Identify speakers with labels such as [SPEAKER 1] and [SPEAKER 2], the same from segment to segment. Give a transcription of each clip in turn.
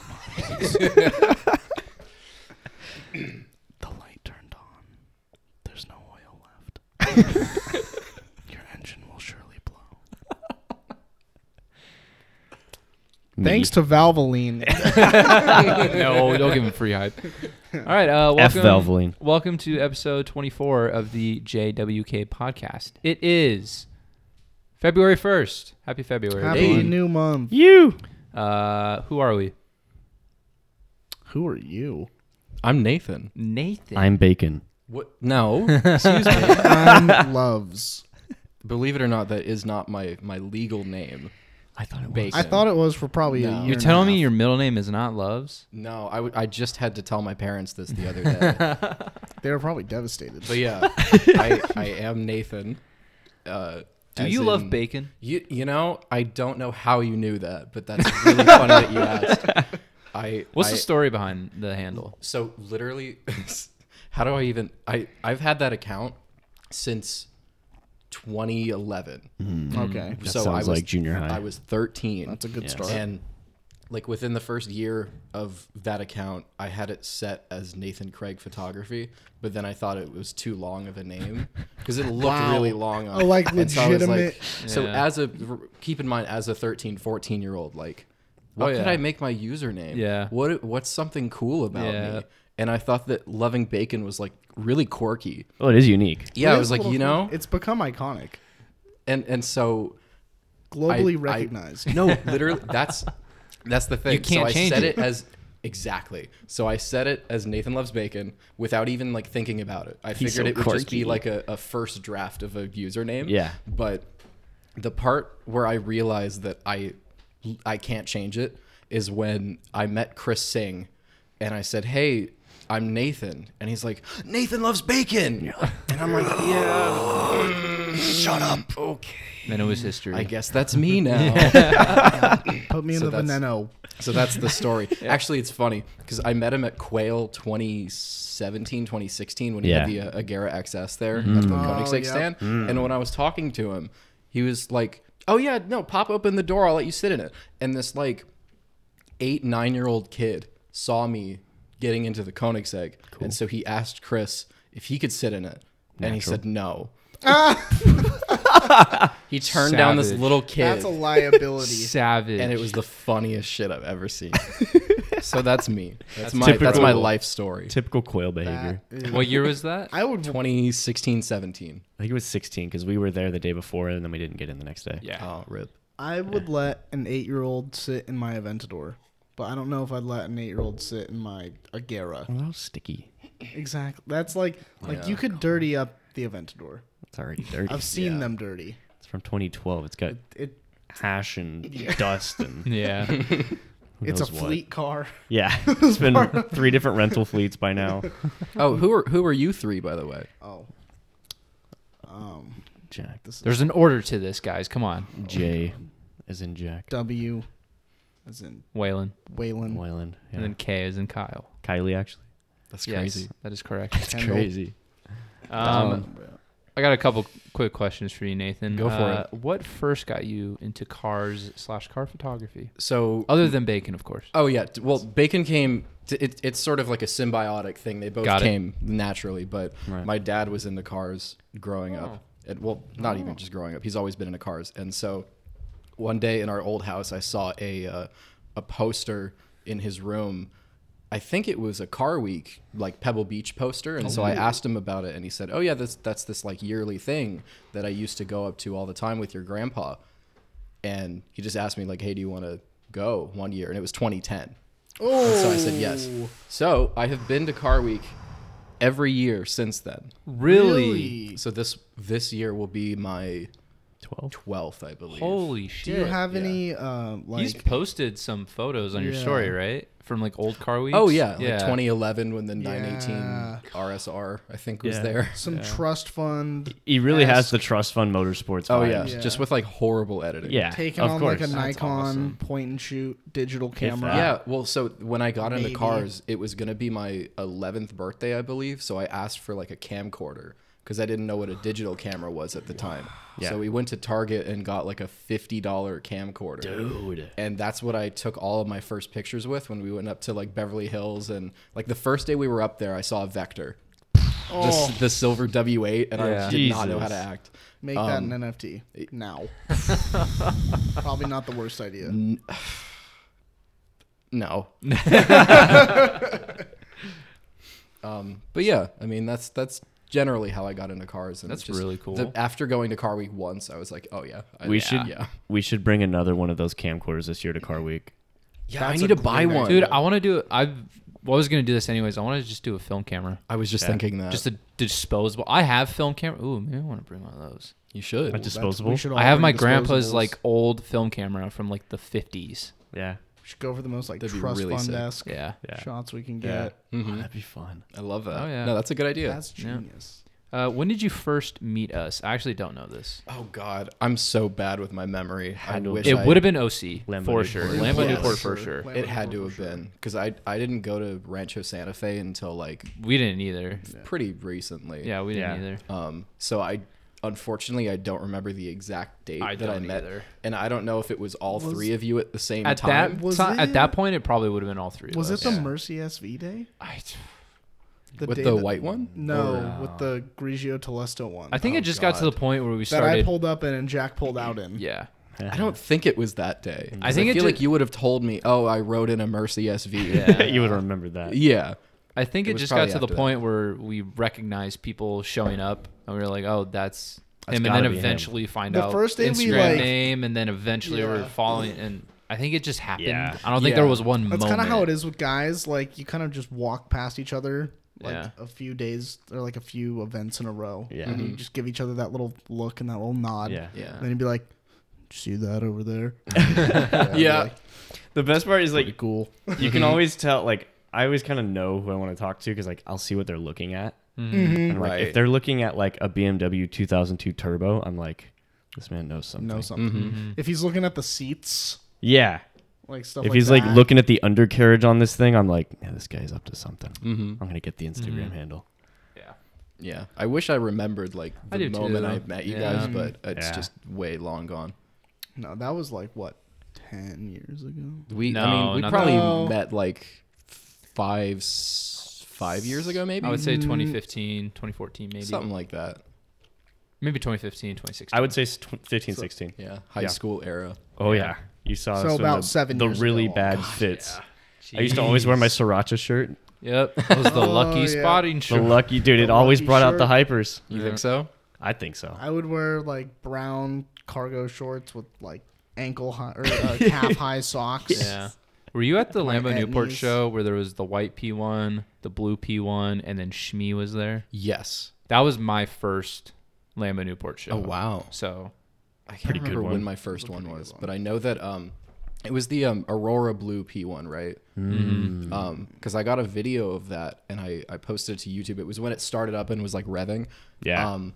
[SPEAKER 1] house.
[SPEAKER 2] The light turned on. There's no oil left. Your engine will surely blow.
[SPEAKER 1] Thanks to Valvoline.
[SPEAKER 3] no, don't give him free hype. All right, uh,
[SPEAKER 4] F
[SPEAKER 3] welcome.
[SPEAKER 4] Valvoline.
[SPEAKER 3] Welcome to episode 24 of the JWK podcast. It is February 1st. Happy February.
[SPEAKER 1] Happy
[SPEAKER 3] everyone.
[SPEAKER 1] new month.
[SPEAKER 4] You.
[SPEAKER 3] Uh, who are we?
[SPEAKER 1] Who are you?
[SPEAKER 5] I'm Nathan.
[SPEAKER 3] Nathan.
[SPEAKER 4] I'm bacon.
[SPEAKER 5] What? No. Excuse me.
[SPEAKER 1] I'm loves.
[SPEAKER 5] Believe it or not, that is not my my legal name.
[SPEAKER 4] I thought it
[SPEAKER 5] Bacon.
[SPEAKER 1] I thought it was for probably a
[SPEAKER 5] No.
[SPEAKER 1] year.
[SPEAKER 3] You're
[SPEAKER 1] and a
[SPEAKER 3] telling me
[SPEAKER 1] half.
[SPEAKER 3] your middle name is not Loves?
[SPEAKER 5] No, I, w- I just had to tell my parents this the other day.
[SPEAKER 1] they were probably devastated.
[SPEAKER 5] but yeah, I, I am Nathan. Uh,
[SPEAKER 3] Do
[SPEAKER 5] as
[SPEAKER 3] you
[SPEAKER 5] in-
[SPEAKER 3] love bacon?
[SPEAKER 5] You you know I don't know how you knew that, but that's really funny that you asked. I
[SPEAKER 3] What's
[SPEAKER 5] I,
[SPEAKER 3] the story behind the handle?
[SPEAKER 5] So literally, how do I even? I I've had that account since 2011.
[SPEAKER 3] Hmm,
[SPEAKER 1] okay,
[SPEAKER 4] That sounds like junior high.
[SPEAKER 5] I was 13.
[SPEAKER 1] that's a good start.
[SPEAKER 5] And like within the first year of that account, I had it set as Nathan Craig Photography, but then I thought it was too long of a name because it looked
[SPEAKER 1] Wow.
[SPEAKER 5] really long. On
[SPEAKER 1] Oh, like
[SPEAKER 5] and so I was
[SPEAKER 1] legitimate-
[SPEAKER 5] So,
[SPEAKER 3] Yeah.
[SPEAKER 5] as a keep in mind, as a 13, 14 year old, like,
[SPEAKER 3] Oh,
[SPEAKER 5] what could
[SPEAKER 3] yeah.
[SPEAKER 5] I make my username?
[SPEAKER 3] Yeah.
[SPEAKER 5] What what's something cool about
[SPEAKER 3] Yeah.
[SPEAKER 5] me? And I thought that loving bacon was like really quirky.
[SPEAKER 4] oh, it is unique.
[SPEAKER 5] Yeah,
[SPEAKER 1] It
[SPEAKER 5] I
[SPEAKER 1] is
[SPEAKER 5] was
[SPEAKER 1] a
[SPEAKER 5] like,
[SPEAKER 1] little
[SPEAKER 5] you know,
[SPEAKER 1] funny. it's become iconic,
[SPEAKER 5] and and so
[SPEAKER 1] globally
[SPEAKER 5] I-
[SPEAKER 1] recognized.
[SPEAKER 5] No, literally, that's that's the thing.
[SPEAKER 3] can't
[SPEAKER 5] so
[SPEAKER 3] change
[SPEAKER 5] I set
[SPEAKER 3] it.
[SPEAKER 5] it. as exactly. So I set it as Nathan loves bacon without even like thinking about it. I
[SPEAKER 4] He's
[SPEAKER 5] figured it
[SPEAKER 4] so
[SPEAKER 5] would just
[SPEAKER 4] quirky.
[SPEAKER 5] be like a, a first draft of a username.
[SPEAKER 4] Yeah.
[SPEAKER 5] But the part where I realized that I I can't change it is when I met Chris Singh and I said, "Hey, I'm Nathan." And he's like, "Nathan loves bacon." And I'm like, "Yeah, shut up." Okay.
[SPEAKER 3] Then it was history.
[SPEAKER 5] I guess that's me now.
[SPEAKER 1] Put me in
[SPEAKER 5] So
[SPEAKER 1] the
[SPEAKER 5] that's-
[SPEAKER 1] veneno.
[SPEAKER 5] So that's the story. Actually, it's funny because I met him at Quail 2017, 2016 when he had the
[SPEAKER 4] Yeah.
[SPEAKER 5] uh, Agera XS there at the Koenigsegg
[SPEAKER 1] yeah.
[SPEAKER 5] stand. And when I was talking to him, he was like, Oh, yeah, no, pop open the door. I'll let you sit in it. And this like eight, nine year old kid saw me getting into the Koenigsegg. And so he asked Chris if he could sit in it. And he said no. he turned down this
[SPEAKER 3] Savage.
[SPEAKER 5] little kid
[SPEAKER 1] That's a liability.
[SPEAKER 3] Savage.
[SPEAKER 5] and it was the funniest shit I've ever seen. so that's me. That's, my that's my
[SPEAKER 4] typical.
[SPEAKER 5] life story.
[SPEAKER 4] Typical quail behavior.
[SPEAKER 3] what year was that?
[SPEAKER 1] I would
[SPEAKER 5] 2016, 17.
[SPEAKER 4] I think it was 16 because we were there the day before and then we didn't get in the next day.
[SPEAKER 3] yeah.
[SPEAKER 5] Oh, rip.
[SPEAKER 1] I would let an eight year old sit in my Aventador, but I don't know if I'd let an eight year old sit in my Agera.
[SPEAKER 4] Oh, that was sticky.
[SPEAKER 1] Exactly. That's like like you could dirty up the Aventador.
[SPEAKER 4] It's already dirty.
[SPEAKER 1] I've seen them dirty.
[SPEAKER 4] It's from 2012. It's got
[SPEAKER 1] It
[SPEAKER 4] hash and dust and
[SPEAKER 3] Yeah.
[SPEAKER 4] who
[SPEAKER 1] it's a
[SPEAKER 4] knows what.
[SPEAKER 1] fleet car.
[SPEAKER 4] Yeah, it's been three different rental fleets by now.
[SPEAKER 5] Oh, who are who are you three by the way?
[SPEAKER 1] Oh. Um
[SPEAKER 4] Jack
[SPEAKER 1] this is
[SPEAKER 3] There's an order to this, guys. Come on.
[SPEAKER 4] J, as in Jack
[SPEAKER 1] W as in
[SPEAKER 3] Waylon.
[SPEAKER 1] Waylon
[SPEAKER 4] Wyland. Yeah.
[SPEAKER 3] And then K is in Kyle.
[SPEAKER 4] Kylie actually.
[SPEAKER 5] That's
[SPEAKER 3] Yes, that is correct.
[SPEAKER 1] Kendall.
[SPEAKER 3] Um, I got a couple quick questions for you, Nathan.
[SPEAKER 5] Go for
[SPEAKER 3] it. What first got you into cars slash car photography?
[SPEAKER 5] So
[SPEAKER 3] Other than bacon, of course.
[SPEAKER 5] Oh yeah. Well, bacon came. It, it's sort of like a symbiotic thing. They both
[SPEAKER 3] Got it.
[SPEAKER 5] came naturally, but
[SPEAKER 4] Right.
[SPEAKER 5] my dad was into cars growing up. And, well, not even just growing up. He's always been into cars. And so, one day in our old house, I saw a uh, a poster in his room. I think it was a Car Week like Pebble Beach poster, and so I asked him about it, and he said, "Oh yeah, that's that's this like yearly thing that I used to go up to all the time with your grandpa." and he just asked me like, "Hey, do you want to go one year?" And it was 2010. Oh. so I said yes. So I have been to Car Week every year since then.
[SPEAKER 3] Really?
[SPEAKER 5] So this this year will be my
[SPEAKER 4] 12.
[SPEAKER 5] 12th, I believe.
[SPEAKER 3] Holy
[SPEAKER 1] Do
[SPEAKER 3] shit.
[SPEAKER 1] you have
[SPEAKER 5] yeah.
[SPEAKER 1] any uh like
[SPEAKER 3] He's posted some photos on your
[SPEAKER 1] Yeah.
[SPEAKER 3] story, right? From like old car weeks.
[SPEAKER 5] Oh yeah, like 2011 when the 918
[SPEAKER 1] Yeah.
[SPEAKER 5] RSR I think was
[SPEAKER 4] Yeah.
[SPEAKER 5] there.
[SPEAKER 1] some trust fund
[SPEAKER 4] He really has the trust fund motorsports.
[SPEAKER 5] Oh
[SPEAKER 4] vibes.
[SPEAKER 5] yeah.
[SPEAKER 1] Yeah.
[SPEAKER 5] just with like horrible editing.
[SPEAKER 4] Yeah,
[SPEAKER 1] taking
[SPEAKER 4] of
[SPEAKER 1] on
[SPEAKER 4] course.
[SPEAKER 1] like a Nikon
[SPEAKER 5] awesome.
[SPEAKER 1] point and shoot digital camera.
[SPEAKER 4] that.
[SPEAKER 5] Yeah, well, so when I got
[SPEAKER 1] Maybe.
[SPEAKER 5] into cars, it was gonna be my 11th birthday, I believe. So I asked for like a camcorder because I didn't know what a digital camera was at the time.
[SPEAKER 4] Yeah.
[SPEAKER 5] So we went to Target and got like a $50 camcorder.
[SPEAKER 4] Dude.
[SPEAKER 5] And that's what I took all of my first pictures with when we went up to like Beverly Hills. And like the first day we were up there, I saw a Vector,
[SPEAKER 1] Oh,
[SPEAKER 5] the, the silver W8, and
[SPEAKER 3] Yeah.
[SPEAKER 5] I did not know how to
[SPEAKER 4] Jesus.
[SPEAKER 5] act.
[SPEAKER 1] Make that
[SPEAKER 4] um,
[SPEAKER 1] an NFT now. Probably not the worst idea.
[SPEAKER 5] No. um, but yeah, I mean that's that's generally how I got into cars. And
[SPEAKER 3] That's
[SPEAKER 5] it's just
[SPEAKER 3] really cool.
[SPEAKER 5] the- after going to Car Week once, I was like, oh yeah, I,
[SPEAKER 4] We
[SPEAKER 5] yeah.
[SPEAKER 4] should
[SPEAKER 5] yeah.
[SPEAKER 4] we should bring another one of those camcorders this year to Car Week.
[SPEAKER 5] Yeah,
[SPEAKER 1] That's
[SPEAKER 5] I
[SPEAKER 1] a
[SPEAKER 5] need to buy
[SPEAKER 1] great
[SPEAKER 5] one,
[SPEAKER 3] Dude, I want to do. I've. Well, I was gonna do this anyways. I want to just do a film camera,
[SPEAKER 5] I was just
[SPEAKER 4] Yeah.
[SPEAKER 5] thinking that
[SPEAKER 3] just a disposable. I have film camera. Ooh, maybe I want to bring one of those.
[SPEAKER 5] you should.
[SPEAKER 4] A disposable.
[SPEAKER 3] I have my grandpa's like old film camera from like the fifties.
[SPEAKER 4] Yeah.
[SPEAKER 1] We should go for the most like
[SPEAKER 5] That'd be
[SPEAKER 1] trust
[SPEAKER 5] really
[SPEAKER 1] fund
[SPEAKER 5] sick.
[SPEAKER 1] esque
[SPEAKER 3] Yeah.
[SPEAKER 4] Yeah.
[SPEAKER 1] shots we can
[SPEAKER 4] Yeah.
[SPEAKER 1] get.
[SPEAKER 4] Oh,
[SPEAKER 5] Mhm.
[SPEAKER 4] that'd be fun.
[SPEAKER 5] I love that.
[SPEAKER 3] Oh, yeah.
[SPEAKER 5] No, that's a good idea.
[SPEAKER 1] That's
[SPEAKER 3] Yeah.
[SPEAKER 1] genius.
[SPEAKER 3] Uh, when did you first meet us? I actually don't know this.
[SPEAKER 5] oh God, I'm so bad with my memory. I,
[SPEAKER 4] Had to-
[SPEAKER 5] wish
[SPEAKER 3] It
[SPEAKER 5] I-
[SPEAKER 3] would have been OC
[SPEAKER 4] Lambo
[SPEAKER 3] for sure.
[SPEAKER 4] Newport.
[SPEAKER 3] Lambo
[SPEAKER 5] Yes.
[SPEAKER 3] Newport for sure.
[SPEAKER 1] Lambo
[SPEAKER 5] It had to
[SPEAKER 1] Newport
[SPEAKER 5] have
[SPEAKER 1] for sure.
[SPEAKER 5] been because I I didn't go to Rancho Santa Fe until like
[SPEAKER 3] We didn't either.
[SPEAKER 5] pretty recently.
[SPEAKER 3] Yeah, we didn't
[SPEAKER 4] Yeah.
[SPEAKER 3] either.
[SPEAKER 5] Um, so I unfortunately I don't remember the exact date
[SPEAKER 3] I
[SPEAKER 5] that I
[SPEAKER 3] don't
[SPEAKER 5] met,
[SPEAKER 3] either.
[SPEAKER 5] and I don't know if it was all three of you at the same
[SPEAKER 3] At
[SPEAKER 5] time.
[SPEAKER 3] that
[SPEAKER 1] Was
[SPEAKER 3] ti- at
[SPEAKER 1] it-
[SPEAKER 3] that point, it probably would have been all three.
[SPEAKER 1] Was it
[SPEAKER 3] of us.
[SPEAKER 1] the
[SPEAKER 5] Yeah.
[SPEAKER 1] Mercy SV day?
[SPEAKER 3] I,
[SPEAKER 5] with
[SPEAKER 1] day
[SPEAKER 5] the
[SPEAKER 1] that-
[SPEAKER 5] white one.
[SPEAKER 1] No,
[SPEAKER 3] Or-
[SPEAKER 1] with the Grigio Telesto one.
[SPEAKER 3] I think
[SPEAKER 5] Oh,
[SPEAKER 3] it just got to
[SPEAKER 5] God.
[SPEAKER 3] the point where we
[SPEAKER 1] that I
[SPEAKER 3] started.
[SPEAKER 1] pulled up in and Jack pulled out in.
[SPEAKER 3] yeah.
[SPEAKER 5] I don't think it was that day.
[SPEAKER 3] I think it
[SPEAKER 5] I feel
[SPEAKER 3] ju-
[SPEAKER 5] like you would have told me. Oh, I rode in a Mercy SV.
[SPEAKER 3] Yeah.
[SPEAKER 4] you would remember that.
[SPEAKER 5] yeah.
[SPEAKER 3] I think
[SPEAKER 5] It
[SPEAKER 3] it,
[SPEAKER 5] was
[SPEAKER 3] just got
[SPEAKER 5] probably
[SPEAKER 3] to the
[SPEAKER 5] after that.
[SPEAKER 3] point where we recognized people showing up, and we were like, "Oh, that's."
[SPEAKER 4] That's
[SPEAKER 3] him, and
[SPEAKER 4] gotta
[SPEAKER 3] then
[SPEAKER 4] be him.
[SPEAKER 3] eventually find
[SPEAKER 1] The
[SPEAKER 3] out
[SPEAKER 1] first day we,
[SPEAKER 3] Instagram
[SPEAKER 1] like-
[SPEAKER 3] name, and then eventually we're
[SPEAKER 1] Yeah.
[SPEAKER 3] following. And I think it just happened.
[SPEAKER 4] Yeah.
[SPEAKER 3] I don't think there
[SPEAKER 5] Yeah.
[SPEAKER 3] was one
[SPEAKER 1] That's
[SPEAKER 3] moment.
[SPEAKER 1] kind of how it is with guys. Like you kind of just walk past each other like
[SPEAKER 3] Yeah.
[SPEAKER 1] a few days or like a few events in a row.
[SPEAKER 4] Yeah.
[SPEAKER 1] And you just give each other that little look and that little nod.
[SPEAKER 4] Yeah.
[SPEAKER 5] Yeah.
[SPEAKER 1] And then you'd be like, "Did you "See that over there?
[SPEAKER 5] Yeah.
[SPEAKER 4] The best part is
[SPEAKER 1] Pretty
[SPEAKER 4] like
[SPEAKER 1] cool."
[SPEAKER 4] you can always tell like I always kind of know who I want to talk to because like I'll see what they're looking at.
[SPEAKER 1] "Mm-hmm."
[SPEAKER 4] And like
[SPEAKER 5] Right.
[SPEAKER 4] if they're looking at like a BMW 2002 Turbo, I'm like, this man knows something.
[SPEAKER 1] Know something.
[SPEAKER 5] Mm-hmm.
[SPEAKER 3] Mm. Mm-hmm.
[SPEAKER 1] If he's looking at the seats,
[SPEAKER 4] Yeah.
[SPEAKER 1] like stuff.
[SPEAKER 4] if
[SPEAKER 1] like
[SPEAKER 4] he's like
[SPEAKER 1] that,
[SPEAKER 4] looking at the undercarriage on this thing, I'm like, yeah, this guy's up to something.
[SPEAKER 5] hmm
[SPEAKER 4] I'm gonna get the Instagram handle.
[SPEAKER 3] Yeah.
[SPEAKER 5] Yeah. I wish I remembered like
[SPEAKER 3] I
[SPEAKER 5] the
[SPEAKER 3] do
[SPEAKER 5] moment I
[SPEAKER 3] too.
[SPEAKER 5] met you
[SPEAKER 3] Yeah.
[SPEAKER 5] guys, but it's
[SPEAKER 4] Yeah.
[SPEAKER 5] just way long gone.
[SPEAKER 1] No, that was like what ten years ago.
[SPEAKER 5] We.
[SPEAKER 3] No,
[SPEAKER 5] I mean, we
[SPEAKER 3] not
[SPEAKER 5] probably
[SPEAKER 1] that-
[SPEAKER 5] met like five s- five years ago, maybe Mm,
[SPEAKER 3] I would say 2015, 2014, maybe.
[SPEAKER 5] something like that.
[SPEAKER 3] Maybe 2015, 2016.
[SPEAKER 4] I would say s- tw- 15, 16.
[SPEAKER 5] Yeah. High
[SPEAKER 4] Yeah.
[SPEAKER 5] school era.
[SPEAKER 4] Oh yeah, you saw
[SPEAKER 1] So
[SPEAKER 4] us when
[SPEAKER 1] about
[SPEAKER 4] the,
[SPEAKER 1] seven
[SPEAKER 4] The
[SPEAKER 1] years
[SPEAKER 4] really
[SPEAKER 1] ago.
[SPEAKER 4] bad fits. I used to always wear my sriracha shirt.
[SPEAKER 3] Yep. That was the
[SPEAKER 1] Oh,
[SPEAKER 3] lucky
[SPEAKER 1] yeah.
[SPEAKER 3] spotting
[SPEAKER 4] The
[SPEAKER 3] shirt.
[SPEAKER 4] lucky dude, it always
[SPEAKER 1] lucky
[SPEAKER 4] brought out the hypers.
[SPEAKER 5] You think so?
[SPEAKER 4] I think
[SPEAKER 5] Oh.
[SPEAKER 4] so.
[SPEAKER 1] I would wear like brown cargo shorts with like ankle high or uh, calf high socks.
[SPEAKER 3] Yeah. Were you at the
[SPEAKER 1] My
[SPEAKER 3] Lambo
[SPEAKER 1] at
[SPEAKER 3] Newport
[SPEAKER 1] knees.
[SPEAKER 3] show where there was the white P1, the blue P1, and then Shmi was there?
[SPEAKER 5] Yes.
[SPEAKER 3] That was my first Lambo Newport show.
[SPEAKER 5] Oh wow.
[SPEAKER 3] So
[SPEAKER 5] I can't
[SPEAKER 4] Pretty good
[SPEAKER 5] remember
[SPEAKER 4] one.
[SPEAKER 5] when my first one was, but I know that um, it was the um, Aurora Blue P1, right? Mm.
[SPEAKER 4] Mm-hmm.
[SPEAKER 5] Um, because I got a video of that and I I posted it to YouTube. It was when it started up and was like revving.
[SPEAKER 4] Yeah.
[SPEAKER 5] Um,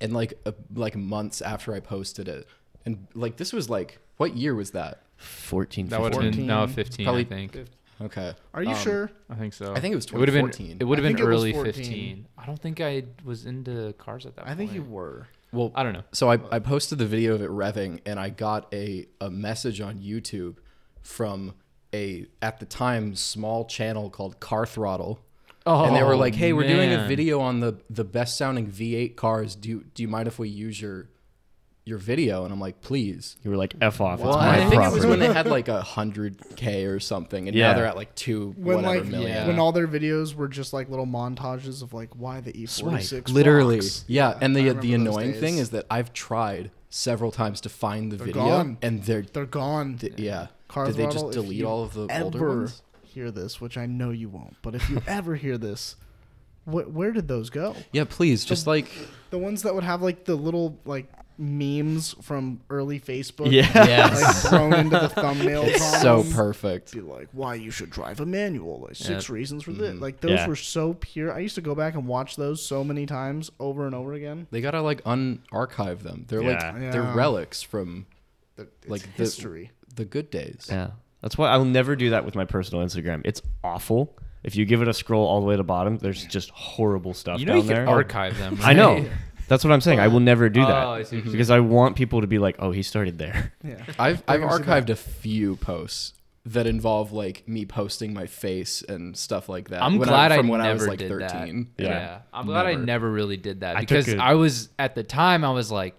[SPEAKER 5] and like a, like months after I posted it, and like this was like what year was that?
[SPEAKER 4] 14,
[SPEAKER 3] that would have been no 15,
[SPEAKER 5] Probably-
[SPEAKER 3] I think.
[SPEAKER 5] Okay.
[SPEAKER 1] Are you
[SPEAKER 5] Um,
[SPEAKER 1] sure?
[SPEAKER 3] I think so.
[SPEAKER 5] I think it was
[SPEAKER 3] would have been.
[SPEAKER 5] 2014.
[SPEAKER 3] It would have
[SPEAKER 1] I
[SPEAKER 3] been
[SPEAKER 1] think it was
[SPEAKER 3] early
[SPEAKER 1] 14.
[SPEAKER 3] 15. I don't think I was into cars at that point.
[SPEAKER 1] I think you were.
[SPEAKER 5] Well,
[SPEAKER 3] I don't know.
[SPEAKER 5] So I, I posted the video of it revving and I got a, a message on YouTube from a at the time small channel called Car Throttle.
[SPEAKER 3] Oh,
[SPEAKER 5] and they were like, "Hey, we're doing a
[SPEAKER 3] man.
[SPEAKER 5] video on the the best sounding V8 cars. Do you, do you mind if we use your your video?" And I'm like, "Please."
[SPEAKER 4] You were like F off. It's
[SPEAKER 5] Well,
[SPEAKER 4] my
[SPEAKER 5] I think it was
[SPEAKER 4] property."
[SPEAKER 5] when they had like a hundred k or something, and
[SPEAKER 4] Yeah.
[SPEAKER 5] now they're at like two
[SPEAKER 1] When
[SPEAKER 5] whatever
[SPEAKER 1] like
[SPEAKER 5] million.
[SPEAKER 3] yeah.
[SPEAKER 1] when all their videos were just like little montages of like why the E forty six
[SPEAKER 5] Literally, yeah. And
[SPEAKER 1] I
[SPEAKER 5] the
[SPEAKER 1] remember
[SPEAKER 5] the
[SPEAKER 1] those
[SPEAKER 5] annoying
[SPEAKER 1] days.
[SPEAKER 5] thing is that I've tried several times to find the video,
[SPEAKER 1] gone.
[SPEAKER 5] and they're
[SPEAKER 1] they're gone.
[SPEAKER 5] Th- yeah.
[SPEAKER 1] Car
[SPEAKER 5] Did they
[SPEAKER 1] throttle,
[SPEAKER 5] just
[SPEAKER 1] if
[SPEAKER 5] delete
[SPEAKER 1] you
[SPEAKER 5] all of the older
[SPEAKER 1] ever
[SPEAKER 5] ones?
[SPEAKER 1] hear this, which I know you won't, but if you ever hear this, wh- where did those go?
[SPEAKER 5] Yeah, please. Just like
[SPEAKER 1] The ones that would have like the little like memes from early Facebook,
[SPEAKER 4] Yeah.
[SPEAKER 1] like
[SPEAKER 5] yes,
[SPEAKER 1] thrown into the thumbnails. on
[SPEAKER 5] so
[SPEAKER 1] them.
[SPEAKER 5] perfect.
[SPEAKER 1] be like why you should drive a manual like six reasons for this like those
[SPEAKER 4] Mm-hmm. Yeah.
[SPEAKER 1] were so pure i used to go back and watch those so many times over and over again
[SPEAKER 5] They gotta like unarchive them. They're
[SPEAKER 4] Yeah.
[SPEAKER 5] like they're
[SPEAKER 1] Yeah.
[SPEAKER 5] relics from
[SPEAKER 1] Th- it's
[SPEAKER 5] Like the-
[SPEAKER 1] history
[SPEAKER 5] the good days.
[SPEAKER 4] Yeah. That's why I'll never do that with my personal Instagram. It's awful. If you give it a scroll all the way to bottom, there's just horrible stuff
[SPEAKER 3] You know
[SPEAKER 4] down
[SPEAKER 3] you
[SPEAKER 4] there.
[SPEAKER 3] can archive them.
[SPEAKER 4] I know.
[SPEAKER 3] right?
[SPEAKER 4] That's what I'm saying. I will never do that
[SPEAKER 3] Oh, I see what you mean.
[SPEAKER 4] because I want people to be like, "Oh, he started there."
[SPEAKER 1] Yeah.
[SPEAKER 5] I've
[SPEAKER 1] I
[SPEAKER 5] I've
[SPEAKER 1] can see
[SPEAKER 5] archived a few posts that involve like me posting my face and stuff like that.
[SPEAKER 3] I'm
[SPEAKER 5] when
[SPEAKER 3] glad I,
[SPEAKER 5] I, from when
[SPEAKER 3] never
[SPEAKER 5] I was like
[SPEAKER 3] did
[SPEAKER 5] 13.
[SPEAKER 3] that.
[SPEAKER 4] Yeah.
[SPEAKER 3] Yeah. I'm glad I
[SPEAKER 5] Never.
[SPEAKER 3] never really did that
[SPEAKER 4] I took
[SPEAKER 3] because I,
[SPEAKER 4] a-
[SPEAKER 3] was at the time I was like,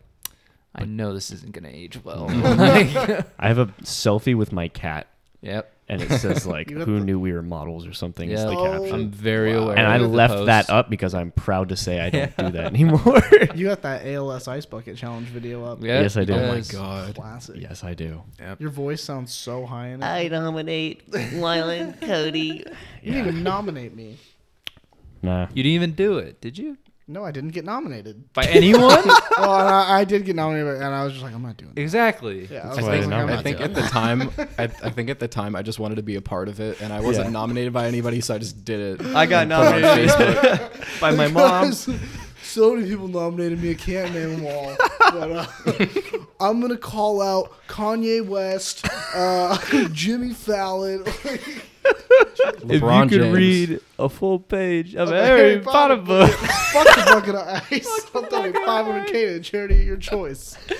[SPEAKER 3] I know this isn't gonna age well. Like,
[SPEAKER 4] I have a selfie with my cat,
[SPEAKER 3] yep,
[SPEAKER 4] and it says like,
[SPEAKER 1] You have
[SPEAKER 4] "Who
[SPEAKER 1] the-
[SPEAKER 4] knew we were models?" or something. Is
[SPEAKER 3] Yeah.
[SPEAKER 4] the
[SPEAKER 1] Oh.
[SPEAKER 4] caption.
[SPEAKER 3] I'm very aware.
[SPEAKER 4] And I
[SPEAKER 3] of the
[SPEAKER 4] left
[SPEAKER 3] post.
[SPEAKER 4] that up because I'm proud to say I don't do that anymore.
[SPEAKER 1] You got that ALS ice bucket challenge video up.
[SPEAKER 3] Yep.
[SPEAKER 4] Yes, I did.
[SPEAKER 5] Oh my
[SPEAKER 3] Yes.
[SPEAKER 5] god.
[SPEAKER 1] Classic.
[SPEAKER 4] yes, I do.
[SPEAKER 1] Your voice sounds so high in it.
[SPEAKER 6] dominate Wyland Cody.
[SPEAKER 1] you didn't even nominate me.
[SPEAKER 4] Nah.
[SPEAKER 3] You didn't even do it, did you?
[SPEAKER 1] No, I didn't get nominated.
[SPEAKER 3] By anyone?
[SPEAKER 1] well, and I, I did get nominated, and I was just like, I'm not doing it.
[SPEAKER 3] exactly.
[SPEAKER 1] Yeah,
[SPEAKER 4] That's
[SPEAKER 1] was
[SPEAKER 4] why I didn't
[SPEAKER 1] I'm
[SPEAKER 4] nominate
[SPEAKER 5] I
[SPEAKER 1] not
[SPEAKER 5] think
[SPEAKER 1] doing
[SPEAKER 5] at the time, I, I think at the time, I just wanted to be a part of it, and I wasn't
[SPEAKER 4] Yeah.
[SPEAKER 5] nominated by anybody, so I just did it.
[SPEAKER 4] I got
[SPEAKER 5] and put it on
[SPEAKER 4] nominated.
[SPEAKER 5] Facebook.
[SPEAKER 4] By my mom.
[SPEAKER 1] Because So many people nominated me. I can't name them all. But uh, I'm gonna call out Kanye West, uh, Jimmy Fallon.
[SPEAKER 5] LeBron
[SPEAKER 4] if you could
[SPEAKER 5] James.
[SPEAKER 4] read a full page of
[SPEAKER 1] Of
[SPEAKER 4] a Harry Potter, book.
[SPEAKER 1] Fuck the bucket of ice. I'm throwing 500k to a charity of your choice. Uh,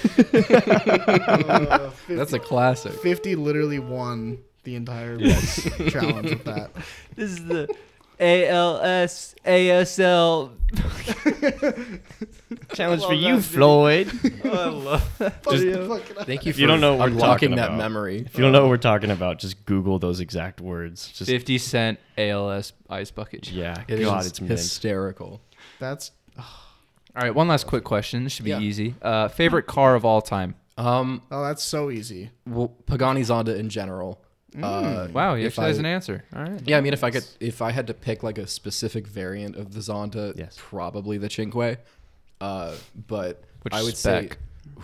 [SPEAKER 1] 50,
[SPEAKER 5] That's a classic.
[SPEAKER 1] 50 literally won the entire challenge with that.
[SPEAKER 3] This is the ALS ASL.
[SPEAKER 4] Challenge for you, Floyd.
[SPEAKER 1] Fuck the bucket of
[SPEAKER 5] Thank you.
[SPEAKER 4] If you don't know what we're
[SPEAKER 5] unlocking
[SPEAKER 4] talking
[SPEAKER 5] that
[SPEAKER 4] about.
[SPEAKER 5] memory.
[SPEAKER 4] If you don't know what we're talking about, just Google those exact words. Just
[SPEAKER 3] Fifty cent ALS ice bucket. challenge.
[SPEAKER 4] yeah,
[SPEAKER 5] It is
[SPEAKER 4] God, it's mint.
[SPEAKER 5] hysterical.
[SPEAKER 1] That's
[SPEAKER 3] All right, one last quick question. This should be
[SPEAKER 5] Yeah.
[SPEAKER 3] easy. Uh, favorite car of all time?
[SPEAKER 5] Um,
[SPEAKER 1] oh, that's so easy.
[SPEAKER 5] well, Pagani Zonda in general. Uh,
[SPEAKER 3] Mm, Wow, you
[SPEAKER 5] if
[SPEAKER 3] actually has
[SPEAKER 5] I-
[SPEAKER 3] an answer. All right.
[SPEAKER 5] Yeah, I mean, if I could, if I had to pick like a specific variant of the Zonda,
[SPEAKER 4] Yes.
[SPEAKER 5] probably the Cinque. Uh, but
[SPEAKER 3] Which
[SPEAKER 5] I would
[SPEAKER 3] spec?
[SPEAKER 5] say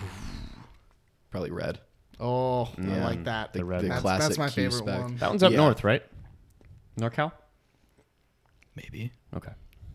[SPEAKER 5] probably red.
[SPEAKER 1] Oh, I like that.
[SPEAKER 4] The red
[SPEAKER 5] the
[SPEAKER 1] that's,
[SPEAKER 5] classic
[SPEAKER 1] that's my
[SPEAKER 5] Q
[SPEAKER 1] favorite
[SPEAKER 5] spec.
[SPEAKER 1] one.
[SPEAKER 4] That one's up
[SPEAKER 5] Yeah.
[SPEAKER 4] north, right? NorCal.
[SPEAKER 5] Maybe
[SPEAKER 4] Okay.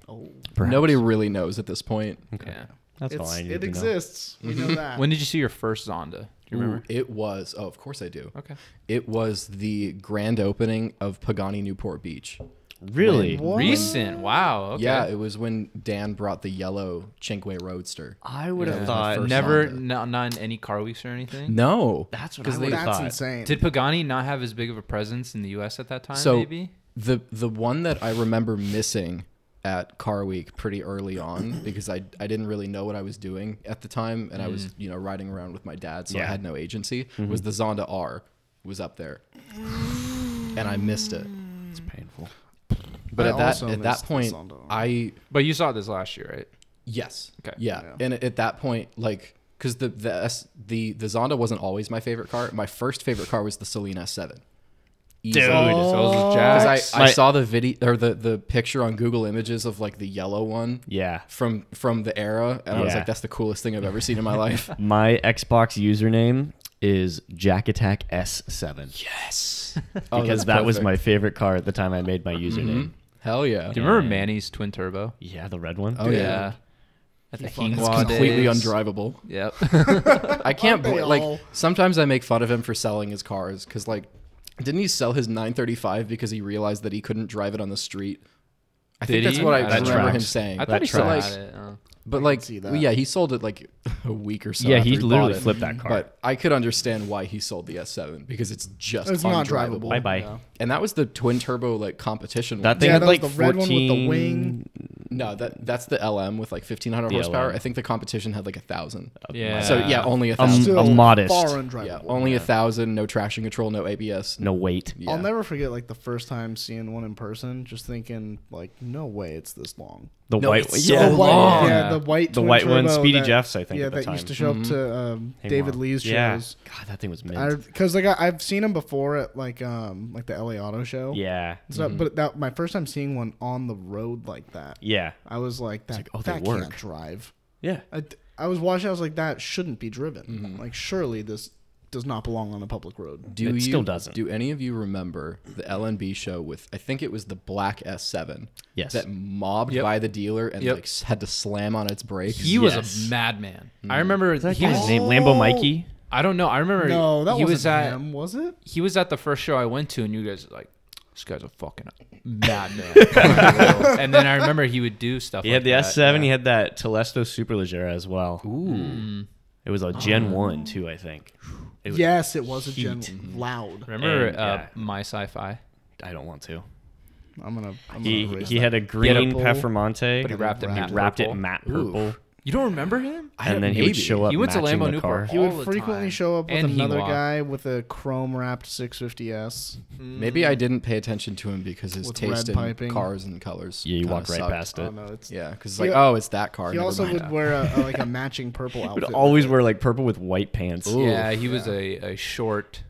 [SPEAKER 1] Oh,
[SPEAKER 4] Perhaps.
[SPEAKER 5] nobody really knows at this point.
[SPEAKER 3] Yeah.
[SPEAKER 4] That's all
[SPEAKER 1] it's,
[SPEAKER 4] I need to know.
[SPEAKER 1] it
[SPEAKER 4] Mm-hmm.
[SPEAKER 1] exists. We know that.
[SPEAKER 3] When did you see your first Zonda? Do you
[SPEAKER 5] Ooh,
[SPEAKER 3] remember?
[SPEAKER 5] it was. Oh, of course I do.
[SPEAKER 3] Okay.
[SPEAKER 5] It was the grand opening of Pagani Newport Beach.
[SPEAKER 4] Really?
[SPEAKER 1] What?
[SPEAKER 3] Recent. Wow. Okay.
[SPEAKER 5] Yeah, it was when Dan brought the yellow Cinque Roadster.
[SPEAKER 4] I would
[SPEAKER 5] Yeah,
[SPEAKER 4] have
[SPEAKER 5] it was my
[SPEAKER 4] thought.
[SPEAKER 5] first
[SPEAKER 3] Never,
[SPEAKER 5] Zonda.
[SPEAKER 3] no- not in any car weeks or anything.
[SPEAKER 5] No,
[SPEAKER 4] That's what I
[SPEAKER 5] 'Cause
[SPEAKER 4] would
[SPEAKER 5] they-
[SPEAKER 4] have
[SPEAKER 1] that's
[SPEAKER 4] thought.
[SPEAKER 1] insane.
[SPEAKER 3] Did Pagani not have as big of a presence in the U.S. at that time?
[SPEAKER 5] So
[SPEAKER 3] maybe.
[SPEAKER 5] the the one that I remember missing at Car Week pretty early on because I I didn't really know what I was doing at the time and I was you know riding around with my dad so I
[SPEAKER 4] Mm. Yeah. Mm-hmm.
[SPEAKER 5] had no agency was the Zonda R was up there and I missed it
[SPEAKER 4] It's painful.
[SPEAKER 5] but
[SPEAKER 1] I
[SPEAKER 5] at that
[SPEAKER 1] also
[SPEAKER 5] at
[SPEAKER 1] missed
[SPEAKER 5] that
[SPEAKER 1] the
[SPEAKER 5] point
[SPEAKER 1] Zonda R.
[SPEAKER 5] I
[SPEAKER 3] But you saw this last year, right?
[SPEAKER 5] yes
[SPEAKER 3] Okay.
[SPEAKER 5] yeah.
[SPEAKER 1] Yeah.
[SPEAKER 5] and at that point like because the the S, the the Zonda wasn't always my favorite car my first favorite car was the Celine S7
[SPEAKER 4] Dude.
[SPEAKER 3] So it was
[SPEAKER 5] because
[SPEAKER 3] Jax.
[SPEAKER 5] I, I
[SPEAKER 4] My-
[SPEAKER 5] saw the video or the the picture on Google Images of like the yellow one
[SPEAKER 4] Yeah.
[SPEAKER 5] from from the era, and I was
[SPEAKER 4] Yeah.
[SPEAKER 5] like, that's the coolest thing I've ever seen in my life.
[SPEAKER 4] My Xbox username is Jack Attack S7
[SPEAKER 5] yes,
[SPEAKER 4] because that was my favorite car at the time I made my username.
[SPEAKER 5] hell yeah.
[SPEAKER 3] Do you remember Manny's twin turbo?
[SPEAKER 4] Yeah, the red one.
[SPEAKER 5] Oh,
[SPEAKER 4] Dude,
[SPEAKER 5] yeah.
[SPEAKER 3] At the
[SPEAKER 1] fucking-
[SPEAKER 5] It's
[SPEAKER 3] Hingwa
[SPEAKER 5] completely
[SPEAKER 3] days.
[SPEAKER 5] undrivable.
[SPEAKER 3] Yep.
[SPEAKER 5] I can't
[SPEAKER 1] Aren't they
[SPEAKER 5] bl- like.
[SPEAKER 1] all?
[SPEAKER 5] Sometimes I make fun of him for selling his cars because like, didn't he sell his 935 because he realized that he couldn't drive it on the street? I think
[SPEAKER 3] Did
[SPEAKER 5] that's
[SPEAKER 3] he?
[SPEAKER 5] what I
[SPEAKER 4] That
[SPEAKER 5] remember him
[SPEAKER 4] tracks.
[SPEAKER 5] saying.
[SPEAKER 3] I thought
[SPEAKER 4] That
[SPEAKER 3] he still
[SPEAKER 4] tracks.
[SPEAKER 3] had it. uh.
[SPEAKER 5] but like,
[SPEAKER 1] see
[SPEAKER 5] well,
[SPEAKER 1] that.
[SPEAKER 5] yeah, he sold it like a week or so.
[SPEAKER 4] Yeah,
[SPEAKER 5] after
[SPEAKER 4] he
[SPEAKER 5] bought
[SPEAKER 4] literally
[SPEAKER 5] it.
[SPEAKER 4] flipped that car.
[SPEAKER 5] But I could understand why he sold the S7 because it's just
[SPEAKER 1] it's not
[SPEAKER 5] undrivable.
[SPEAKER 1] drivable.
[SPEAKER 4] Bye bye.
[SPEAKER 1] Yeah.
[SPEAKER 5] And that was the twin turbo like competition.
[SPEAKER 4] That
[SPEAKER 5] one.
[SPEAKER 4] thing
[SPEAKER 1] Yeah,
[SPEAKER 4] had
[SPEAKER 1] that was
[SPEAKER 4] like
[SPEAKER 1] the
[SPEAKER 4] 14.
[SPEAKER 1] red one with the wing.
[SPEAKER 5] No, that that's the LM with like fifteen hundred
[SPEAKER 4] The
[SPEAKER 5] horsepower.
[SPEAKER 4] LM.
[SPEAKER 5] I think the competition had like a thousand.
[SPEAKER 3] Yeah. oh,
[SPEAKER 5] So yeah, only a
[SPEAKER 4] Um,
[SPEAKER 5] thousand.
[SPEAKER 4] a modest.
[SPEAKER 1] Far
[SPEAKER 5] yeah,
[SPEAKER 1] undrivable.
[SPEAKER 5] only a thousand. No traction control. No ABS.
[SPEAKER 4] No wait.
[SPEAKER 5] Yeah.
[SPEAKER 1] I'll never forget like the first time seeing one in person, just thinking like, no way, it's this long.
[SPEAKER 4] The
[SPEAKER 5] No,
[SPEAKER 4] white
[SPEAKER 5] it's
[SPEAKER 4] one.
[SPEAKER 5] so
[SPEAKER 4] yeah.
[SPEAKER 1] the white,
[SPEAKER 3] long.
[SPEAKER 1] yeah, the white,
[SPEAKER 4] The
[SPEAKER 1] twin
[SPEAKER 4] white one,
[SPEAKER 1] turbo
[SPEAKER 4] Speedy
[SPEAKER 1] that-
[SPEAKER 4] Jeff's, I think,
[SPEAKER 1] Yeah,
[SPEAKER 4] at the
[SPEAKER 1] that
[SPEAKER 4] time. Mm-hmm.
[SPEAKER 1] used to show up to um,
[SPEAKER 4] Hey,
[SPEAKER 1] David
[SPEAKER 4] wow.
[SPEAKER 1] Lee's
[SPEAKER 4] yeah.
[SPEAKER 1] shows.
[SPEAKER 4] God, that thing was mint.
[SPEAKER 1] Because like I, I've seen him before at like um like the LA Auto Show.
[SPEAKER 4] yeah. Mm-hmm.
[SPEAKER 1] So, But that my first time seeing one on the road like that,
[SPEAKER 4] Yeah.
[SPEAKER 1] I was like, that,
[SPEAKER 4] like, oh, they
[SPEAKER 1] that
[SPEAKER 4] work.
[SPEAKER 1] can't drive.
[SPEAKER 4] Yeah.
[SPEAKER 1] I, d- I was watching. I was like, that shouldn't be driven.
[SPEAKER 4] Mm-hmm.
[SPEAKER 1] Like, surely this does not belong on a public road.
[SPEAKER 5] Do
[SPEAKER 4] It
[SPEAKER 5] you,
[SPEAKER 4] still doesn't.
[SPEAKER 5] Do any of you remember the LNB show with? I think it was the black S7.
[SPEAKER 4] Yes.
[SPEAKER 5] That mobbed
[SPEAKER 3] Yep.
[SPEAKER 5] by the dealer and
[SPEAKER 3] Yep.
[SPEAKER 5] like s- had to slam on its brakes.
[SPEAKER 3] He was
[SPEAKER 4] Yes. Hmm.
[SPEAKER 3] a madman. I remember
[SPEAKER 4] Is that
[SPEAKER 3] he
[SPEAKER 4] guy's
[SPEAKER 3] was
[SPEAKER 4] name? Lambo Mikey?
[SPEAKER 3] I don't know. I remember
[SPEAKER 1] No, that
[SPEAKER 3] he
[SPEAKER 1] wasn't
[SPEAKER 3] was at
[SPEAKER 1] him, was it?
[SPEAKER 3] he was at the first show I went to, and you guys were like, this guy's a fucking madman. and then I remember he would do stuff.
[SPEAKER 4] He
[SPEAKER 3] like
[SPEAKER 4] had the
[SPEAKER 3] that,
[SPEAKER 4] S7.
[SPEAKER 3] yeah.
[SPEAKER 4] He had that Telesto Superleggera as well.
[SPEAKER 3] Mm.
[SPEAKER 4] It was a Gen One too, I think. It was-
[SPEAKER 1] Yes, it was a gen
[SPEAKER 4] Heat.
[SPEAKER 1] loud.
[SPEAKER 3] Remember
[SPEAKER 4] And,
[SPEAKER 3] uh,
[SPEAKER 4] yeah.
[SPEAKER 3] my sci-fi?
[SPEAKER 4] I don't want to.
[SPEAKER 1] I'm gonna. I'm
[SPEAKER 4] He
[SPEAKER 1] gonna erase
[SPEAKER 4] he
[SPEAKER 1] that.
[SPEAKER 4] had a green
[SPEAKER 3] Purple,
[SPEAKER 4] Peppermonte,
[SPEAKER 3] But he wrapped it matte
[SPEAKER 4] wrapped it
[SPEAKER 3] purple.
[SPEAKER 4] matte purple,
[SPEAKER 3] You don't remember him?
[SPEAKER 5] I
[SPEAKER 4] and then he
[SPEAKER 5] maybe.
[SPEAKER 4] would show up.
[SPEAKER 3] He went to
[SPEAKER 4] matching
[SPEAKER 3] Lambo
[SPEAKER 4] the
[SPEAKER 3] Newport.
[SPEAKER 4] car.
[SPEAKER 1] He
[SPEAKER 3] all
[SPEAKER 1] would
[SPEAKER 3] the
[SPEAKER 1] frequently
[SPEAKER 3] time.
[SPEAKER 1] show up with
[SPEAKER 3] And he
[SPEAKER 1] another
[SPEAKER 3] walked.
[SPEAKER 1] guy with a chrome wrapped 650s.
[SPEAKER 5] Maybe I didn't pay attention to him because his
[SPEAKER 1] With
[SPEAKER 5] taste
[SPEAKER 1] red
[SPEAKER 5] in
[SPEAKER 1] piping.
[SPEAKER 5] cars and colors.
[SPEAKER 4] Yeah, you
[SPEAKER 5] kinda
[SPEAKER 4] walk right
[SPEAKER 5] sucked.
[SPEAKER 4] past it.
[SPEAKER 1] Oh no, it's.
[SPEAKER 5] Yeah, because it's
[SPEAKER 1] He
[SPEAKER 5] like,
[SPEAKER 1] al-
[SPEAKER 5] oh, it's that car.
[SPEAKER 1] He
[SPEAKER 5] never
[SPEAKER 1] also
[SPEAKER 5] mind.
[SPEAKER 1] would wear a, a- like a matching purple outfit.
[SPEAKER 4] He would
[SPEAKER 1] with
[SPEAKER 4] always
[SPEAKER 1] it.
[SPEAKER 4] wear like purple with white pants.
[SPEAKER 3] yeah, he was a, a short,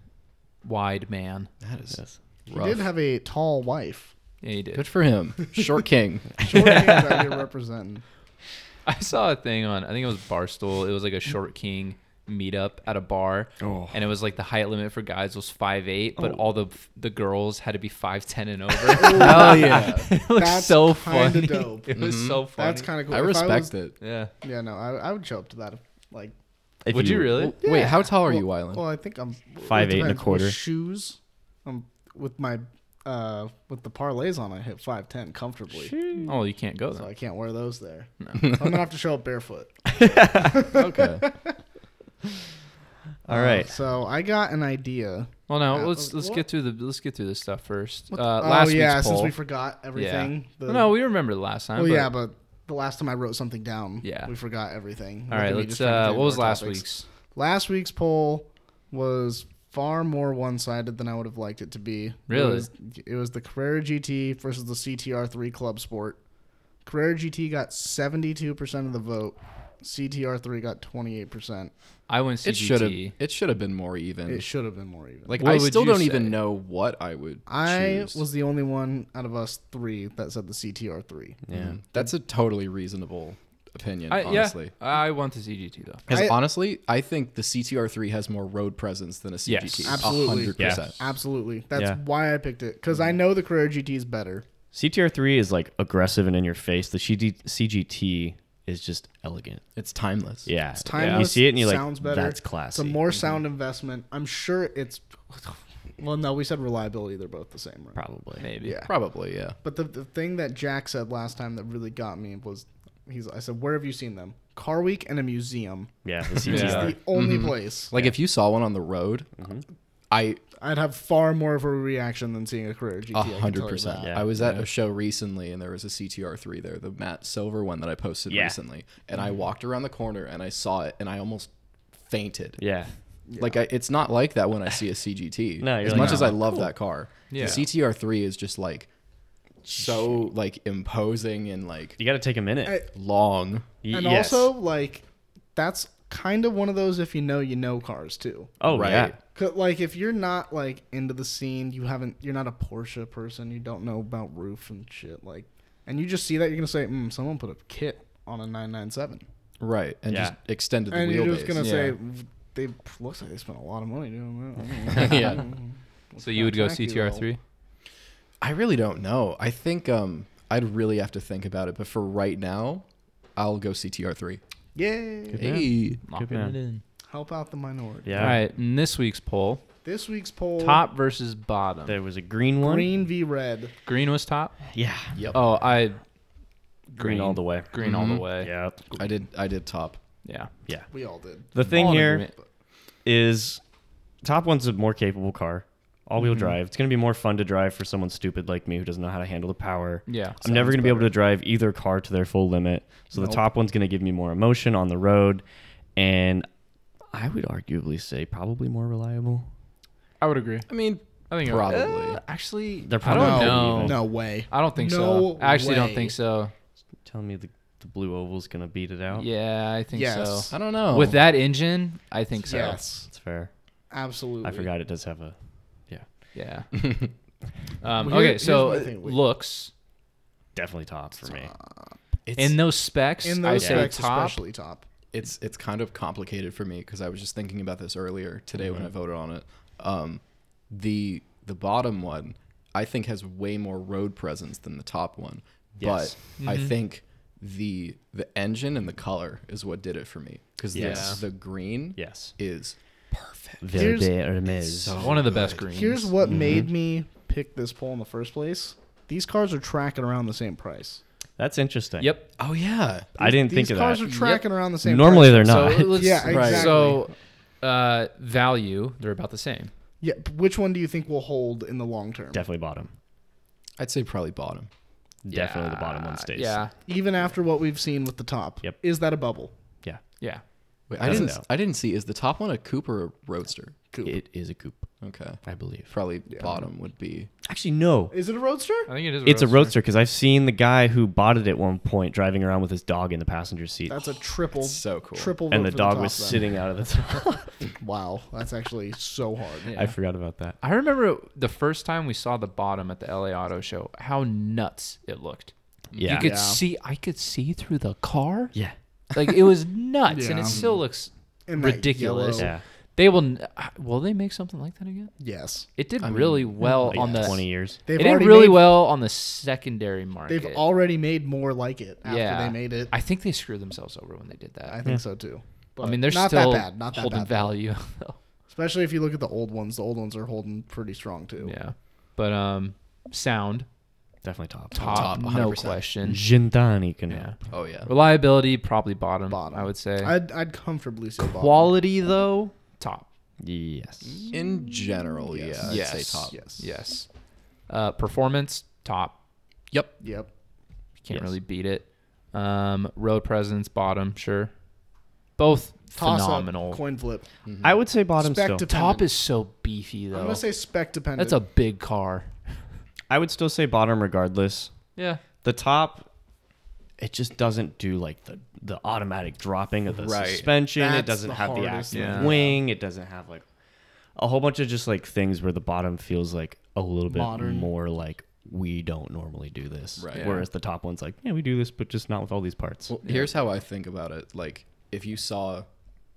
[SPEAKER 3] wide man.
[SPEAKER 5] That is
[SPEAKER 4] Yes.
[SPEAKER 1] He
[SPEAKER 5] rough.
[SPEAKER 1] did have a tall wife.
[SPEAKER 3] Yeah, he did.
[SPEAKER 5] Good for him. Short king.
[SPEAKER 1] Short hair out here representing.
[SPEAKER 3] I saw a thing on I think it was Barstool. It was like a short king meetup at a bar,
[SPEAKER 4] Oh.
[SPEAKER 3] and it was like the height limit for guys was five eight,
[SPEAKER 1] Oh.
[SPEAKER 3] but all the the girls had to be five ten and over. Hell
[SPEAKER 5] yeah.
[SPEAKER 3] it was
[SPEAKER 1] That's
[SPEAKER 3] so
[SPEAKER 1] kinda
[SPEAKER 3] funny.
[SPEAKER 1] dope.
[SPEAKER 3] It was so funny.
[SPEAKER 1] Mm-hmm. That's kind of cool.
[SPEAKER 5] I
[SPEAKER 1] If
[SPEAKER 5] respect
[SPEAKER 1] was-
[SPEAKER 5] it.
[SPEAKER 3] yeah.
[SPEAKER 1] Yeah, no, I, I would show up to that. Like,
[SPEAKER 4] If
[SPEAKER 3] Would you, really?
[SPEAKER 5] Wait, how tall are you, Wyland?
[SPEAKER 1] well, I think I'm it
[SPEAKER 4] Five, eight and a
[SPEAKER 1] depends. With
[SPEAKER 4] quarter.
[SPEAKER 1] shoes. I'm with my uh with the parlays on. I hit five ten comfortably,
[SPEAKER 3] Oh, you can't go
[SPEAKER 1] so
[SPEAKER 3] then.
[SPEAKER 1] I can't wear those there. So I'm gonna have to show up barefoot.
[SPEAKER 5] okay.
[SPEAKER 4] All right.
[SPEAKER 1] Uh, So I got an idea.
[SPEAKER 3] Well, no.
[SPEAKER 1] Uh,
[SPEAKER 3] Let's let's
[SPEAKER 1] what?
[SPEAKER 3] get through the let's get through this stuff first. Uh,
[SPEAKER 1] oh
[SPEAKER 3] last
[SPEAKER 1] yeah,
[SPEAKER 3] week's
[SPEAKER 1] since
[SPEAKER 3] poll.
[SPEAKER 1] we forgot everything.
[SPEAKER 3] yeah.
[SPEAKER 1] the-
[SPEAKER 3] no, we remembered last time.
[SPEAKER 1] well,
[SPEAKER 3] but-
[SPEAKER 1] yeah, but the last time I wrote something down,
[SPEAKER 3] Yeah.
[SPEAKER 1] we forgot everything.
[SPEAKER 3] all right.
[SPEAKER 1] Luckily, we
[SPEAKER 3] Let's.
[SPEAKER 1] just ran
[SPEAKER 3] Uh,
[SPEAKER 1] through
[SPEAKER 3] what was
[SPEAKER 1] more
[SPEAKER 3] last
[SPEAKER 1] topics.
[SPEAKER 3] week's?
[SPEAKER 1] Last week's poll was far more one-sided than I would have liked it to be.
[SPEAKER 3] Really?
[SPEAKER 1] It was, it was the Carrera GT versus the CTR3 Club Sport. Carrera GT got 72% of the vote. CTR3 got 28%.
[SPEAKER 3] I went CGT.
[SPEAKER 5] It should have. It should have been more even.
[SPEAKER 1] It should have been more even.
[SPEAKER 5] like
[SPEAKER 3] What
[SPEAKER 5] I
[SPEAKER 3] would
[SPEAKER 5] still
[SPEAKER 3] you
[SPEAKER 5] don't
[SPEAKER 3] say?
[SPEAKER 5] even know what I would.
[SPEAKER 1] I
[SPEAKER 5] choose.
[SPEAKER 1] was the only one out of us three that said the CTR3.
[SPEAKER 4] Yeah.
[SPEAKER 5] That's a totally reasonable opinion.
[SPEAKER 3] I,
[SPEAKER 5] honestly.
[SPEAKER 3] yeah, I want the CGT though.
[SPEAKER 5] Because
[SPEAKER 1] I-
[SPEAKER 5] honestly, I think the CTR3 has more road presence than a CGT.
[SPEAKER 3] Yes.
[SPEAKER 5] A
[SPEAKER 1] Absolutely.
[SPEAKER 5] hundred
[SPEAKER 4] Yeah.
[SPEAKER 5] percent.
[SPEAKER 1] Absolutely. That's
[SPEAKER 4] Yeah.
[SPEAKER 1] why I picked it cuz I know the Carrera GT is better.
[SPEAKER 4] CTR three is like aggressive and in your face. The CG- CGT is just elegant.
[SPEAKER 5] It's timeless.
[SPEAKER 4] Yeah,
[SPEAKER 1] It's timeless.
[SPEAKER 4] You see it and you're
[SPEAKER 1] sounds
[SPEAKER 4] like,
[SPEAKER 1] better.
[SPEAKER 4] that's classy. Mm-hmm.
[SPEAKER 1] It's a more sound investment. I'm sure it's. Well, no, we said reliability. They're both the same, right?
[SPEAKER 4] probably.
[SPEAKER 3] Maybe.
[SPEAKER 1] Yeah.
[SPEAKER 5] Probably, yeah.
[SPEAKER 1] But the, the thing that Jack said last time that really got me was, he's. I said, where have you seen them? Car Week and a museum.
[SPEAKER 4] Yeah, the
[SPEAKER 1] It's
[SPEAKER 4] CTR.
[SPEAKER 1] the only
[SPEAKER 4] Mm-hmm.
[SPEAKER 1] place.
[SPEAKER 5] Like if you saw one on the road, I
[SPEAKER 1] I'd have far more of a reaction than seeing a career GT.
[SPEAKER 5] a
[SPEAKER 1] I can
[SPEAKER 5] hundred
[SPEAKER 1] tell you
[SPEAKER 5] percent.
[SPEAKER 1] that.
[SPEAKER 4] Yeah.
[SPEAKER 5] I was at a show recently and there was a CTR3 there, the matte silver one that I posted
[SPEAKER 4] Yeah.
[SPEAKER 5] recently, and
[SPEAKER 1] Mm-hmm.
[SPEAKER 5] I walked around the corner and I saw it and I almost fainted.
[SPEAKER 4] Yeah,
[SPEAKER 5] Like I, it's not like that when I see a CGT.
[SPEAKER 4] No, you're
[SPEAKER 5] as
[SPEAKER 4] like,
[SPEAKER 5] much
[SPEAKER 4] "Oh,
[SPEAKER 5] as I love that car,
[SPEAKER 3] Yeah.
[SPEAKER 5] the CTR3 is just like so like imposing and like
[SPEAKER 4] you got to take a minute.
[SPEAKER 1] I-
[SPEAKER 5] long.
[SPEAKER 4] Y-
[SPEAKER 1] And
[SPEAKER 4] yes.
[SPEAKER 1] also, like, that's kind of one of those if you know, you know cars too.
[SPEAKER 4] oh
[SPEAKER 5] Right.
[SPEAKER 4] yeah,
[SPEAKER 1] Cause, like if you're not like into the scene, you haven't, you're not a Porsche person, you don't know about roof and shit. Like, and you just see that, you're gonna say, mm, "Someone put a kit on a 997,"
[SPEAKER 5] Right, and
[SPEAKER 4] Yeah.
[SPEAKER 5] just extended the
[SPEAKER 1] and you're just
[SPEAKER 5] wheelbase.
[SPEAKER 1] gonna
[SPEAKER 3] Yeah.
[SPEAKER 1] say, "V- "They looks like they spent a lot of money doing that." I don't know.
[SPEAKER 5] yeah,
[SPEAKER 3] So you would go
[SPEAKER 1] Attack you,
[SPEAKER 3] CTR three.
[SPEAKER 5] I really don't know. I think um, I'd really have to think about it, but for right now, I'll go CTR three.
[SPEAKER 1] Yay!
[SPEAKER 5] Hey,
[SPEAKER 3] Locking
[SPEAKER 4] man.
[SPEAKER 3] it in.
[SPEAKER 1] Help out the minority.
[SPEAKER 4] yeah.
[SPEAKER 3] All right. In this week's poll,
[SPEAKER 1] This week's poll:
[SPEAKER 3] top versus bottom.
[SPEAKER 4] There was a green one.
[SPEAKER 1] green v red.
[SPEAKER 3] Green was top.
[SPEAKER 4] Yeah,
[SPEAKER 5] yep.
[SPEAKER 3] Oh, I green,
[SPEAKER 4] green all the way.
[SPEAKER 3] Green all the way.
[SPEAKER 4] Yeah,
[SPEAKER 5] I did. I did top.
[SPEAKER 3] Mm-hmm. Yeah.
[SPEAKER 4] yeah.
[SPEAKER 1] We all did.
[SPEAKER 4] The thing
[SPEAKER 3] All in
[SPEAKER 4] here
[SPEAKER 3] agreement.
[SPEAKER 4] is, top one's a more capable car,
[SPEAKER 1] Mm-hmm.
[SPEAKER 4] all-wheel drive. It's gonna be more fun to drive for someone stupid like me who doesn't know how to handle the power.
[SPEAKER 3] Yeah.
[SPEAKER 4] I'm never going to be able to drive either car to their full limit. So the top one's going to give me more emotion on the road, and I would arguably say probably more reliable.
[SPEAKER 3] I would agree.
[SPEAKER 5] I mean,
[SPEAKER 3] I think
[SPEAKER 5] probably.
[SPEAKER 3] Uh, actually,
[SPEAKER 4] They're
[SPEAKER 3] I don't
[SPEAKER 4] probably
[SPEAKER 3] know.
[SPEAKER 4] even.
[SPEAKER 1] No way.
[SPEAKER 3] I don't think so.
[SPEAKER 1] No
[SPEAKER 3] I actually don't
[SPEAKER 1] way.
[SPEAKER 3] think so.
[SPEAKER 4] Tell me the, the blue oval's going to beat it out.
[SPEAKER 3] Yeah, I think
[SPEAKER 1] Yes.
[SPEAKER 3] so.
[SPEAKER 5] I don't know.
[SPEAKER 3] With that engine, I think so.
[SPEAKER 1] Yes,
[SPEAKER 4] That's fair. I
[SPEAKER 1] absolutely.
[SPEAKER 4] forgot it does have a.
[SPEAKER 3] Yeah.
[SPEAKER 1] Well,
[SPEAKER 3] um,
[SPEAKER 1] here-
[SPEAKER 3] okay,
[SPEAKER 1] here's
[SPEAKER 3] so
[SPEAKER 1] my thing. Wait.
[SPEAKER 3] looks
[SPEAKER 4] Definitely top for me.
[SPEAKER 5] it's,
[SPEAKER 3] in those specs,
[SPEAKER 1] In
[SPEAKER 3] I
[SPEAKER 1] those
[SPEAKER 3] say
[SPEAKER 1] specs,
[SPEAKER 3] top.
[SPEAKER 1] especially top.
[SPEAKER 5] it's it's kind of complicated for me because I was just thinking about this earlier today
[SPEAKER 3] Mm-hmm.
[SPEAKER 5] when I voted on it. Um, the the bottom one I think has way more road presence than the top one,
[SPEAKER 4] Yes.
[SPEAKER 5] but
[SPEAKER 3] Mm-hmm.
[SPEAKER 5] I think the the engine and the color is what did it for me because
[SPEAKER 3] Yeah.
[SPEAKER 5] the green
[SPEAKER 4] Yes.
[SPEAKER 5] is
[SPEAKER 1] Here's-
[SPEAKER 4] Verde Hermes.
[SPEAKER 3] One of the best greens.
[SPEAKER 1] Here's what made me pick this poll in the first place. These cars are tracking around the same price.
[SPEAKER 4] That's interesting.
[SPEAKER 3] Yep.
[SPEAKER 5] Oh yeah.
[SPEAKER 4] I didn't
[SPEAKER 1] These
[SPEAKER 4] think of
[SPEAKER 1] cars
[SPEAKER 4] that.
[SPEAKER 1] are tracking around the same.
[SPEAKER 4] Normally
[SPEAKER 1] price.
[SPEAKER 4] they're not.
[SPEAKER 3] So let's,
[SPEAKER 1] Yeah,
[SPEAKER 5] Right.
[SPEAKER 1] exactly.
[SPEAKER 3] So uh, value, they're about the same.
[SPEAKER 1] yeah, but which one do you think will hold in the long term?
[SPEAKER 4] Definitely bottom.
[SPEAKER 5] I'd say probably bottom.
[SPEAKER 4] Definitely the bottom one stays.
[SPEAKER 3] Yeah.
[SPEAKER 1] Even after what we've seen with the top.
[SPEAKER 4] Yep.
[SPEAKER 1] Is that a bubble?
[SPEAKER 4] Yeah.
[SPEAKER 3] Yeah.
[SPEAKER 5] Wait, I
[SPEAKER 4] Doesn't
[SPEAKER 5] didn't.
[SPEAKER 4] know.
[SPEAKER 5] I didn't see. Is the top one a coupe or a roadster? Coupe.
[SPEAKER 4] It is a coupe,
[SPEAKER 5] okay.
[SPEAKER 4] I believe.
[SPEAKER 5] Probably bottom would be.
[SPEAKER 4] Actually, no.
[SPEAKER 1] Is it a roadster?
[SPEAKER 3] I think it is.
[SPEAKER 4] It's a roadster because I've seen the guy who bought it at one point driving around with his dog in the passenger seat.
[SPEAKER 1] That's a triple.
[SPEAKER 5] so cool.
[SPEAKER 1] Triple.
[SPEAKER 4] and
[SPEAKER 1] vote
[SPEAKER 4] the
[SPEAKER 1] for
[SPEAKER 4] dog
[SPEAKER 1] top
[SPEAKER 4] was
[SPEAKER 1] then.
[SPEAKER 4] sitting out of the top.
[SPEAKER 1] Wow, that's actually so hard.
[SPEAKER 4] I forgot about that.
[SPEAKER 3] I remember the first time we saw the bottom at the LA Auto Show. How nuts it looked.
[SPEAKER 4] Yeah.
[SPEAKER 3] You could
[SPEAKER 1] Yeah.
[SPEAKER 3] see. I could see through the car.
[SPEAKER 4] yeah.
[SPEAKER 3] Like it was nuts, and
[SPEAKER 1] Yeah.
[SPEAKER 3] it still looks
[SPEAKER 1] And that
[SPEAKER 3] ridiculous.
[SPEAKER 1] yellow-
[SPEAKER 4] Yeah.
[SPEAKER 3] They will. n- Will they make something like that again?
[SPEAKER 1] Yes,
[SPEAKER 3] It did really well
[SPEAKER 4] Like
[SPEAKER 3] on the.
[SPEAKER 4] 20 years.
[SPEAKER 1] they've
[SPEAKER 3] it did
[SPEAKER 1] already
[SPEAKER 3] really
[SPEAKER 1] made,
[SPEAKER 3] well on the secondary market.
[SPEAKER 1] They've already made more like it after
[SPEAKER 3] yeah.
[SPEAKER 1] they made it.
[SPEAKER 3] I think they screwed themselves over when they did that.
[SPEAKER 1] I
[SPEAKER 3] I,
[SPEAKER 1] think so too. But
[SPEAKER 3] mean, they're
[SPEAKER 1] not
[SPEAKER 3] still
[SPEAKER 1] that bad. Not that
[SPEAKER 3] holding
[SPEAKER 1] bad.
[SPEAKER 3] value. though.
[SPEAKER 1] Especially if you look at the old ones. The old ones are holding pretty strong too.
[SPEAKER 3] yeah, but um, sound
[SPEAKER 4] Definitely top.
[SPEAKER 3] top,
[SPEAKER 5] Top,
[SPEAKER 3] no
[SPEAKER 5] 100%.
[SPEAKER 3] question.
[SPEAKER 4] Gintani can
[SPEAKER 3] Yeah.
[SPEAKER 5] Oh yeah.
[SPEAKER 3] Reliability probably bottom.
[SPEAKER 1] Bottom.
[SPEAKER 3] I would say.
[SPEAKER 1] I'd, I'd comfortably say bottom.
[SPEAKER 3] Quality though top.
[SPEAKER 4] Yes.
[SPEAKER 5] In general, yeah. I'd
[SPEAKER 3] yes.
[SPEAKER 5] say top.
[SPEAKER 1] Yes.
[SPEAKER 3] Yes. Uh, performance top.
[SPEAKER 5] Yep.
[SPEAKER 1] Yep.
[SPEAKER 3] You can't
[SPEAKER 4] Yes.
[SPEAKER 3] really beat it. Um, road presence bottom. Sure. Both
[SPEAKER 1] Toss
[SPEAKER 3] phenomenal.
[SPEAKER 1] up. Coin flip.
[SPEAKER 4] I would say bottom
[SPEAKER 1] Spec
[SPEAKER 4] still.
[SPEAKER 1] dependent.
[SPEAKER 3] top is so beefy
[SPEAKER 1] I'm
[SPEAKER 3] though.
[SPEAKER 1] gonna say spec dependent.
[SPEAKER 3] That's a big car.
[SPEAKER 4] I would still say bottom regardless.
[SPEAKER 3] Yeah.
[SPEAKER 4] The top, it just doesn't do like the the automatic dropping of the
[SPEAKER 5] Right.
[SPEAKER 4] suspension. it
[SPEAKER 1] That's
[SPEAKER 4] doesn't
[SPEAKER 1] the
[SPEAKER 4] have the
[SPEAKER 1] hardest
[SPEAKER 4] active
[SPEAKER 3] thing.
[SPEAKER 4] wing. It doesn't have like a whole bunch of just like things where the bottom feels like a little bit
[SPEAKER 1] Modern.
[SPEAKER 4] more like we don't normally do this.
[SPEAKER 5] Right.
[SPEAKER 4] Whereas the top one's like, yeah, we do this, but just not with all these parts.
[SPEAKER 5] Well, here's how I think about it. Like, if you saw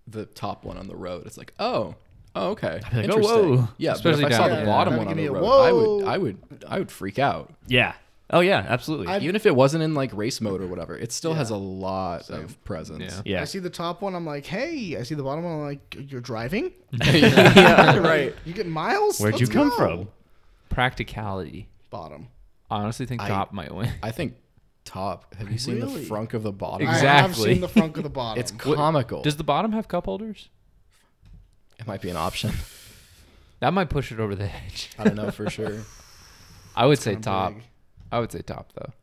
[SPEAKER 5] the top one on the road, it's like, oh, oh, okay,
[SPEAKER 4] like, oh,
[SPEAKER 5] interesting.
[SPEAKER 4] whoa.
[SPEAKER 5] Yeah,
[SPEAKER 3] Especially
[SPEAKER 5] but if I saw
[SPEAKER 3] down
[SPEAKER 5] the
[SPEAKER 3] there.
[SPEAKER 5] bottom
[SPEAKER 1] That'd
[SPEAKER 5] one on
[SPEAKER 1] give
[SPEAKER 5] the
[SPEAKER 1] me a
[SPEAKER 5] road, I
[SPEAKER 1] whoa.
[SPEAKER 5] would, I would, I would freak out.
[SPEAKER 4] yeah. Oh yeah, absolutely.
[SPEAKER 1] I-
[SPEAKER 5] Even if it wasn't in like race mode or whatever, it still has a lot of presence.
[SPEAKER 3] Yeah.
[SPEAKER 4] yeah.
[SPEAKER 1] I see the top one. I'm like, hey. I see the bottom one. I'm like, you're driving.
[SPEAKER 5] right.
[SPEAKER 1] You get miles.
[SPEAKER 4] Where'd you
[SPEAKER 1] Let's
[SPEAKER 4] come
[SPEAKER 1] go."
[SPEAKER 4] from?
[SPEAKER 3] Practicality.
[SPEAKER 1] Bottom.
[SPEAKER 3] I honestly think
[SPEAKER 5] I-
[SPEAKER 3] top might win.
[SPEAKER 5] I think top. Have you seen
[SPEAKER 1] Really?
[SPEAKER 5] the frunk of the bottom?
[SPEAKER 3] Exactly.
[SPEAKER 1] I have seen the front of the bottom.
[SPEAKER 5] It's comical.
[SPEAKER 3] Does the bottom have cup holders?
[SPEAKER 5] it might be an option.
[SPEAKER 3] That might push it over the edge.
[SPEAKER 5] I don't know for sure.
[SPEAKER 3] I would say
[SPEAKER 1] kinda
[SPEAKER 3] top.
[SPEAKER 1] big.
[SPEAKER 3] I would say top though.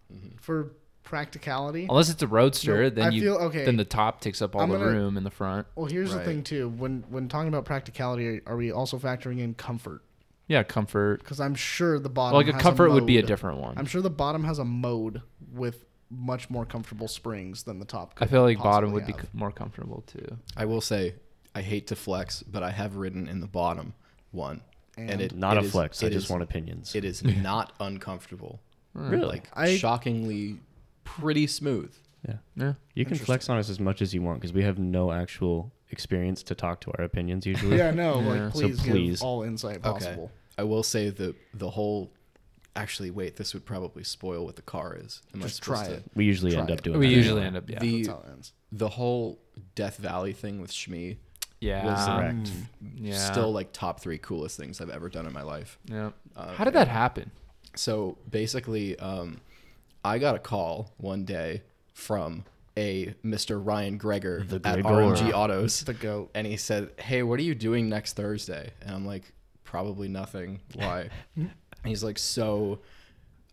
[SPEAKER 1] for practicality.
[SPEAKER 3] Unless it's a roadster,
[SPEAKER 1] No,
[SPEAKER 3] then
[SPEAKER 1] I
[SPEAKER 3] you
[SPEAKER 1] feel- okay.
[SPEAKER 3] then the top takes up all
[SPEAKER 1] I'm
[SPEAKER 3] the
[SPEAKER 1] gonna-
[SPEAKER 3] room in the front.
[SPEAKER 1] Well, here's the
[SPEAKER 5] Right.
[SPEAKER 1] thing too. When when talking about practicality, are, are we also factoring in comfort?
[SPEAKER 3] Yeah, comfort.
[SPEAKER 1] Because I'm sure the bottom.
[SPEAKER 3] Like a
[SPEAKER 1] has
[SPEAKER 3] comfort would be a
[SPEAKER 1] mode.
[SPEAKER 3] different one.
[SPEAKER 1] I'm sure the bottom has a mode with much more comfortable springs than the top.
[SPEAKER 3] I
[SPEAKER 1] could
[SPEAKER 3] feel like bottom
[SPEAKER 1] possibly
[SPEAKER 3] would be
[SPEAKER 1] have.
[SPEAKER 3] c- more comfortable too.
[SPEAKER 5] I will say, I hate to flex, but I have ridden in the bottom one, and, it
[SPEAKER 4] Not
[SPEAKER 5] it
[SPEAKER 4] a
[SPEAKER 5] is-
[SPEAKER 4] flex. I
[SPEAKER 5] it
[SPEAKER 4] just
[SPEAKER 5] is-
[SPEAKER 4] want opinions.
[SPEAKER 5] It is not uncomfortable.
[SPEAKER 4] really?
[SPEAKER 5] Like
[SPEAKER 1] I-
[SPEAKER 5] shockingly, pretty smooth.
[SPEAKER 4] yeah.
[SPEAKER 3] Yeah.
[SPEAKER 4] You can flex on us as much as you want because we have no actual experience to talk to our opinions usually.
[SPEAKER 1] Yeah, no. Like,
[SPEAKER 3] Yeah.
[SPEAKER 4] So
[SPEAKER 1] please,
[SPEAKER 4] please.
[SPEAKER 1] give all insight possible.
[SPEAKER 5] I will say the the whole. Actually, wait. This would probably spoil what the car is. Am I
[SPEAKER 1] Just
[SPEAKER 5] supposed
[SPEAKER 1] try
[SPEAKER 5] to-
[SPEAKER 1] it.
[SPEAKER 4] We usually
[SPEAKER 1] Try
[SPEAKER 4] end up
[SPEAKER 1] it.
[SPEAKER 4] doing
[SPEAKER 3] We
[SPEAKER 4] that
[SPEAKER 3] usually
[SPEAKER 4] anyway.
[SPEAKER 3] end up yeah.
[SPEAKER 5] The
[SPEAKER 1] That's how it ends.
[SPEAKER 5] the whole Death Valley thing with Shmi
[SPEAKER 3] yeah.
[SPEAKER 5] was
[SPEAKER 4] Correct.
[SPEAKER 3] Um, yeah.
[SPEAKER 5] still like top three coolest things I've ever done in my life.
[SPEAKER 3] Yeah. How did that happen?
[SPEAKER 5] So basically, um, I got a call one day from a Mr. Ryan Greger at
[SPEAKER 4] Gregor.
[SPEAKER 5] RMG Autos,
[SPEAKER 1] The goat.
[SPEAKER 5] and he said, "Hey, what are you doing next Thursday?" And I'm like, "Probably nothing. Why?" and he's like, "So."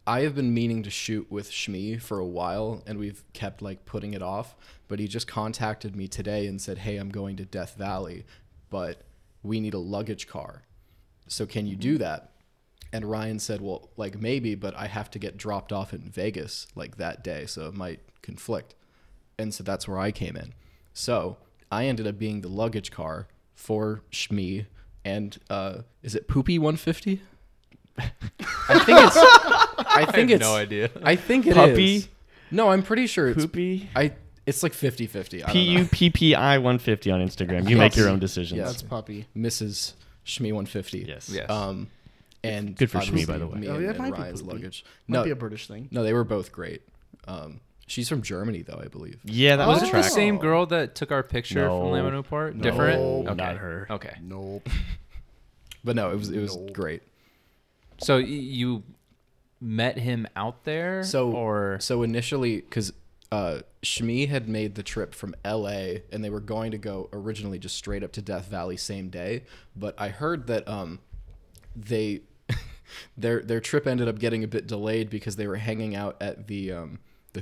[SPEAKER 5] I have been meaning to shoot with Shmi for a while, and we've kept like putting it off. But he just contacted me today and said, "Hey, I'm going to Death Valley, but we need a luggage car. So can you do that?" And Ryan said, "Well, like maybe, but I have to get dropped off in Vegas like that day, so it might conflict." And so that's where I came in. So I ended up being the luggage car for Shmi and uh, is it Poopy 150? I think it's. I think it's.
[SPEAKER 3] idea.
[SPEAKER 5] I think it is.
[SPEAKER 4] Puppy?
[SPEAKER 5] No, I'm pretty sure it's.
[SPEAKER 4] Poopy.
[SPEAKER 5] I. It's like 50-50. I
[SPEAKER 4] P
[SPEAKER 5] don't know.
[SPEAKER 4] U P P I 150 on Instagram. You make your own decisions.
[SPEAKER 1] That's puppy.
[SPEAKER 5] Mrs. Shmi 150.
[SPEAKER 4] Yes.
[SPEAKER 3] Yes.
[SPEAKER 5] Um, and
[SPEAKER 4] Good for Shmi,
[SPEAKER 5] obviously
[SPEAKER 4] by the way.
[SPEAKER 5] Me
[SPEAKER 1] Oh,
[SPEAKER 5] and,
[SPEAKER 1] yeah, it
[SPEAKER 5] and
[SPEAKER 1] might be
[SPEAKER 5] Ryan's
[SPEAKER 1] Poopy.
[SPEAKER 5] luggage.
[SPEAKER 1] Might
[SPEAKER 5] No,
[SPEAKER 1] be a British thing.
[SPEAKER 5] no, they were both great. Um, She's from Germany, though, I believe.
[SPEAKER 4] Yeah, that
[SPEAKER 3] Was
[SPEAKER 4] was
[SPEAKER 3] it
[SPEAKER 4] a
[SPEAKER 3] the
[SPEAKER 4] track.
[SPEAKER 3] same girl that took our picture from
[SPEAKER 4] No.
[SPEAKER 3] Lemon Newport?
[SPEAKER 4] No,
[SPEAKER 3] Different?
[SPEAKER 4] not
[SPEAKER 3] okay.
[SPEAKER 4] her.
[SPEAKER 3] Okay.
[SPEAKER 1] Nope.
[SPEAKER 5] But no, it was it was
[SPEAKER 1] No.
[SPEAKER 5] great.
[SPEAKER 3] So y- you met him out there?
[SPEAKER 5] So
[SPEAKER 3] or
[SPEAKER 5] so initially, because uh, Shmi had made the trip from L.A. and they were going to go originally just straight up to Death Valley same day, but I heard that um, they their their trip ended up getting a bit delayed because they were hanging out at the um, the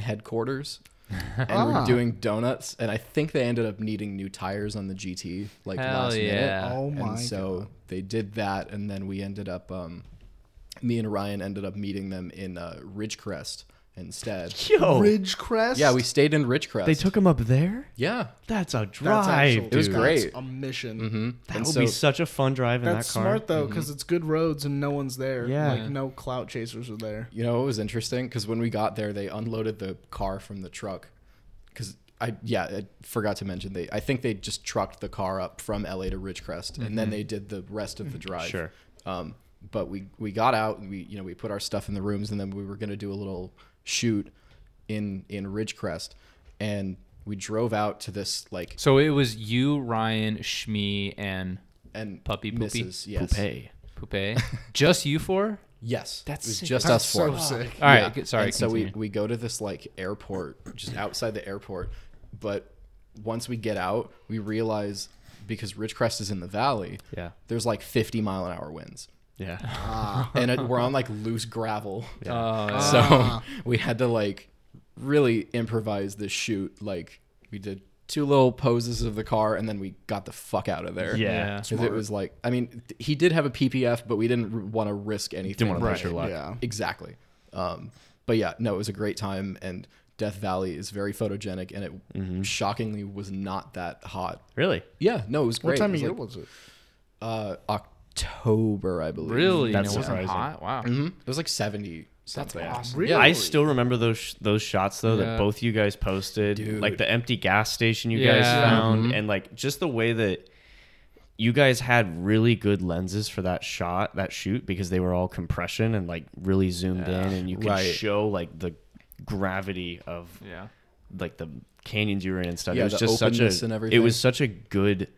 [SPEAKER 5] headquarters. and
[SPEAKER 1] Ah.
[SPEAKER 5] were doing donuts, and I think they ended up needing new tires on the GT like
[SPEAKER 3] Hell
[SPEAKER 5] last minute.
[SPEAKER 3] yeah.
[SPEAKER 1] Oh my
[SPEAKER 5] and so they did that, and then we ended up. Um, me and Ryan ended up meeting them in uh, Ridgecrest instead.
[SPEAKER 4] Yo,
[SPEAKER 1] Ridgecrest.
[SPEAKER 5] Yeah, we stayed in Ridgecrest.
[SPEAKER 4] they took him up there.
[SPEAKER 5] yeah,
[SPEAKER 4] That's a
[SPEAKER 1] That's
[SPEAKER 4] drive.
[SPEAKER 1] actual-
[SPEAKER 5] It was
[SPEAKER 4] dude.
[SPEAKER 5] great.
[SPEAKER 1] That's a mission.
[SPEAKER 4] That
[SPEAKER 5] And
[SPEAKER 4] would be
[SPEAKER 5] so-
[SPEAKER 4] such a fun drive in
[SPEAKER 1] That's
[SPEAKER 4] that car.
[SPEAKER 1] smart though, because it's good roads and no one's there.
[SPEAKER 4] Yeah.
[SPEAKER 1] Like no clout chasers are there.
[SPEAKER 5] you know it was interesting because when we got there, they unloaded the car from the truck. Because I yeah, I forgot to mention they. I think they just trucked the car up from LA to Ridgecrest, and then they did the rest of the drive.
[SPEAKER 4] Mm-hmm. Sure.
[SPEAKER 5] Um, but we we got out and we you know we put our stuff in the rooms and then we were gonna do a little shoot in in Ridgecrest, and we drove out to this like
[SPEAKER 3] so it was you, Ryan, Shmi, and
[SPEAKER 5] and
[SPEAKER 3] Puppy poopy?
[SPEAKER 5] Mrs. Yes.
[SPEAKER 4] Poupée.
[SPEAKER 3] Poupe. Just you four?
[SPEAKER 5] Yes.
[SPEAKER 4] That's
[SPEAKER 5] it was
[SPEAKER 4] sick.
[SPEAKER 5] just
[SPEAKER 1] That's
[SPEAKER 5] us
[SPEAKER 1] so
[SPEAKER 5] four.
[SPEAKER 1] sick.
[SPEAKER 3] All right.
[SPEAKER 5] Yeah.
[SPEAKER 3] good- Sorry.
[SPEAKER 5] And so we,
[SPEAKER 3] continue.
[SPEAKER 5] we go to this like airport, just outside the airport. But once we get out, we realize because Ridgecrest is in the valley,
[SPEAKER 4] Yeah.
[SPEAKER 5] there's like 50 mile an hour winds.
[SPEAKER 4] Yeah.
[SPEAKER 1] Ah.
[SPEAKER 5] and it, we're on like loose gravel.
[SPEAKER 3] Oh, yeah.
[SPEAKER 5] So we had to like really improvise this shoot. Like we did two little poses of the car and then we got the fuck out of there.
[SPEAKER 4] Yeah.
[SPEAKER 5] 'Cause it was like, I mean, th- he did have a PPF, but we didn't want to risk anything.
[SPEAKER 4] Didn't want to push your luck.
[SPEAKER 1] Yeah.
[SPEAKER 5] Exactly. Um, but yeah, no, it was a great time, and Death Valley is very photogenic, and it shockingly was not that hot.
[SPEAKER 4] Really?
[SPEAKER 5] Mm-hmm. Yeah, no, it was
[SPEAKER 1] What
[SPEAKER 5] great.
[SPEAKER 1] time of
[SPEAKER 5] it was
[SPEAKER 1] year
[SPEAKER 5] like,
[SPEAKER 1] was it?
[SPEAKER 5] uh, October, I believe.
[SPEAKER 3] really?
[SPEAKER 4] That's
[SPEAKER 3] and it wasn't
[SPEAKER 4] surprising.
[SPEAKER 3] hot? Wow.
[SPEAKER 5] hmm It was like seventy. Something.
[SPEAKER 3] awesome.
[SPEAKER 1] Really?
[SPEAKER 5] Yeah.
[SPEAKER 4] I still remember those sh- those shots though
[SPEAKER 3] Yeah.
[SPEAKER 4] that both you guys posted, like the empty gas station you guys
[SPEAKER 3] Yeah.
[SPEAKER 4] found,
[SPEAKER 5] Mm-hmm.
[SPEAKER 4] and like just the way that you guys had really good lenses for that shot, that shoot, because they were all compression and like really zoomed in, and you could
[SPEAKER 5] Right.
[SPEAKER 4] show like the gravity of
[SPEAKER 3] Yeah.
[SPEAKER 4] like the canyons you were in and stuff.
[SPEAKER 5] Yeah,
[SPEAKER 4] it was
[SPEAKER 5] the
[SPEAKER 4] just such
[SPEAKER 5] openness
[SPEAKER 4] a
[SPEAKER 5] and
[SPEAKER 4] it
[SPEAKER 5] everything.
[SPEAKER 4] was such a good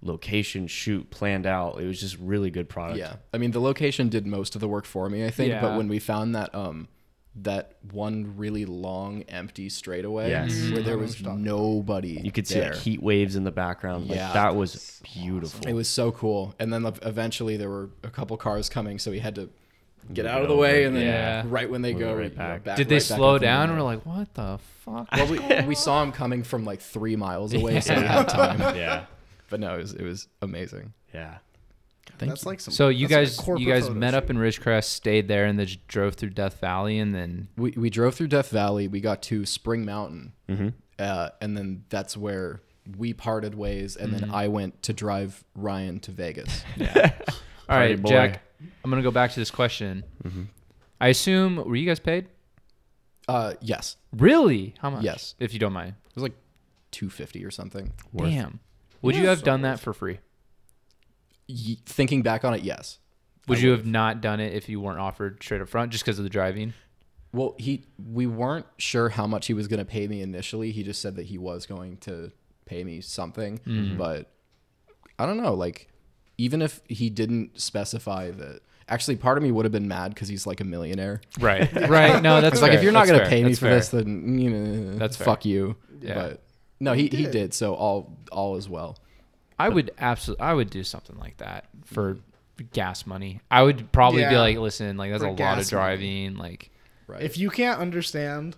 [SPEAKER 4] location shoot planned out. It was just really good product.
[SPEAKER 5] Yeah, I mean, the location did most of the work for me, I think.
[SPEAKER 3] Yeah.
[SPEAKER 5] But when we found that um, that one really long empty straightaway
[SPEAKER 4] Yes.
[SPEAKER 5] where
[SPEAKER 1] Mm-hmm.
[SPEAKER 5] there was nobody,
[SPEAKER 4] You could see
[SPEAKER 5] there.
[SPEAKER 4] like heat waves in the background. Like
[SPEAKER 5] Yeah.
[SPEAKER 4] that was beautiful.
[SPEAKER 5] It was so cool. And then ev- eventually there were a couple cars coming, so we had to get out
[SPEAKER 4] it
[SPEAKER 5] of the way.
[SPEAKER 4] over.
[SPEAKER 5] And then
[SPEAKER 3] Yeah.
[SPEAKER 5] right when they
[SPEAKER 4] Move it
[SPEAKER 5] go,
[SPEAKER 4] right
[SPEAKER 5] you know,
[SPEAKER 4] back.
[SPEAKER 3] Did they
[SPEAKER 5] right back
[SPEAKER 3] slow
[SPEAKER 5] up in the
[SPEAKER 3] down? We're
[SPEAKER 5] middle.
[SPEAKER 3] like, what the fuck?
[SPEAKER 5] well, we, we saw him coming from like three miles away, so we had time.
[SPEAKER 4] yeah.
[SPEAKER 5] But no, it was, it was amazing.
[SPEAKER 4] Yeah.
[SPEAKER 5] Thank
[SPEAKER 1] that's like some.
[SPEAKER 3] So you
[SPEAKER 1] that's
[SPEAKER 3] guys,
[SPEAKER 1] like corporate
[SPEAKER 3] you guys
[SPEAKER 1] photo
[SPEAKER 3] met
[SPEAKER 1] shoot.
[SPEAKER 3] up in Ridgecrest, stayed there, and then just drove through Death Valley, and then
[SPEAKER 5] We, we drove through Death Valley. We got to Spring Mountain. Uh, and then that's where we parted ways. And
[SPEAKER 3] Mm-hmm.
[SPEAKER 5] then I went to drive Ryan to Vegas.
[SPEAKER 3] all right,
[SPEAKER 4] boy.
[SPEAKER 3] Jack. I'm gonna go back to this question.
[SPEAKER 5] Mm-hmm.
[SPEAKER 3] I assume were you guys paid?
[SPEAKER 5] uh, yes.
[SPEAKER 3] Really? How much?
[SPEAKER 5] Yes.
[SPEAKER 3] if you don't mind.
[SPEAKER 5] It was like 250 or something.
[SPEAKER 3] Damn. Would you have done that for free?
[SPEAKER 5] Ye- thinking back on it, yes.
[SPEAKER 3] Would you have not done it if you weren't offered straight up front just because of the driving?
[SPEAKER 5] Well, he we weren't sure how much he was going to pay me initially. He just said that he was going to pay me something,
[SPEAKER 3] Mm-hmm.
[SPEAKER 5] but I don't know, like even if he didn't specify that Actually, part of me would have been mad because he's like a millionaire.
[SPEAKER 3] Right. right. No, that's
[SPEAKER 5] It's like if
[SPEAKER 3] fair.
[SPEAKER 5] you're not
[SPEAKER 3] That's
[SPEAKER 5] gonna
[SPEAKER 3] fair.
[SPEAKER 5] pay me
[SPEAKER 3] That's
[SPEAKER 5] for
[SPEAKER 3] fair.
[SPEAKER 5] this, then you know,
[SPEAKER 3] That's
[SPEAKER 5] that's
[SPEAKER 3] fair.
[SPEAKER 5] fuck you.
[SPEAKER 3] Yeah.
[SPEAKER 5] But no, he, he did, so all all is well.
[SPEAKER 3] I would absolutely. I would do something like that for gas money. I would probably be
[SPEAKER 1] Yeah.
[SPEAKER 3] like, listen, like that's
[SPEAKER 1] For
[SPEAKER 3] a lot of
[SPEAKER 1] gas money.
[SPEAKER 3] driving. Like,
[SPEAKER 5] Right.
[SPEAKER 1] If you can't understand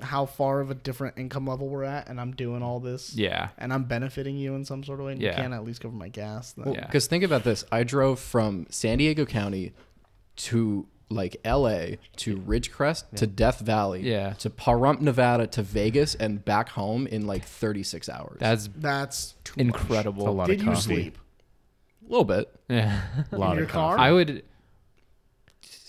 [SPEAKER 1] how far of a different income level we're at, and I'm doing all this,
[SPEAKER 3] yeah,
[SPEAKER 1] and I'm benefiting you in some sort of way, and
[SPEAKER 3] Yeah.
[SPEAKER 1] you can't at least cover my gas. Then.
[SPEAKER 3] Yeah.
[SPEAKER 5] Because think about this: I drove from San Diego County to like L.A. to Ridgecrest to Death Valley
[SPEAKER 3] Yeah.
[SPEAKER 5] to Pahrump, Nevada to Vegas and back home in like 36 hours.
[SPEAKER 3] that's
[SPEAKER 1] That's too
[SPEAKER 3] incredible.
[SPEAKER 4] lot
[SPEAKER 1] Did you sleep?
[SPEAKER 5] a little bit.
[SPEAKER 3] Yeah.
[SPEAKER 4] A lot
[SPEAKER 1] in your
[SPEAKER 4] of coffee.
[SPEAKER 1] car?
[SPEAKER 3] I would.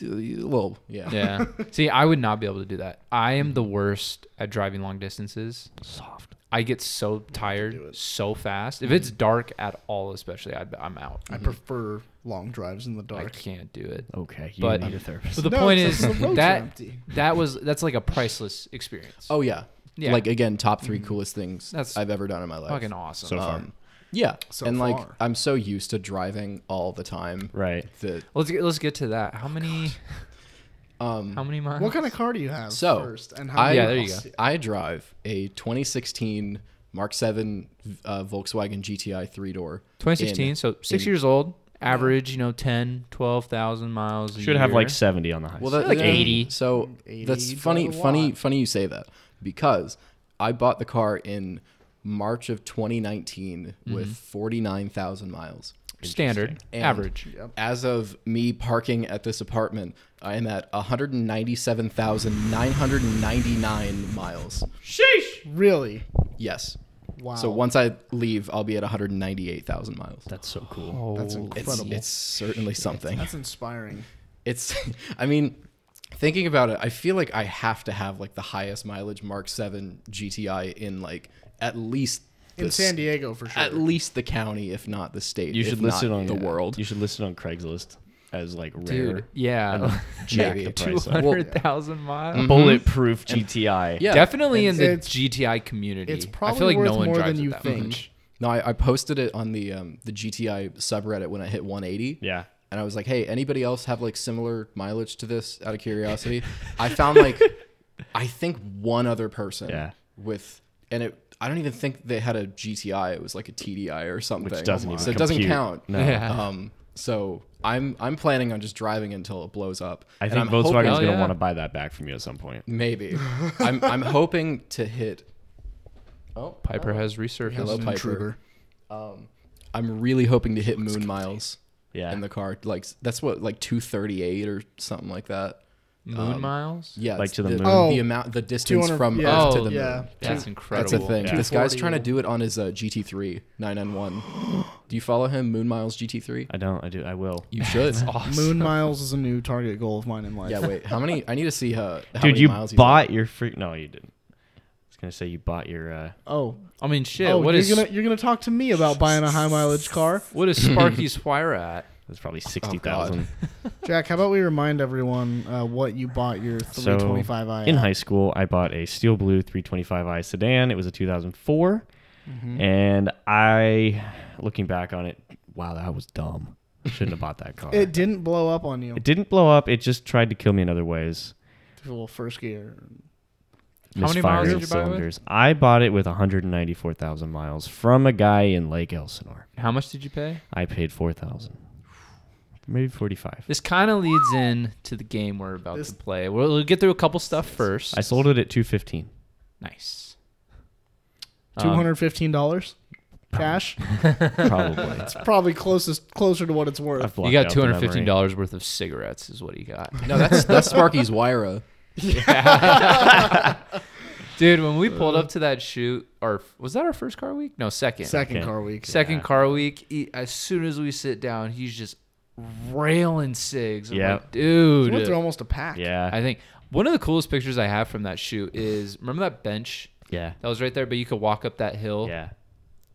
[SPEAKER 5] A little, yeah.
[SPEAKER 3] Yeah. See, I would not be able to do that. I am the worst at driving long distances. Soft. I get so tired so fast. If it's dark at all, especially, I'd, I'm out.
[SPEAKER 1] I prefer long drives in the
[SPEAKER 3] I
[SPEAKER 1] dark.
[SPEAKER 3] can't do it.
[SPEAKER 4] Okay, you
[SPEAKER 3] But-
[SPEAKER 4] need a therapist.
[SPEAKER 3] But the
[SPEAKER 1] No,
[SPEAKER 3] point
[SPEAKER 1] it's
[SPEAKER 3] is
[SPEAKER 1] just the roads are
[SPEAKER 3] that
[SPEAKER 1] empty.
[SPEAKER 3] that was that's like a priceless experience.
[SPEAKER 5] Oh yeah.
[SPEAKER 3] Yeah. Mm-hmm.
[SPEAKER 5] Like again, top 3 coolest things
[SPEAKER 3] That's
[SPEAKER 5] I've ever done in my life. Um,
[SPEAKER 3] fucking awesome.
[SPEAKER 4] So far,
[SPEAKER 5] Yeah.
[SPEAKER 1] So
[SPEAKER 5] and like
[SPEAKER 1] far.
[SPEAKER 5] I'm so used to driving all the time.
[SPEAKER 4] right?
[SPEAKER 5] That
[SPEAKER 3] let's get, let's get to that. How many
[SPEAKER 5] um
[SPEAKER 3] how many miles?
[SPEAKER 1] What kind of car do you have
[SPEAKER 5] So,
[SPEAKER 1] first? And how
[SPEAKER 5] I,
[SPEAKER 3] Yeah, there you go.
[SPEAKER 5] I drive a 2016 Mark 7 uh, Volkswagen GTI 3-door.
[SPEAKER 3] 2016,
[SPEAKER 5] in-
[SPEAKER 3] so 6
[SPEAKER 5] in-
[SPEAKER 3] years old, average, you know, 10, 12,000 miles. a
[SPEAKER 4] Should have like
[SPEAKER 3] year.
[SPEAKER 4] 70 on the high.
[SPEAKER 5] Well,
[SPEAKER 4] side.
[SPEAKER 5] that,
[SPEAKER 3] like
[SPEAKER 5] that-
[SPEAKER 3] 80.
[SPEAKER 5] So
[SPEAKER 1] 80,
[SPEAKER 5] that's
[SPEAKER 1] you
[SPEAKER 5] funny.
[SPEAKER 1] drive a
[SPEAKER 5] Funny.
[SPEAKER 1] lot.
[SPEAKER 5] Funny you say that because I bought the car in March of 2019
[SPEAKER 3] Mm-hmm.
[SPEAKER 5] with 49,000 miles.
[SPEAKER 3] standard,
[SPEAKER 5] And
[SPEAKER 3] average.
[SPEAKER 5] As of me parking at this apartment, I am at 197,999 miles.
[SPEAKER 1] really?
[SPEAKER 5] Yes.
[SPEAKER 1] Wow.
[SPEAKER 5] So once I leave, I'll be at 198,000 miles.
[SPEAKER 4] that's so cool.
[SPEAKER 1] that's
[SPEAKER 5] It's,
[SPEAKER 1] incredible.
[SPEAKER 5] it's certainly something.
[SPEAKER 1] that's inspiring.
[SPEAKER 5] It's, I mean, thinking about it, I feel like I have to have like the highest mileage Mark 7 GTI in like at least
[SPEAKER 1] In
[SPEAKER 5] the
[SPEAKER 1] San
[SPEAKER 5] s-
[SPEAKER 1] Diego for sure.
[SPEAKER 5] At least the county, if not the state.
[SPEAKER 4] You
[SPEAKER 5] if
[SPEAKER 4] should list
[SPEAKER 5] not
[SPEAKER 4] it on
[SPEAKER 5] the world.
[SPEAKER 4] You should list it on Craigslist as like rare.
[SPEAKER 3] Dude, yeah.
[SPEAKER 4] Jack
[SPEAKER 5] Maybe.
[SPEAKER 4] the price up.
[SPEAKER 5] Well- Mm.
[SPEAKER 3] 200,000 miles.
[SPEAKER 4] Bulletproof GTI.
[SPEAKER 5] Yeah.
[SPEAKER 3] Definitely in
[SPEAKER 1] And
[SPEAKER 3] the
[SPEAKER 1] it's-
[SPEAKER 3] GTI community.
[SPEAKER 1] it's
[SPEAKER 3] I
[SPEAKER 1] probably
[SPEAKER 3] feel like
[SPEAKER 1] worth
[SPEAKER 3] no one
[SPEAKER 1] more
[SPEAKER 3] drives
[SPEAKER 1] than
[SPEAKER 3] it
[SPEAKER 1] you
[SPEAKER 3] that
[SPEAKER 1] think.
[SPEAKER 3] much.
[SPEAKER 5] No, I, I posted it on the um, the GTI subreddit when I hit 180.
[SPEAKER 4] Yeah.
[SPEAKER 5] And I was like, hey, anybody else have like similar mileage to this out of curiosity? I found like, I think one other person
[SPEAKER 4] Yeah.
[SPEAKER 5] with, and it, I don't even think they had a GTI. It was like a TDI or something.
[SPEAKER 4] Which doesn't even
[SPEAKER 5] so it doesn't
[SPEAKER 4] compute.
[SPEAKER 5] count.
[SPEAKER 4] No.
[SPEAKER 3] Yeah.
[SPEAKER 5] Um, so I'm I'm planning on just driving until it blows up.
[SPEAKER 4] I
[SPEAKER 5] And
[SPEAKER 4] think
[SPEAKER 5] I'm
[SPEAKER 4] Volkswagen's
[SPEAKER 5] hoping-
[SPEAKER 4] going to
[SPEAKER 3] Oh, yeah.
[SPEAKER 4] want to buy that back from you at some point.
[SPEAKER 5] maybe. I'm I'm hoping to hit. Oh,
[SPEAKER 3] Piper has resurfaced.
[SPEAKER 5] Hello, Piper. Um,
[SPEAKER 1] intruder.
[SPEAKER 5] I'm really hoping to hit moon miles
[SPEAKER 4] Yeah.
[SPEAKER 5] in the car. Like that's what like 238 or something like that.
[SPEAKER 3] Moon miles?
[SPEAKER 5] Um, Yeah,
[SPEAKER 4] Like
[SPEAKER 5] it's
[SPEAKER 4] to the moon?
[SPEAKER 5] The
[SPEAKER 1] Oh.
[SPEAKER 5] amount, the distance
[SPEAKER 1] 200
[SPEAKER 5] from
[SPEAKER 1] yeah.
[SPEAKER 5] Earth to
[SPEAKER 3] Oh,
[SPEAKER 5] the moon.
[SPEAKER 1] yeah.
[SPEAKER 3] That's
[SPEAKER 1] Two-
[SPEAKER 3] incredible.
[SPEAKER 5] That's a thing.
[SPEAKER 4] Yeah.
[SPEAKER 5] This guy's
[SPEAKER 1] 240.
[SPEAKER 5] trying to do it on his uh, GT3 991. do you follow him, Moon Miles GT3?
[SPEAKER 4] I don't. I do. I will.
[SPEAKER 5] You should.
[SPEAKER 1] Moon miles is a new target goal of mine in life.
[SPEAKER 5] yeah, wait. How many? I need to see uh, how
[SPEAKER 4] Dude,
[SPEAKER 5] many
[SPEAKER 4] you
[SPEAKER 5] miles he's
[SPEAKER 4] bought your freak. No, you didn't. I was going to say you bought your. Uh,
[SPEAKER 1] Oh,
[SPEAKER 3] I mean, shit.
[SPEAKER 1] oh,
[SPEAKER 3] what
[SPEAKER 1] you're
[SPEAKER 3] is
[SPEAKER 1] gonna you're gonna talk to me about buying a high mileage car,
[SPEAKER 3] what is Sparky's fire at?
[SPEAKER 4] it was
[SPEAKER 5] Oh,
[SPEAKER 4] probably 60,000.
[SPEAKER 1] Jack? How about we remind everyone uh, what you bought your
[SPEAKER 4] so
[SPEAKER 1] 325i
[SPEAKER 4] in
[SPEAKER 1] at?
[SPEAKER 4] high school, I bought a steel blue 325i sedan. It was a 2004.
[SPEAKER 3] Mm-hmm.
[SPEAKER 4] And I, looking back on it, wow, that was dumb. I shouldn't have bought that car.
[SPEAKER 1] It didn't blow up on you.
[SPEAKER 4] It didn't blow up. It just tried to kill me in other ways.
[SPEAKER 1] Well, first gear.
[SPEAKER 3] How many miles did
[SPEAKER 4] of
[SPEAKER 3] you buy it with?
[SPEAKER 4] I bought it with 194,000 miles from a guy in Lake Elsinore.
[SPEAKER 3] How much did you pay?
[SPEAKER 4] I paid 4,000. Maybe 45.
[SPEAKER 3] This kind of leads in to the game we're about
[SPEAKER 1] This-
[SPEAKER 3] to play. We'll, we'll get through a couple stuff first.
[SPEAKER 4] I sold it at 215.
[SPEAKER 3] Nice.
[SPEAKER 1] Two
[SPEAKER 3] Um,
[SPEAKER 1] hundred fifteen dollars, cash.
[SPEAKER 4] Probably.
[SPEAKER 1] It's probably closest closer to what it's worth.
[SPEAKER 4] I've blocked
[SPEAKER 3] Um, you got
[SPEAKER 4] out
[SPEAKER 3] two
[SPEAKER 4] the
[SPEAKER 3] hundred fifteen
[SPEAKER 4] memory.
[SPEAKER 3] dollars worth of cigarettes, is what he got.
[SPEAKER 5] No, that's that's Sparky's Wyra.
[SPEAKER 3] Dude, when
[SPEAKER 1] Uh.
[SPEAKER 3] we pulled up to that shoot, or was that our first car week? No, second.
[SPEAKER 1] Second
[SPEAKER 4] Okay.
[SPEAKER 1] car week.
[SPEAKER 3] Second
[SPEAKER 4] Yeah.
[SPEAKER 3] car week. He, as soon as we sit down, he's just railing cigs. I'm
[SPEAKER 4] Yep.
[SPEAKER 3] like, dude.
[SPEAKER 1] Went through almost a pack.
[SPEAKER 4] Yeah.
[SPEAKER 3] I think one of the coolest pictures I have from that shoot is remember that bench
[SPEAKER 4] Yeah.
[SPEAKER 3] that was right there, but you could walk up that hill.
[SPEAKER 4] Yeah.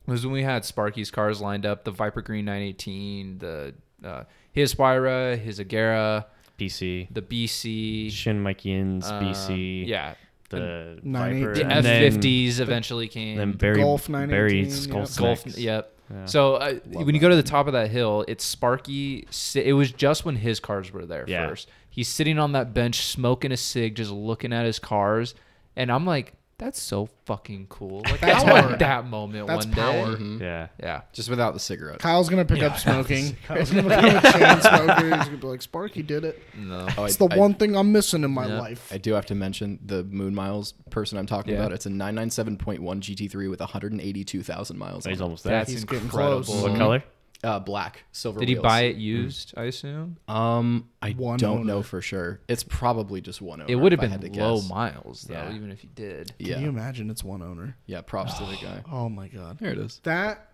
[SPEAKER 3] It was when we had Sparky's cars lined up, the Viper Green 918, the uh, his Wyra, his Agera,
[SPEAKER 4] BC.
[SPEAKER 3] the BC,
[SPEAKER 4] Shin Mikeyans,
[SPEAKER 3] um,
[SPEAKER 4] BC.
[SPEAKER 3] yeah,
[SPEAKER 4] The
[SPEAKER 1] Nine
[SPEAKER 4] Viper.
[SPEAKER 1] eighteen.
[SPEAKER 3] the
[SPEAKER 1] And
[SPEAKER 3] F
[SPEAKER 4] and then-
[SPEAKER 3] fifties eventually came.
[SPEAKER 4] Then Barry,
[SPEAKER 1] Golf
[SPEAKER 4] Barry
[SPEAKER 1] 918,
[SPEAKER 4] Skull
[SPEAKER 1] yeah.
[SPEAKER 3] Golf,
[SPEAKER 4] Snacks.
[SPEAKER 3] yep.
[SPEAKER 4] Yeah.
[SPEAKER 3] So uh, when you go to the top of that hill, it's Sparky. si- It was just when his cars were there
[SPEAKER 4] Yeah.
[SPEAKER 3] first. He's sitting on that bench smoking a cig, just looking at his cars, and I'm like, "That's so fucking cool." Like, I
[SPEAKER 1] Power.
[SPEAKER 3] want that moment
[SPEAKER 1] That's
[SPEAKER 3] one day.
[SPEAKER 1] power.
[SPEAKER 5] um,
[SPEAKER 4] Yeah.
[SPEAKER 3] Yeah.
[SPEAKER 5] Mm-hmm. Just without the cigarette.
[SPEAKER 1] Kyle's gonna pick up smoking. Kyle's gonna become a chain smoker. He's gonna be like, Sparky did it.
[SPEAKER 3] No.
[SPEAKER 5] Oh, I-
[SPEAKER 1] It's the
[SPEAKER 5] I-
[SPEAKER 1] one thing I'm missing in my
[SPEAKER 3] Yeah.
[SPEAKER 1] life.
[SPEAKER 5] I do have to mention the Moon Miles person I'm talking
[SPEAKER 3] Yeah.
[SPEAKER 5] about. It's a 997.1 GT3 with 182,000 miles.
[SPEAKER 4] So Oh, he's
[SPEAKER 5] on it.
[SPEAKER 4] almost there.
[SPEAKER 3] That's
[SPEAKER 1] He's getting
[SPEAKER 3] incredible.
[SPEAKER 1] close.
[SPEAKER 4] what color?
[SPEAKER 5] Uh, black, silver.
[SPEAKER 3] Did he
[SPEAKER 5] wheels.
[SPEAKER 3] buy it used? I assume
[SPEAKER 5] Um, I
[SPEAKER 1] One
[SPEAKER 5] don't
[SPEAKER 1] owner.
[SPEAKER 5] know for sure. It's probably just one owner.
[SPEAKER 3] it would have
[SPEAKER 5] Oh, if I had
[SPEAKER 3] been
[SPEAKER 5] to
[SPEAKER 3] low
[SPEAKER 5] guess.
[SPEAKER 3] miles though,
[SPEAKER 4] Yeah.
[SPEAKER 3] even if he did.
[SPEAKER 1] Can you
[SPEAKER 5] Yeah,
[SPEAKER 1] imagine it's one owner?
[SPEAKER 5] yeah. Props to the guy.
[SPEAKER 1] Oh my god.
[SPEAKER 5] There it is.
[SPEAKER 1] That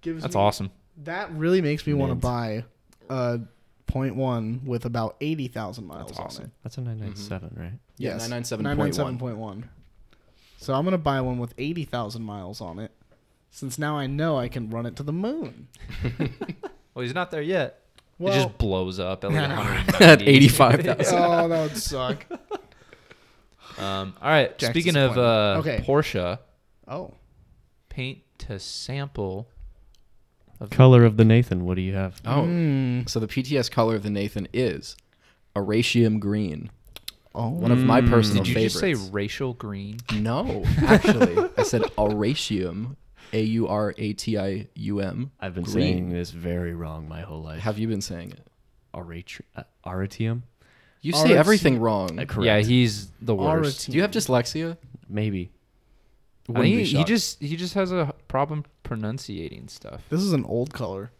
[SPEAKER 1] gives
[SPEAKER 3] That's
[SPEAKER 1] me-
[SPEAKER 3] awesome.
[SPEAKER 1] That really makes me want to buy a point one with about eighty thousand miles
[SPEAKER 3] That's awesome.
[SPEAKER 4] Mm-hmm.
[SPEAKER 1] on it.
[SPEAKER 4] That's a 997, right?
[SPEAKER 5] Yeah,
[SPEAKER 1] Yes.
[SPEAKER 5] 997.1.
[SPEAKER 1] 997.1. So I'm gonna buy one with eighty thousand miles on it, since now I know I can run it to the moon.
[SPEAKER 3] Well, he's not there yet.
[SPEAKER 1] Well,
[SPEAKER 3] it just blows up at like
[SPEAKER 1] I know,
[SPEAKER 3] 190.
[SPEAKER 2] At 85,000.
[SPEAKER 1] oh, that would suck.
[SPEAKER 3] Um, all right.
[SPEAKER 1] Jack's
[SPEAKER 3] speaking of uh,
[SPEAKER 1] disappointment. Okay.
[SPEAKER 3] Porsche,
[SPEAKER 1] Oh,
[SPEAKER 3] paint to sample.
[SPEAKER 4] Color of the Nathan. What do you have?
[SPEAKER 5] Oh,
[SPEAKER 1] Hmm.
[SPEAKER 5] so the PTS color of the Nathan is Aratium green.
[SPEAKER 1] oh,
[SPEAKER 5] One of my personal
[SPEAKER 3] Mm. Did you
[SPEAKER 5] favorites.
[SPEAKER 3] just say racial green?
[SPEAKER 5] no? Actually, I said Aratium, A U R A T I U M.
[SPEAKER 4] I've been
[SPEAKER 5] green.
[SPEAKER 4] saying this very wrong my whole life.
[SPEAKER 5] Have you been saying it?
[SPEAKER 4] Arat- uh, Aratium?
[SPEAKER 5] You say
[SPEAKER 1] Aratium.
[SPEAKER 5] everything wrong.
[SPEAKER 4] Uh, correct.
[SPEAKER 3] Yeah, he's the worst.
[SPEAKER 5] Do you have dyslexia?
[SPEAKER 4] Maybe.
[SPEAKER 3] I
[SPEAKER 5] Wouldn't
[SPEAKER 3] think he,
[SPEAKER 5] be
[SPEAKER 3] he
[SPEAKER 5] shocked.
[SPEAKER 3] just he just has a problem pronunciating stuff.
[SPEAKER 1] This is an old color.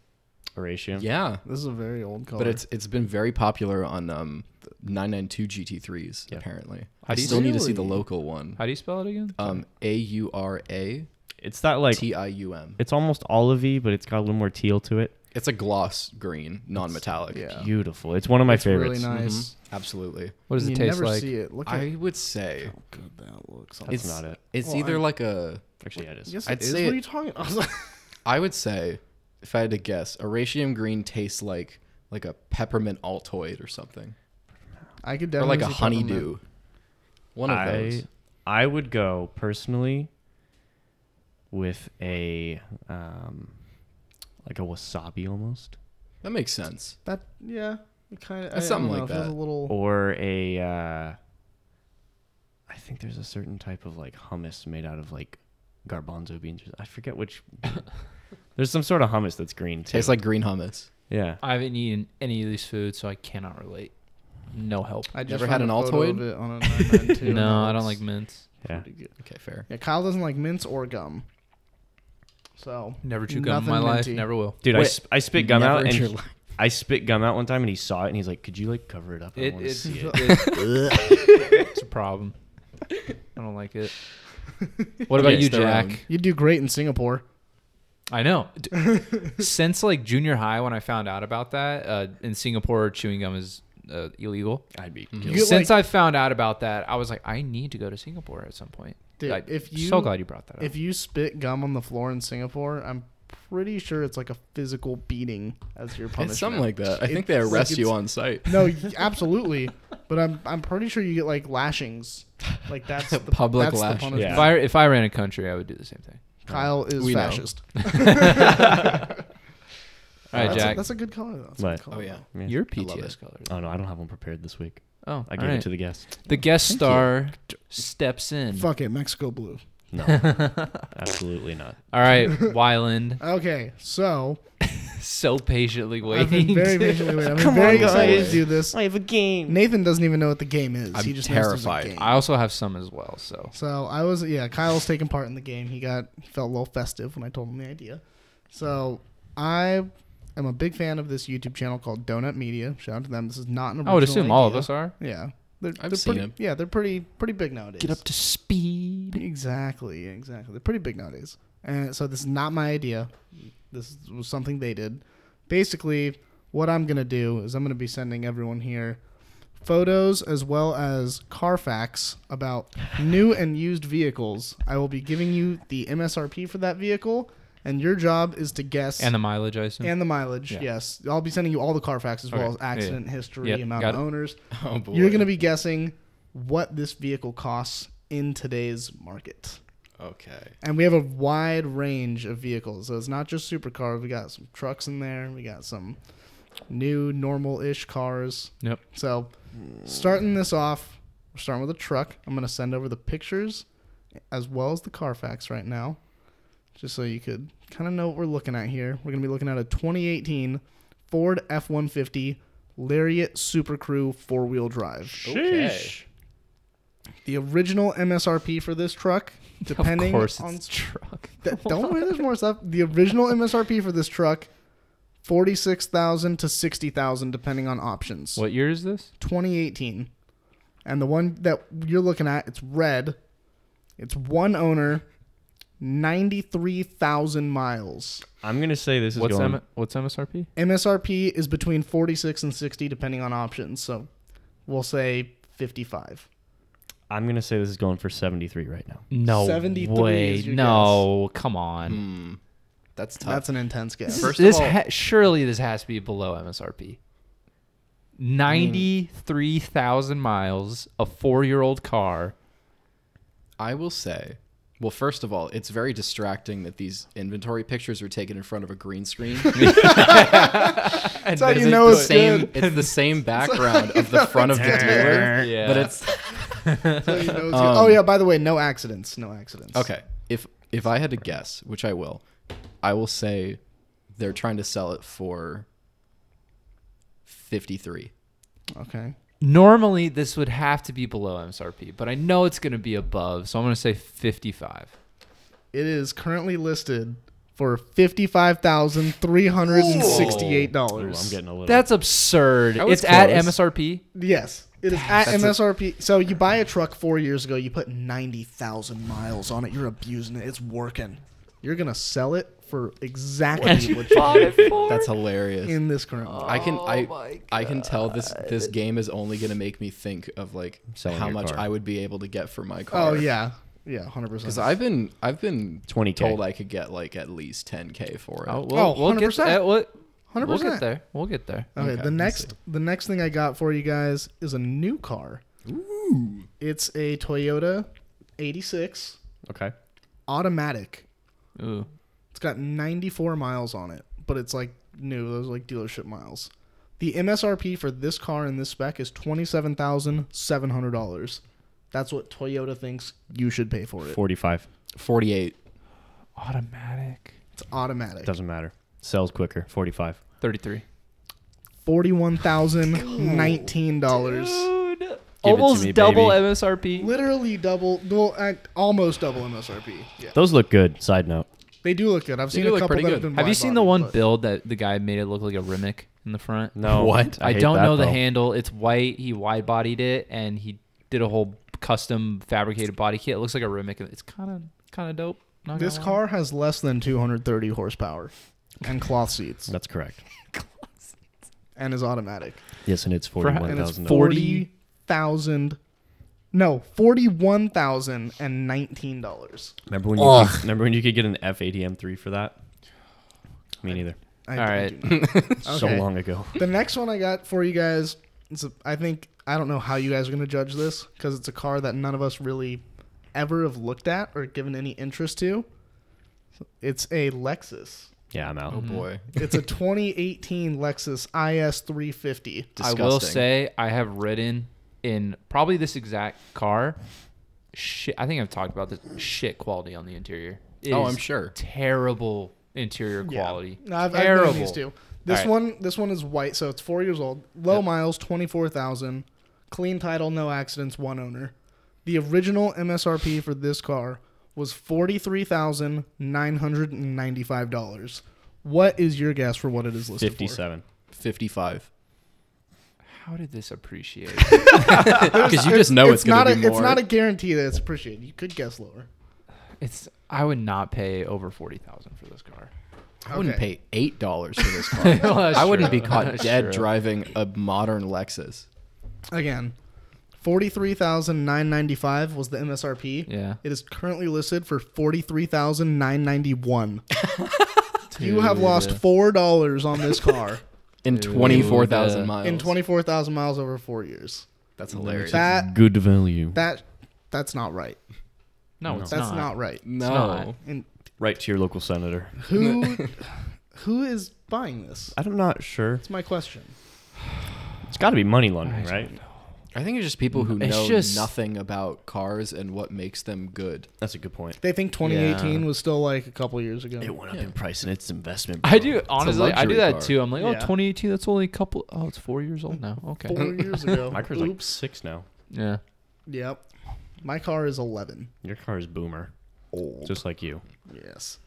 [SPEAKER 4] Aratium.
[SPEAKER 5] yeah,
[SPEAKER 1] This is a very old color.
[SPEAKER 5] but it's it's been very popular on um, 992 GT3s
[SPEAKER 4] Yeah.
[SPEAKER 5] apparently.
[SPEAKER 3] How
[SPEAKER 5] I
[SPEAKER 3] do you-
[SPEAKER 5] still need to see the
[SPEAKER 1] Really?
[SPEAKER 5] local one.
[SPEAKER 3] How do you spell it again?
[SPEAKER 5] Um, A U R A
[SPEAKER 4] It's that like,
[SPEAKER 5] T I U M.
[SPEAKER 4] it's almost olivey, but it's got a little more teal to it.
[SPEAKER 5] It's a gloss green, non-metallic.
[SPEAKER 1] yeah.
[SPEAKER 4] Beautiful. It's one of my
[SPEAKER 1] It's
[SPEAKER 4] favorites.
[SPEAKER 1] really nice.
[SPEAKER 5] Mm-hmm. absolutely.
[SPEAKER 3] What does
[SPEAKER 1] you
[SPEAKER 3] it taste
[SPEAKER 1] never
[SPEAKER 3] like?
[SPEAKER 1] see it. Look at
[SPEAKER 5] I would say
[SPEAKER 1] how good that looks.
[SPEAKER 4] That's
[SPEAKER 5] It's-
[SPEAKER 4] not it.
[SPEAKER 5] it's
[SPEAKER 1] Well,
[SPEAKER 5] either
[SPEAKER 1] I'm-
[SPEAKER 5] like a.
[SPEAKER 4] Actually, yeah, it is.
[SPEAKER 1] yes,
[SPEAKER 5] I'd
[SPEAKER 1] it is. what
[SPEAKER 5] say it-
[SPEAKER 1] are you talking? About?
[SPEAKER 5] I would say, if I had to guess, Aratium green tastes like like a peppermint Altoid or something,
[SPEAKER 1] I could
[SPEAKER 5] or
[SPEAKER 1] definitely
[SPEAKER 5] like
[SPEAKER 1] see
[SPEAKER 5] a
[SPEAKER 1] peppermint.
[SPEAKER 5] honeydew. One of
[SPEAKER 4] I,
[SPEAKER 5] those.
[SPEAKER 4] I would go personally with a um, like a wasabi almost,
[SPEAKER 5] That makes sense.
[SPEAKER 1] That yeah, it kind of
[SPEAKER 5] That's something like
[SPEAKER 1] Feels
[SPEAKER 5] that.
[SPEAKER 1] a
[SPEAKER 3] Oh,
[SPEAKER 1] little.
[SPEAKER 4] or a. Uh, I think there's a certain type of like hummus made out of like garbanzo beans. or- I forget which. there's some sort of hummus that's green. Too.
[SPEAKER 5] Tastes like green hummus.
[SPEAKER 4] yeah.
[SPEAKER 3] I haven't eaten any of these foods, so I cannot relate. No help.
[SPEAKER 1] I just
[SPEAKER 5] Never had
[SPEAKER 1] found
[SPEAKER 5] an
[SPEAKER 1] a photo of
[SPEAKER 5] Altoid?
[SPEAKER 1] it on a 992, and
[SPEAKER 3] no,
[SPEAKER 1] it
[SPEAKER 3] I don't
[SPEAKER 1] looks
[SPEAKER 3] like mints.
[SPEAKER 4] Yeah.
[SPEAKER 1] pretty good.
[SPEAKER 5] Okay, fair.
[SPEAKER 1] Yeah, Kyle doesn't like mints or gum. So
[SPEAKER 3] Never chew gum
[SPEAKER 1] nothing
[SPEAKER 3] in my life.
[SPEAKER 1] minty.
[SPEAKER 3] Never will.
[SPEAKER 4] Dude, I,
[SPEAKER 5] Wait,
[SPEAKER 4] sp- I spit gum
[SPEAKER 5] never
[SPEAKER 4] out
[SPEAKER 5] in your
[SPEAKER 4] and
[SPEAKER 5] life.
[SPEAKER 4] I spit gum out one time and he saw it and he's like, "Could you like cover it up? I
[SPEAKER 3] It,
[SPEAKER 4] want to
[SPEAKER 3] it's,
[SPEAKER 4] see it."
[SPEAKER 3] it's a problem. I don't like it. What about
[SPEAKER 5] Okay,
[SPEAKER 3] you,
[SPEAKER 5] it's their
[SPEAKER 3] Jack?
[SPEAKER 5] own.
[SPEAKER 1] You'd do great in Singapore.
[SPEAKER 3] I know. D- Since like junior high, when I found out about that uh, in Singapore, chewing gum is uh, illegal.
[SPEAKER 4] I'd be.
[SPEAKER 1] You get,
[SPEAKER 3] Since
[SPEAKER 1] like-
[SPEAKER 3] I found out about that, I was like, I need to go to Singapore at some point.
[SPEAKER 1] Dude,
[SPEAKER 3] I-
[SPEAKER 1] if you-
[SPEAKER 3] so glad you brought that up.
[SPEAKER 1] if you spit gum on the floor in Singapore, I'm pretty sure it's like a physical beating as your punishment.
[SPEAKER 5] It's something like that. I think
[SPEAKER 1] It's
[SPEAKER 5] they
[SPEAKER 1] like
[SPEAKER 5] arrest you
[SPEAKER 1] it's-
[SPEAKER 5] on site.
[SPEAKER 1] No, y- absolutely. But I'm I'm pretty sure you get like lashings. Like that's the
[SPEAKER 5] Public
[SPEAKER 1] that's
[SPEAKER 5] lash-
[SPEAKER 1] The punishment.
[SPEAKER 4] yeah.
[SPEAKER 3] if I if I ran a country, I would do the same thing.
[SPEAKER 1] Kyle is
[SPEAKER 5] We know.
[SPEAKER 1] fascist.
[SPEAKER 3] All right,
[SPEAKER 1] that's,
[SPEAKER 3] Jack,
[SPEAKER 1] A, that's a good color. though. That's a
[SPEAKER 4] What?
[SPEAKER 1] good color.
[SPEAKER 5] Oh yeah.
[SPEAKER 4] Yeah.
[SPEAKER 3] your
[SPEAKER 5] I love
[SPEAKER 3] PTS
[SPEAKER 5] it.
[SPEAKER 3] color.
[SPEAKER 1] Uh,
[SPEAKER 4] Oh no, I don't have one prepared this week.
[SPEAKER 3] Oh,
[SPEAKER 4] I gave it to the guest.
[SPEAKER 3] the guest star steps in.
[SPEAKER 1] Fuck it, Mexico blue.
[SPEAKER 4] No, absolutely not.
[SPEAKER 3] All right, Wyland,
[SPEAKER 1] Okay, so
[SPEAKER 3] so patiently
[SPEAKER 1] I've been
[SPEAKER 3] waiting.
[SPEAKER 1] very patiently waiting. I've been
[SPEAKER 6] Come
[SPEAKER 1] very
[SPEAKER 6] on,
[SPEAKER 1] excited
[SPEAKER 5] guys.
[SPEAKER 1] to do this.
[SPEAKER 6] I have a game.
[SPEAKER 1] Nathan doesn't even know what the game is.
[SPEAKER 5] I'm
[SPEAKER 1] he just
[SPEAKER 5] terrified.
[SPEAKER 1] Knows there's a game.
[SPEAKER 3] I also have some as well. So
[SPEAKER 1] So I was yeah, Kyle's taking part in the game. He got he felt a little festive when I told him the idea. So I am a big fan of this YouTube channel called Donut Media. Shout out to them. This is not an original
[SPEAKER 3] I would assume all of
[SPEAKER 1] idea.
[SPEAKER 3] us are.
[SPEAKER 1] Yeah. They're,
[SPEAKER 5] I've
[SPEAKER 1] they're
[SPEAKER 5] seen
[SPEAKER 1] pretty,
[SPEAKER 5] it.
[SPEAKER 1] Yeah, they're pretty pretty big nowadays.
[SPEAKER 3] Get up to speed.
[SPEAKER 1] Exactly, exactly. They're pretty big nowadays. And so this is not my idea. This was something they did. Basically, what I'm going to do is I'm going to be sending everyone here photos as well as Carfax about new and used vehicles. I will be giving you the MSRP for that vehicle, and your job is to guess
[SPEAKER 3] And the mileage, I assume.
[SPEAKER 1] and the mileage. Yes, I'll be sending you all the Carfax as well as
[SPEAKER 3] Okay, yeah, yeah.
[SPEAKER 1] accident history,
[SPEAKER 3] Yep,
[SPEAKER 1] amount
[SPEAKER 3] got
[SPEAKER 1] of
[SPEAKER 3] it.
[SPEAKER 1] owners.
[SPEAKER 5] Oh boy.
[SPEAKER 1] You're going to be guessing what this vehicle costs in today's market.
[SPEAKER 5] Okay.
[SPEAKER 1] And we have a wide range of vehicles. So it's not just supercars. We got some trucks in there. We got some new normal ish cars.
[SPEAKER 3] Yep.
[SPEAKER 1] So starting this off, we're starting with a truck. I'm gonna send over the pictures as well as the Carfax right now. Just so you could kind of know what we're looking at here. We're gonna be looking at a 2018 Ford F 150 Lariat Super Crew four wheel drive.
[SPEAKER 5] Sheesh.
[SPEAKER 1] The original MSRP for this truck, depending
[SPEAKER 3] of course,
[SPEAKER 1] on
[SPEAKER 3] it's truck.
[SPEAKER 1] Th- don't worry, there's more stuff. The original MSRP for this truck, forty six thousand to sixty thousand, depending on options.
[SPEAKER 3] What year is this?
[SPEAKER 1] Twenty eighteen, and the one that you're looking at, it's red. It's one owner, ninety three thousand miles.
[SPEAKER 4] I'm gonna say this is
[SPEAKER 3] What's
[SPEAKER 4] going.
[SPEAKER 3] M- what's MSRP?
[SPEAKER 1] MSRP is between forty six and sixty, depending on options. So, we'll say fifty five.
[SPEAKER 4] I'm gonna say this is going for 73 right now.
[SPEAKER 3] No
[SPEAKER 1] 73
[SPEAKER 3] way.
[SPEAKER 1] is your
[SPEAKER 3] No, come on.
[SPEAKER 5] That's tough.
[SPEAKER 1] That's an intense guess.
[SPEAKER 5] First
[SPEAKER 3] this
[SPEAKER 5] of all,
[SPEAKER 3] ha- surely this has to be below MSRP.
[SPEAKER 1] Hmm.
[SPEAKER 3] Ninety-three thousand miles, a four-year-old car.
[SPEAKER 5] I will say, well, first of all, it's very distracting that these inventory pictures are taken in front of a green screen.
[SPEAKER 3] That's
[SPEAKER 1] how you
[SPEAKER 5] It's
[SPEAKER 1] know
[SPEAKER 5] the
[SPEAKER 1] it's
[SPEAKER 5] same.
[SPEAKER 1] good.
[SPEAKER 5] It's the same background of the front of the dealer,
[SPEAKER 3] Yeah.
[SPEAKER 5] but it's
[SPEAKER 1] So you know it's good. oh yeah, by the way, no accidents, no accidents.
[SPEAKER 5] Um, okay. If if I had to guess, which I will, I will say they're trying to sell it for fifty-three.
[SPEAKER 1] Okay.
[SPEAKER 3] Normally, this would have to be below MSRP, but I know it's going to be above, so I'm going to say 55.
[SPEAKER 1] It is currently listed for fifty-five thousand three hundred and sixty-eight
[SPEAKER 4] Ooh, I'm
[SPEAKER 1] dollars.
[SPEAKER 4] getting a little.
[SPEAKER 3] That's absurd. It's
[SPEAKER 5] was
[SPEAKER 3] at
[SPEAKER 5] close.
[SPEAKER 3] MSRP.
[SPEAKER 1] Yes, it is at MSRP. so you buy a truck four years ago, you put ninety thousand miles on it, you're abusing it, it's working. You're gonna sell it for exactly what you bought
[SPEAKER 5] That's hilarious.
[SPEAKER 1] in this current. market.
[SPEAKER 5] I can I I can tell this this game is only gonna make me think of like
[SPEAKER 4] Selling
[SPEAKER 5] how
[SPEAKER 4] your
[SPEAKER 5] much
[SPEAKER 4] car.
[SPEAKER 5] I would be able to get for my car.
[SPEAKER 1] Oh yeah, yeah, hundred
[SPEAKER 5] because
[SPEAKER 1] percent.
[SPEAKER 5] I've been I've been
[SPEAKER 4] 20K.
[SPEAKER 5] told I could get like at least ten k for it.
[SPEAKER 3] Oh, we'll,
[SPEAKER 1] Oh,
[SPEAKER 3] we'll get
[SPEAKER 1] 100%.
[SPEAKER 3] there. We'll, we'll
[SPEAKER 1] 100%.
[SPEAKER 3] get there. We'll get there.
[SPEAKER 1] Okay,
[SPEAKER 5] Okay,
[SPEAKER 1] the
[SPEAKER 5] let's
[SPEAKER 1] next the next thing I got for you guys is a new car. Ooh. It's a Toyota 86
[SPEAKER 4] okay.
[SPEAKER 1] automatic.
[SPEAKER 3] Ooh.
[SPEAKER 1] It's got 94 miles on it, but it's like new, those are like dealership miles. The MSRP for this car in this spec is $27,700. That's what Toyota thinks you should pay for it.
[SPEAKER 4] 45
[SPEAKER 5] Forty eight.
[SPEAKER 3] Automatic.
[SPEAKER 1] It's automatic.
[SPEAKER 4] doesn't matter. Sells quicker. 45.
[SPEAKER 3] 33.
[SPEAKER 1] $41,019.
[SPEAKER 3] Almost
[SPEAKER 4] me,
[SPEAKER 3] double
[SPEAKER 4] baby.
[SPEAKER 3] MSRP.
[SPEAKER 1] Literally double, well, act- almost double MSRP. Yeah.
[SPEAKER 4] Those look good. Side note.
[SPEAKER 1] They do look good. I've seen a
[SPEAKER 5] do look
[SPEAKER 1] couple
[SPEAKER 5] pretty
[SPEAKER 1] that have
[SPEAKER 5] good.
[SPEAKER 1] been.
[SPEAKER 3] Have you
[SPEAKER 1] wide
[SPEAKER 3] seen the one
[SPEAKER 1] body, but-
[SPEAKER 3] build that the guy made it look like a Rimmick in the front?
[SPEAKER 4] No.
[SPEAKER 5] What?
[SPEAKER 3] I,
[SPEAKER 4] hate
[SPEAKER 3] don't
[SPEAKER 4] that,
[SPEAKER 3] know the
[SPEAKER 4] though.
[SPEAKER 3] handle. It's white. He wide bodied it and he did a whole custom fabricated body kit. It looks like a Rimmick. It's kind of kind of dope. Not gonna
[SPEAKER 1] This
[SPEAKER 3] lie.
[SPEAKER 1] car has less than 230 horsepower and cloth seats
[SPEAKER 4] That's correct.
[SPEAKER 1] and is automatic.
[SPEAKER 4] Yes, and it's
[SPEAKER 3] For how-
[SPEAKER 1] And it's
[SPEAKER 4] 41,000.
[SPEAKER 3] four- Forty-
[SPEAKER 1] 40,000 No, $41,019.
[SPEAKER 4] Remember when you could, remember when you could get an F80M3 for that? Me neither.
[SPEAKER 1] I-
[SPEAKER 3] All
[SPEAKER 1] I
[SPEAKER 3] right.
[SPEAKER 1] do not.
[SPEAKER 4] So
[SPEAKER 1] Okay.
[SPEAKER 4] long ago.
[SPEAKER 1] The next one I got for you guys is a, I think I don't know how you guys are going to judge this cuz it's a car that none of us really ever have looked at or given any interest to. It's a Lexus.
[SPEAKER 4] Yeah, I'm out.
[SPEAKER 5] Oh boy.
[SPEAKER 1] It's a 2018 Lexus IS350.
[SPEAKER 5] Disgusting.
[SPEAKER 3] I will say I have ridden in probably this exact car. Shit, I think I've talked about this shit quality on the interior. It
[SPEAKER 5] Oh,
[SPEAKER 3] is
[SPEAKER 5] I'm sure.
[SPEAKER 3] Terrible interior
[SPEAKER 1] Yeah.
[SPEAKER 3] quality.
[SPEAKER 1] No, I've, I've
[SPEAKER 3] terrible.
[SPEAKER 1] been in these two. This
[SPEAKER 3] Alright.
[SPEAKER 1] one, this one is white, so it's four years old. Low miles, twenty four thousand. Clean title, no accidents, one owner. The original MSRP for this car was forty three thousand nine hundred and ninety five dollars. What is your guess for what it is listed for?
[SPEAKER 4] 57.
[SPEAKER 5] fifty five.
[SPEAKER 3] How did this appreciate?
[SPEAKER 5] Because you just know Oh, it's,
[SPEAKER 1] not
[SPEAKER 5] gonna
[SPEAKER 1] a,
[SPEAKER 5] be more.
[SPEAKER 1] It's not a guarantee that it's appreciated. You could guess lower.
[SPEAKER 3] it's I would not pay over forty thousand for this car.
[SPEAKER 5] I wouldn't pay eight dollars for this car.
[SPEAKER 3] Well, that's
[SPEAKER 5] I wouldn't
[SPEAKER 3] true.
[SPEAKER 5] be caught
[SPEAKER 3] That's
[SPEAKER 5] dead
[SPEAKER 3] true.
[SPEAKER 5] driving a modern Lexus.
[SPEAKER 1] Again, forty three thousand nine ninety five was the MSRP.
[SPEAKER 3] Yeah.
[SPEAKER 1] It is currently listed for forty three thousand nine ninety one. You have lost
[SPEAKER 3] Dude.
[SPEAKER 1] four dollars on this car
[SPEAKER 5] In twenty four thousand
[SPEAKER 3] uh,
[SPEAKER 5] miles.
[SPEAKER 1] in twenty four thousand miles over four years.
[SPEAKER 5] That's hilarious.
[SPEAKER 1] That
[SPEAKER 4] Good value.
[SPEAKER 1] Uh, that that's not right.
[SPEAKER 3] No, it's
[SPEAKER 1] That's
[SPEAKER 3] not.
[SPEAKER 1] not, right.
[SPEAKER 5] no.
[SPEAKER 3] not.
[SPEAKER 1] And
[SPEAKER 4] Right to your local senator.
[SPEAKER 1] who who is buying this?
[SPEAKER 4] I'm not sure.
[SPEAKER 1] That's my question.
[SPEAKER 4] It's got to be money laundering,
[SPEAKER 3] I
[SPEAKER 4] right?
[SPEAKER 5] I think it's just people who
[SPEAKER 3] It's
[SPEAKER 5] know
[SPEAKER 3] just-
[SPEAKER 5] nothing about cars and what makes them good.
[SPEAKER 4] That's a good point.
[SPEAKER 1] They think 2018
[SPEAKER 3] Yeah.
[SPEAKER 1] was still like a couple years ago.
[SPEAKER 4] It went up in price and it's investment.
[SPEAKER 3] I do honestly. I
[SPEAKER 5] luxury
[SPEAKER 3] do that
[SPEAKER 5] car.
[SPEAKER 3] too. I'm like, oh,
[SPEAKER 1] Yeah.
[SPEAKER 3] 2018. That's only a couple. Oh, it's four years old now. Okay.
[SPEAKER 1] Four years ago.
[SPEAKER 4] My car's like
[SPEAKER 1] Oops.
[SPEAKER 4] six now.
[SPEAKER 3] Yeah.
[SPEAKER 1] Yep. My car is 11.
[SPEAKER 4] Your car is boomer,
[SPEAKER 1] Old.
[SPEAKER 4] just like you.
[SPEAKER 1] Yes.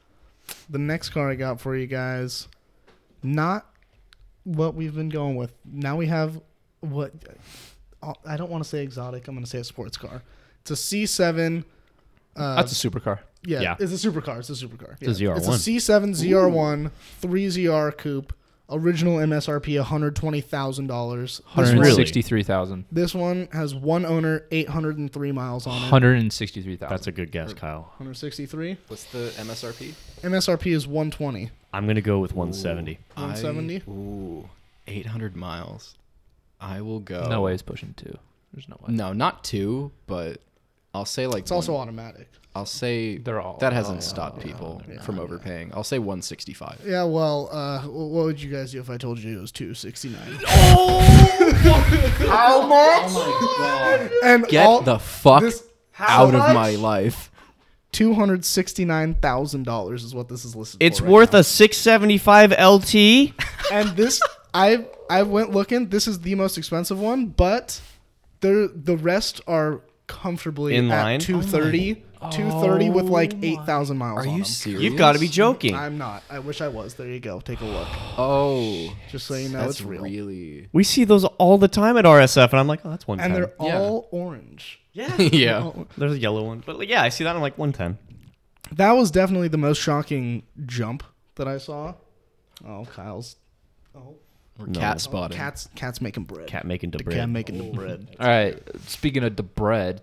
[SPEAKER 1] The next car I got for you guys, not what we've been going with. Now we have what I don't want to say exotic. I'm going to say a sports car. It's a C7. Uh,
[SPEAKER 3] That's a supercar.
[SPEAKER 1] yeah,
[SPEAKER 4] yeah.
[SPEAKER 1] It's a supercar. It's a supercar.
[SPEAKER 4] It's a
[SPEAKER 1] Yeah. It's a
[SPEAKER 4] ZR1.
[SPEAKER 1] C7 ZR1 3ZR coupe Original MSRP $120,000. This
[SPEAKER 4] Really?
[SPEAKER 1] one-
[SPEAKER 3] 163,000.
[SPEAKER 1] This one has one owner, 803 miles on it.
[SPEAKER 3] 163,000.
[SPEAKER 4] That's a good guess, Kyle.
[SPEAKER 1] 163.
[SPEAKER 5] What's the MSRP?
[SPEAKER 1] MSRP is 120.
[SPEAKER 4] I'm gonna go with 170.
[SPEAKER 1] 170?
[SPEAKER 5] I, ooh, 800 miles. I will go.
[SPEAKER 3] No way it's pushing two. There's no way.
[SPEAKER 5] No, not two, but I'll say like.
[SPEAKER 1] It's also
[SPEAKER 5] one-
[SPEAKER 1] automatic.
[SPEAKER 5] I'll say
[SPEAKER 3] They're all-
[SPEAKER 5] that hasn't
[SPEAKER 3] oh,
[SPEAKER 5] stopped people from overpaying. I'll say 165.
[SPEAKER 1] Yeah, well, uh, wh- what would you guys do if I told you it was 269? And
[SPEAKER 5] Get
[SPEAKER 1] all
[SPEAKER 5] the fuck
[SPEAKER 1] this-
[SPEAKER 5] out of my life.
[SPEAKER 1] $269,000 is what this is listed
[SPEAKER 4] It's
[SPEAKER 1] for right
[SPEAKER 4] worth
[SPEAKER 1] now.
[SPEAKER 4] a 675 LT.
[SPEAKER 1] and this I I went looking. This is the most expensive one, but the the rest are comfortably
[SPEAKER 4] In
[SPEAKER 1] at
[SPEAKER 4] line?
[SPEAKER 1] 230, 230 with like 8,000 miles
[SPEAKER 5] Are
[SPEAKER 1] on
[SPEAKER 5] you
[SPEAKER 1] them.
[SPEAKER 5] serious?
[SPEAKER 4] You've got to be joking.
[SPEAKER 1] I'm not. I wish I was. There you go. Take a look.
[SPEAKER 5] Oh,
[SPEAKER 1] Just so you know
[SPEAKER 5] that's
[SPEAKER 1] it's real.
[SPEAKER 5] really.
[SPEAKER 4] we see those all the time at RSF, and I'm like, oh, that's
[SPEAKER 1] and
[SPEAKER 4] 110.
[SPEAKER 1] they're
[SPEAKER 5] Yeah.
[SPEAKER 1] all orange.
[SPEAKER 5] yeah.
[SPEAKER 4] There's a yellow one, but like, yeah, I see that. I'm like 110.
[SPEAKER 1] That was definitely the most shocking jump that I saw. Oh, Kyle's
[SPEAKER 5] We're cat spotting.
[SPEAKER 1] cats cats making bread.
[SPEAKER 4] Cat making the
[SPEAKER 1] Cat
[SPEAKER 4] bread.
[SPEAKER 1] making the bread.
[SPEAKER 3] All right. Speaking of the bread,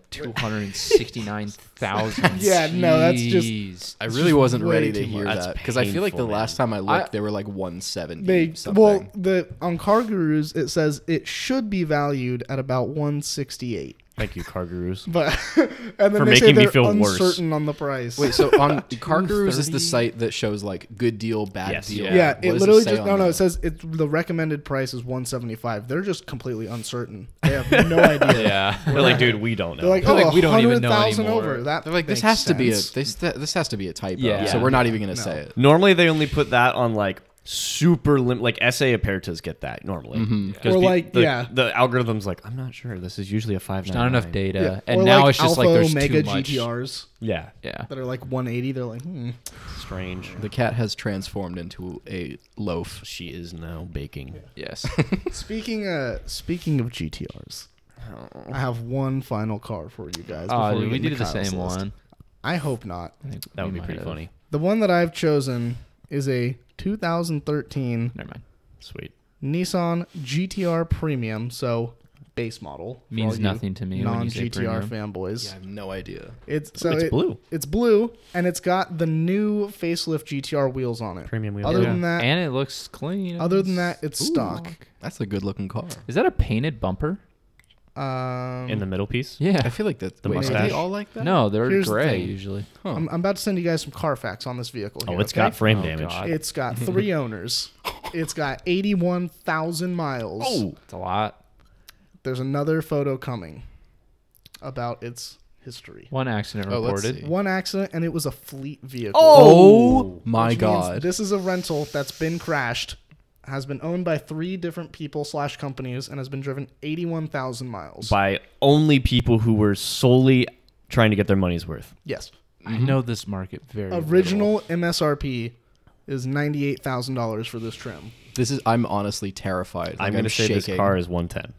[SPEAKER 3] 269,000.
[SPEAKER 1] Yeah, no, that's just-
[SPEAKER 3] Jeez.
[SPEAKER 5] I really wasn't
[SPEAKER 1] way
[SPEAKER 5] ready to
[SPEAKER 1] too
[SPEAKER 5] hear
[SPEAKER 4] much. That's
[SPEAKER 5] that because I feel like the
[SPEAKER 4] painful,
[SPEAKER 5] last time I looked,
[SPEAKER 3] I-
[SPEAKER 5] they were like 170
[SPEAKER 1] They
[SPEAKER 5] something.
[SPEAKER 1] well the on Car Gurus it says it should be valued at about 168.
[SPEAKER 4] Thank you, car gurus.
[SPEAKER 1] But and then
[SPEAKER 4] For
[SPEAKER 1] they say
[SPEAKER 4] making me
[SPEAKER 1] they're
[SPEAKER 4] feel worse.
[SPEAKER 1] uncertain on the price.
[SPEAKER 5] Wait, so on Car Gurus is the site that shows like good deal, bad
[SPEAKER 4] Yes.
[SPEAKER 5] deal.
[SPEAKER 4] Yeah.
[SPEAKER 1] yeah,
[SPEAKER 5] What
[SPEAKER 1] it
[SPEAKER 5] does
[SPEAKER 1] literally
[SPEAKER 5] say
[SPEAKER 1] just
[SPEAKER 5] on
[SPEAKER 1] no no
[SPEAKER 5] that?
[SPEAKER 1] it says it's the recommended price is 175. They're just completely uncertain. They have no idea.
[SPEAKER 3] Yeah.
[SPEAKER 4] They're like, dude, we don't know.
[SPEAKER 1] They're like,
[SPEAKER 3] They're
[SPEAKER 1] oh,
[SPEAKER 3] like, we don't even know
[SPEAKER 1] 100,000
[SPEAKER 3] anymore.
[SPEAKER 1] over. That
[SPEAKER 5] They're like this has
[SPEAKER 1] makes
[SPEAKER 5] to be a
[SPEAKER 1] sense.
[SPEAKER 5] this this has to be a typo.
[SPEAKER 3] Yeah.
[SPEAKER 5] So we're not even gonna say it.
[SPEAKER 4] Normally, they only put that on like super lim- like SA apertas get that normally.
[SPEAKER 3] Mm-hmm.
[SPEAKER 4] 'Cause
[SPEAKER 1] Or
[SPEAKER 4] pe-
[SPEAKER 1] like,
[SPEAKER 4] the,
[SPEAKER 1] yeah.
[SPEAKER 4] the algorithm's like, I'm not sure. This is usually a five.
[SPEAKER 3] There's not enough data.
[SPEAKER 1] Yeah.
[SPEAKER 3] And
[SPEAKER 1] Or
[SPEAKER 3] now
[SPEAKER 1] like
[SPEAKER 3] it's just like
[SPEAKER 1] Alpha
[SPEAKER 3] there's
[SPEAKER 1] Omega
[SPEAKER 3] too much.
[SPEAKER 1] GTRs
[SPEAKER 4] Yeah,
[SPEAKER 3] Yeah.
[SPEAKER 1] that are like 180. They're like, hmm.
[SPEAKER 4] strange.
[SPEAKER 5] The cat has transformed into a loaf.
[SPEAKER 4] She is now baking.
[SPEAKER 3] Yes.
[SPEAKER 1] Speaking uh speaking of GTRs, I have one final car for you guys.
[SPEAKER 3] Oh,
[SPEAKER 1] before
[SPEAKER 3] dude, we
[SPEAKER 1] get into
[SPEAKER 3] did the
[SPEAKER 1] Kyle's
[SPEAKER 3] same
[SPEAKER 1] list.
[SPEAKER 3] one.
[SPEAKER 1] I hope not.
[SPEAKER 3] I think
[SPEAKER 4] That would
[SPEAKER 3] we
[SPEAKER 4] be
[SPEAKER 3] might
[SPEAKER 4] pretty
[SPEAKER 3] have.
[SPEAKER 4] funny.
[SPEAKER 1] The one that I've chosen is a 2013
[SPEAKER 3] Never mind.
[SPEAKER 4] Sweet.
[SPEAKER 1] Nissan GTR Premium, so base model. for
[SPEAKER 3] Means
[SPEAKER 1] all you
[SPEAKER 3] nothing to me when you say
[SPEAKER 1] Non-GTR
[SPEAKER 3] premium.
[SPEAKER 1] fanboys.
[SPEAKER 5] Yeah, I have no idea.
[SPEAKER 1] It's so
[SPEAKER 4] it's
[SPEAKER 1] it-
[SPEAKER 4] blue.
[SPEAKER 1] It's blue, and it's got the new facelift GTR wheels on it.
[SPEAKER 4] Premium wheels,
[SPEAKER 1] Other
[SPEAKER 4] yeah.
[SPEAKER 1] than that,
[SPEAKER 3] And it looks clean.
[SPEAKER 1] other than that, it's stock.
[SPEAKER 5] That's a good looking car.
[SPEAKER 3] Is that a painted bumper?
[SPEAKER 1] Um,
[SPEAKER 4] In the middle piece.
[SPEAKER 5] I
[SPEAKER 3] Yeah.
[SPEAKER 5] feel like that.
[SPEAKER 4] The
[SPEAKER 5] wait, are
[SPEAKER 4] mustache?
[SPEAKER 5] they all like that?
[SPEAKER 3] No, they're
[SPEAKER 1] Here's the
[SPEAKER 3] gray
[SPEAKER 1] thing.
[SPEAKER 3] usually.
[SPEAKER 1] I'm, I'm about to send you guys some Carfax on this vehicle.
[SPEAKER 4] Oh,
[SPEAKER 1] here,
[SPEAKER 4] it's
[SPEAKER 1] okay?
[SPEAKER 4] got frame
[SPEAKER 3] Oh,
[SPEAKER 4] damage.
[SPEAKER 3] God.
[SPEAKER 1] It's got three owners. It's got 81,000 miles.
[SPEAKER 4] Oh.
[SPEAKER 3] It's a lot.
[SPEAKER 1] There's another photo coming about its history.
[SPEAKER 3] One accident
[SPEAKER 5] Oh, let's
[SPEAKER 3] reported.
[SPEAKER 5] see.
[SPEAKER 1] One accident, and it was a fleet vehicle.
[SPEAKER 5] Oh my
[SPEAKER 1] Which means
[SPEAKER 5] god.
[SPEAKER 1] This is a rental that's been crashed, has been owned by three different people slash companies, and has been driven 81,000 miles.
[SPEAKER 4] By only people who were solely trying to get their money's worth.
[SPEAKER 1] yes.
[SPEAKER 3] I know this market very
[SPEAKER 1] Mm-hmm. Original MSRP is $98,000 for this trim.
[SPEAKER 5] This is. I'm honestly terrified. Like,
[SPEAKER 4] I'm going to say
[SPEAKER 5] shaking.
[SPEAKER 4] this car is 110.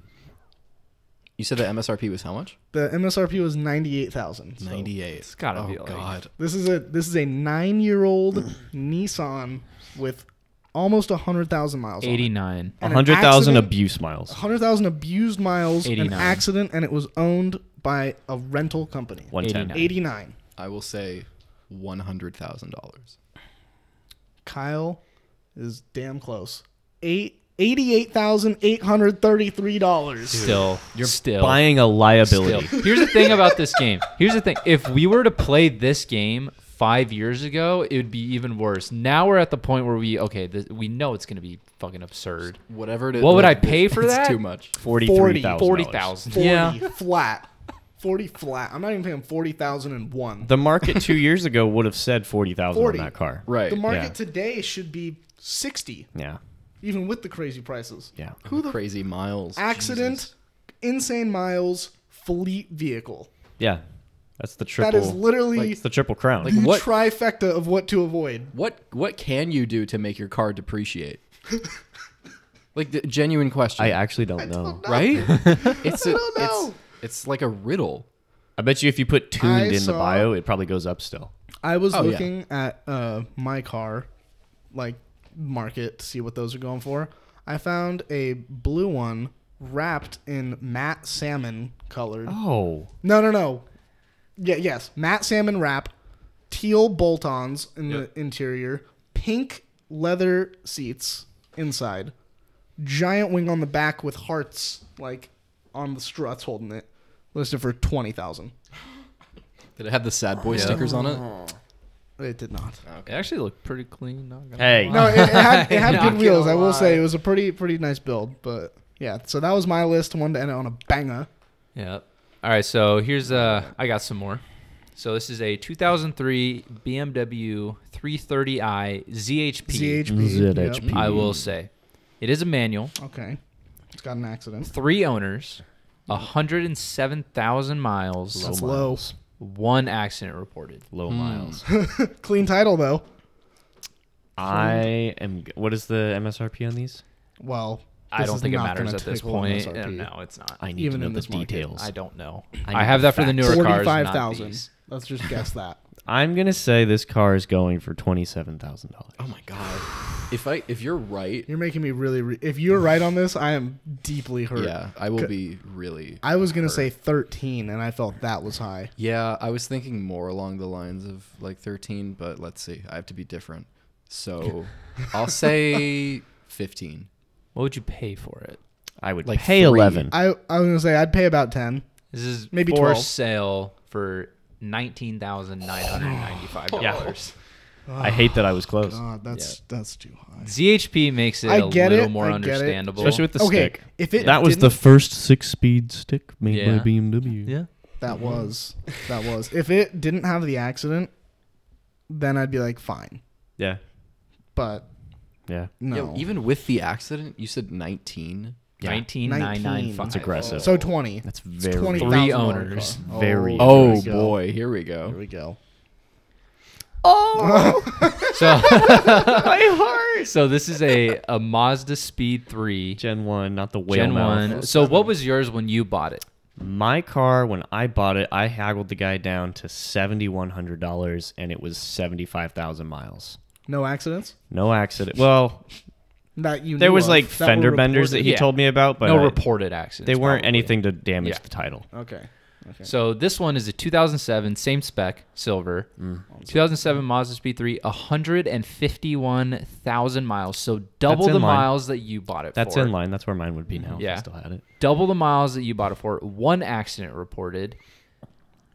[SPEAKER 5] You said the MSRP was how much?
[SPEAKER 1] The MSRP was 98,000. so-
[SPEAKER 5] 98.
[SPEAKER 3] It's gotta
[SPEAKER 5] oh,
[SPEAKER 3] be like-
[SPEAKER 5] god.
[SPEAKER 1] This is a this is a nine year old Nissan with almost hundred thousand miles.
[SPEAKER 3] Eighty nine.
[SPEAKER 1] on it. And an
[SPEAKER 4] 100,000
[SPEAKER 1] accident-
[SPEAKER 4] abuse miles.
[SPEAKER 1] hundred thousand abused miles, an
[SPEAKER 3] 89.
[SPEAKER 1] accident, and it was owned by a rental company.
[SPEAKER 4] 110.
[SPEAKER 1] Eighty nine.
[SPEAKER 5] I will say one hundred thousand dollars.
[SPEAKER 1] Kyle is damn close. Eight. Eighty-eight thousand eight hundred thirty-three dollars.
[SPEAKER 3] Still. You're still
[SPEAKER 4] Buying a
[SPEAKER 3] still.
[SPEAKER 4] liability.
[SPEAKER 3] Here's the thing about this game. Here's the thing. If we were to play this game five years ago, it would be even worse. Now we're at the point where we okay, this, we know it's gonna be fucking absurd.
[SPEAKER 5] Whatever it is.
[SPEAKER 3] What would I
[SPEAKER 5] like,
[SPEAKER 3] pay
[SPEAKER 5] it's-
[SPEAKER 3] for
[SPEAKER 5] it's
[SPEAKER 3] that?
[SPEAKER 5] Too much.
[SPEAKER 4] 43,000.
[SPEAKER 3] Forty thousand.
[SPEAKER 1] Forty
[SPEAKER 3] Yeah.
[SPEAKER 1] flat. Forty flat. I'm not even paying forty thousand and one.
[SPEAKER 4] The market two years ago would have said 40,000 on
[SPEAKER 1] 40.
[SPEAKER 4] that car.
[SPEAKER 5] Right.
[SPEAKER 1] The market
[SPEAKER 4] yeah.
[SPEAKER 1] today should be sixty,
[SPEAKER 4] Yeah.
[SPEAKER 1] even with the crazy prices.
[SPEAKER 4] Yeah.
[SPEAKER 1] Who the
[SPEAKER 5] crazy miles.
[SPEAKER 1] accident,
[SPEAKER 5] Jesus.
[SPEAKER 1] insane miles, fleet vehicle.
[SPEAKER 4] Yeah. That's the triple.
[SPEAKER 1] that is literally
[SPEAKER 4] it's the triple crown.
[SPEAKER 5] Like,
[SPEAKER 1] the
[SPEAKER 5] what-
[SPEAKER 1] trifecta of what to avoid.
[SPEAKER 5] What what can you do to make your car depreciate? like the genuine question,
[SPEAKER 4] I actually don't know.
[SPEAKER 5] right? it's a,
[SPEAKER 1] don't know.
[SPEAKER 5] It's, it's like a riddle.
[SPEAKER 4] I bet you if you put tuned
[SPEAKER 1] I
[SPEAKER 4] in the
[SPEAKER 1] saw-
[SPEAKER 4] bio, it probably goes up still.
[SPEAKER 1] I was
[SPEAKER 5] Oh, yeah.
[SPEAKER 1] looking at uh, my car, like market to see what those are going for. I found a blue one wrapped in matte salmon colored.
[SPEAKER 4] Oh,
[SPEAKER 1] No, no, no. Yeah, yes. Matte salmon wrap, teal bolt-ons in the interior, pink leather seats inside, giant wing on the back with hearts like on the struts holding it. Listed for twenty thousand.
[SPEAKER 5] Did it have the sad boy stickers on it?
[SPEAKER 1] Oh. It did not.
[SPEAKER 3] It actually looked pretty clean. Not gonna
[SPEAKER 4] Hey.
[SPEAKER 3] lie.
[SPEAKER 1] No, it, it had, it had
[SPEAKER 3] Not
[SPEAKER 1] good
[SPEAKER 3] gonna
[SPEAKER 1] wheels. I will say
[SPEAKER 3] lie.
[SPEAKER 1] it was a pretty pretty nice build, but yeah. So that was my list. One to end it on a banger.
[SPEAKER 3] Yeah. All right. So here's uh, I got some more. So this is a 2003 BMW 330i
[SPEAKER 1] ZHP.
[SPEAKER 3] ZHP.
[SPEAKER 4] ZHP.
[SPEAKER 1] yep.
[SPEAKER 3] I will say, it is a manual,
[SPEAKER 1] Okay. It's got an accident.
[SPEAKER 3] three owners, 107,000 miles,
[SPEAKER 1] That's low.
[SPEAKER 3] one accident reported.
[SPEAKER 4] low miles.
[SPEAKER 1] Clean title though.
[SPEAKER 4] I am. g- What is the MSRP on these?
[SPEAKER 1] Well,
[SPEAKER 3] I
[SPEAKER 1] this
[SPEAKER 3] don't
[SPEAKER 1] is
[SPEAKER 3] think it
[SPEAKER 1] not
[SPEAKER 3] matters
[SPEAKER 1] gonna
[SPEAKER 3] at this
[SPEAKER 1] tickle an
[SPEAKER 3] point.
[SPEAKER 1] SRP.
[SPEAKER 3] Uh, No, it's not.
[SPEAKER 4] I need
[SPEAKER 1] Even
[SPEAKER 4] to
[SPEAKER 1] in
[SPEAKER 4] know the
[SPEAKER 1] this market.
[SPEAKER 4] details.
[SPEAKER 3] I don't know.
[SPEAKER 4] I
[SPEAKER 3] I,
[SPEAKER 4] need
[SPEAKER 3] have
[SPEAKER 4] the
[SPEAKER 3] that for the
[SPEAKER 4] facts.
[SPEAKER 3] newer cars.
[SPEAKER 1] Forty-five
[SPEAKER 3] not
[SPEAKER 1] thousand.
[SPEAKER 3] these.
[SPEAKER 1] Let's just guess that.
[SPEAKER 4] I'm gonna say this car is going for twenty seven thousand
[SPEAKER 5] Oh
[SPEAKER 4] dollars.
[SPEAKER 5] my god. If I if you're right,
[SPEAKER 1] You're making me really. Re- if you're right on this, I am deeply hurt.
[SPEAKER 5] yeah, I will be really.
[SPEAKER 1] I was gonna say thirteen, and I felt that was high.
[SPEAKER 5] Yeah, I was thinking more along the lines of like 13, but let's see. I have to be different. So I'll say 15.
[SPEAKER 3] What would you pay for it?
[SPEAKER 4] I would
[SPEAKER 5] Like
[SPEAKER 4] pay
[SPEAKER 5] three.
[SPEAKER 4] eleven.
[SPEAKER 1] I I was gonna say I'd pay about ten.
[SPEAKER 3] This is
[SPEAKER 1] Maybe
[SPEAKER 3] for
[SPEAKER 1] 12.
[SPEAKER 3] sale for nineteen thousand nine hundred ninety-five dollars.
[SPEAKER 4] I hate that I was close,
[SPEAKER 1] Ah, Oh, God, that's that's too high.
[SPEAKER 3] ZHP makes it
[SPEAKER 1] I
[SPEAKER 3] a
[SPEAKER 1] get
[SPEAKER 3] little
[SPEAKER 1] it,
[SPEAKER 3] more
[SPEAKER 1] I get it.
[SPEAKER 3] understandable.
[SPEAKER 4] especially with the
[SPEAKER 1] okay,
[SPEAKER 4] stick.
[SPEAKER 1] if it
[SPEAKER 4] that was the
[SPEAKER 1] didn't-
[SPEAKER 4] first six speed stick made
[SPEAKER 3] Yeah.
[SPEAKER 4] by BMW.
[SPEAKER 3] yeah.
[SPEAKER 1] that was that was if it didn't have the accident, then I'd be like fine,
[SPEAKER 4] Yeah,
[SPEAKER 1] but
[SPEAKER 4] yeah.
[SPEAKER 1] no,
[SPEAKER 5] Yeah, even with the accident, you said 19.
[SPEAKER 4] Yeah.
[SPEAKER 3] Nineteen nine nine five.
[SPEAKER 1] That's
[SPEAKER 4] aggressive.
[SPEAKER 1] so twenty.
[SPEAKER 4] That's
[SPEAKER 1] It's
[SPEAKER 4] very.
[SPEAKER 1] twenty
[SPEAKER 3] Three
[SPEAKER 1] thousand
[SPEAKER 3] owners.
[SPEAKER 4] Very-
[SPEAKER 1] Oh,
[SPEAKER 5] Oh
[SPEAKER 1] here we go.
[SPEAKER 5] boy, here we
[SPEAKER 1] here
[SPEAKER 5] go.
[SPEAKER 1] we go.
[SPEAKER 3] So So this is a a Mazda Speed Three
[SPEAKER 4] Gen one, not the whale
[SPEAKER 3] Gen
[SPEAKER 4] mouth.
[SPEAKER 3] One. So what was yours when you bought it?
[SPEAKER 4] My car, when I bought it, I haggled the guy down to seventy one hundred dollars, and it was seventy five thousand miles.
[SPEAKER 1] No accidents.
[SPEAKER 4] No accident. Well,
[SPEAKER 1] That you.
[SPEAKER 4] there
[SPEAKER 1] knew
[SPEAKER 4] was
[SPEAKER 1] of,
[SPEAKER 4] like
[SPEAKER 1] that were
[SPEAKER 4] fender benders that
[SPEAKER 1] reported.
[SPEAKER 4] he
[SPEAKER 3] Yeah.
[SPEAKER 4] told me about, but
[SPEAKER 3] no
[SPEAKER 4] I-
[SPEAKER 3] reported accidents.
[SPEAKER 4] they weren't
[SPEAKER 3] probably.
[SPEAKER 4] anything to damage
[SPEAKER 3] Yeah. Uh,
[SPEAKER 4] the title.
[SPEAKER 1] Okay.
[SPEAKER 3] So this one is a 2007, same spec, silver.
[SPEAKER 4] Mm.
[SPEAKER 3] 2007 Mazda Speed 3, 151,000 miles. So double
[SPEAKER 4] in
[SPEAKER 3] the
[SPEAKER 4] line.
[SPEAKER 3] miles that you bought it
[SPEAKER 4] That's
[SPEAKER 3] for.
[SPEAKER 4] in line. That's where mine would be now.
[SPEAKER 3] Yeah.
[SPEAKER 4] If I still had it.
[SPEAKER 3] Double the miles that you bought it for. One accident reported.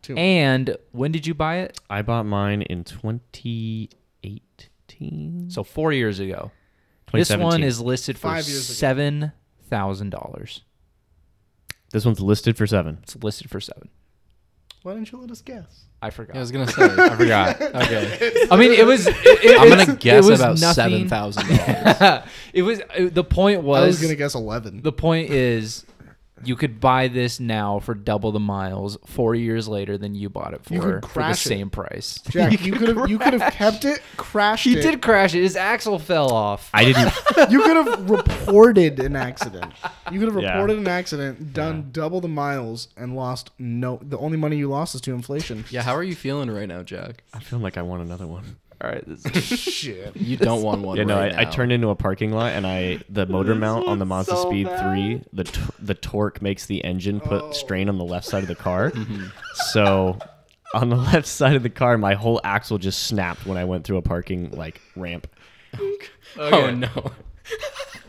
[SPEAKER 1] Two.
[SPEAKER 3] And when did you buy it?
[SPEAKER 4] I bought mine in 2018.
[SPEAKER 3] So four years ago. This one
[SPEAKER 4] 2017.
[SPEAKER 3] is listed for
[SPEAKER 1] Five years ago.
[SPEAKER 3] seven thousand dollars.
[SPEAKER 4] This one's listed for seven.
[SPEAKER 3] It's listed for seven.
[SPEAKER 1] Why didn't you let us guess?
[SPEAKER 3] I forgot.
[SPEAKER 5] Yeah, I was gonna say.
[SPEAKER 3] I forgot.
[SPEAKER 5] okay,
[SPEAKER 3] I mean, it was.
[SPEAKER 5] I'm gonna guess
[SPEAKER 3] it was
[SPEAKER 5] about
[SPEAKER 3] nothing.
[SPEAKER 5] seven thousand dollars.
[SPEAKER 3] it was it- the point was,
[SPEAKER 1] I was gonna guess eleven.
[SPEAKER 3] the point is you could buy this now for double the miles four years later than you bought it for,
[SPEAKER 1] You could
[SPEAKER 3] for the
[SPEAKER 1] crash it.
[SPEAKER 3] same price.
[SPEAKER 1] Jack, you could have you could have kept it, crashed
[SPEAKER 3] He
[SPEAKER 1] it.
[SPEAKER 3] did crash it. His axle fell off.
[SPEAKER 4] I didn't.
[SPEAKER 1] You could have reported an accident. You could have
[SPEAKER 4] Yeah.
[SPEAKER 1] reported an accident, done double the miles, and lost no. The only money you lost is to inflation.
[SPEAKER 5] Yeah, how are you feeling right now, Jack?
[SPEAKER 4] I feel like I want another one.
[SPEAKER 3] All right, this is
[SPEAKER 1] Shit.
[SPEAKER 5] You don't want one.
[SPEAKER 4] Yeah, no,
[SPEAKER 5] right
[SPEAKER 4] I, I
[SPEAKER 5] now.
[SPEAKER 4] turned into a parking lot, and I the motor mount on the Mazda Speed Three, the t- the torque makes the engine put
[SPEAKER 3] Oh.
[SPEAKER 4] strain on the left side of the car.
[SPEAKER 3] Mm-hmm.
[SPEAKER 4] So, on the left side of the car, my whole axle just snapped when I went through a parking like ramp.
[SPEAKER 5] Oh no.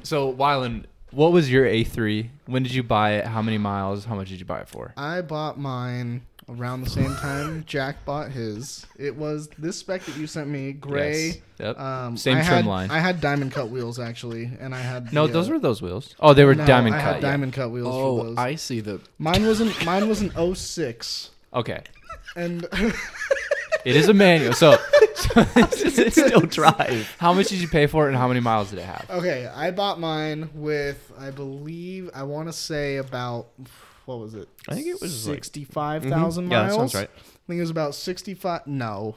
[SPEAKER 3] so Wylan, what was your A three? When did you buy it? How many miles? How much did you buy it for?
[SPEAKER 1] I bought mine around the same time Jack bought his. It was this spec that you sent me, gray.
[SPEAKER 3] Yes. Yep.
[SPEAKER 1] Um,
[SPEAKER 3] Same
[SPEAKER 1] I
[SPEAKER 3] trim
[SPEAKER 1] had-
[SPEAKER 3] line.
[SPEAKER 1] I had diamond cut wheels actually, and I had
[SPEAKER 3] no,
[SPEAKER 1] the,
[SPEAKER 3] those
[SPEAKER 1] uh,
[SPEAKER 3] were those wheels. Oh, they were
[SPEAKER 1] no,
[SPEAKER 3] diamond
[SPEAKER 1] I
[SPEAKER 3] cut.
[SPEAKER 1] Had
[SPEAKER 3] yeah.
[SPEAKER 1] diamond cut wheels. for
[SPEAKER 5] Oh,
[SPEAKER 1] those.
[SPEAKER 5] I see the.
[SPEAKER 1] mine wasn't. Mine was an 06.
[SPEAKER 3] Okay,
[SPEAKER 1] and
[SPEAKER 3] it is a manual. So, so
[SPEAKER 4] It still drives.
[SPEAKER 3] how much did you pay for it, and how many miles did it have?
[SPEAKER 1] Okay, I bought mine with I believe I want to say about what was it?
[SPEAKER 4] I think it was, like-
[SPEAKER 1] sixty-five thousand
[SPEAKER 4] Mhm. Yeah, that
[SPEAKER 1] miles.
[SPEAKER 4] sounds right.
[SPEAKER 1] I think it was about sixty-five. No,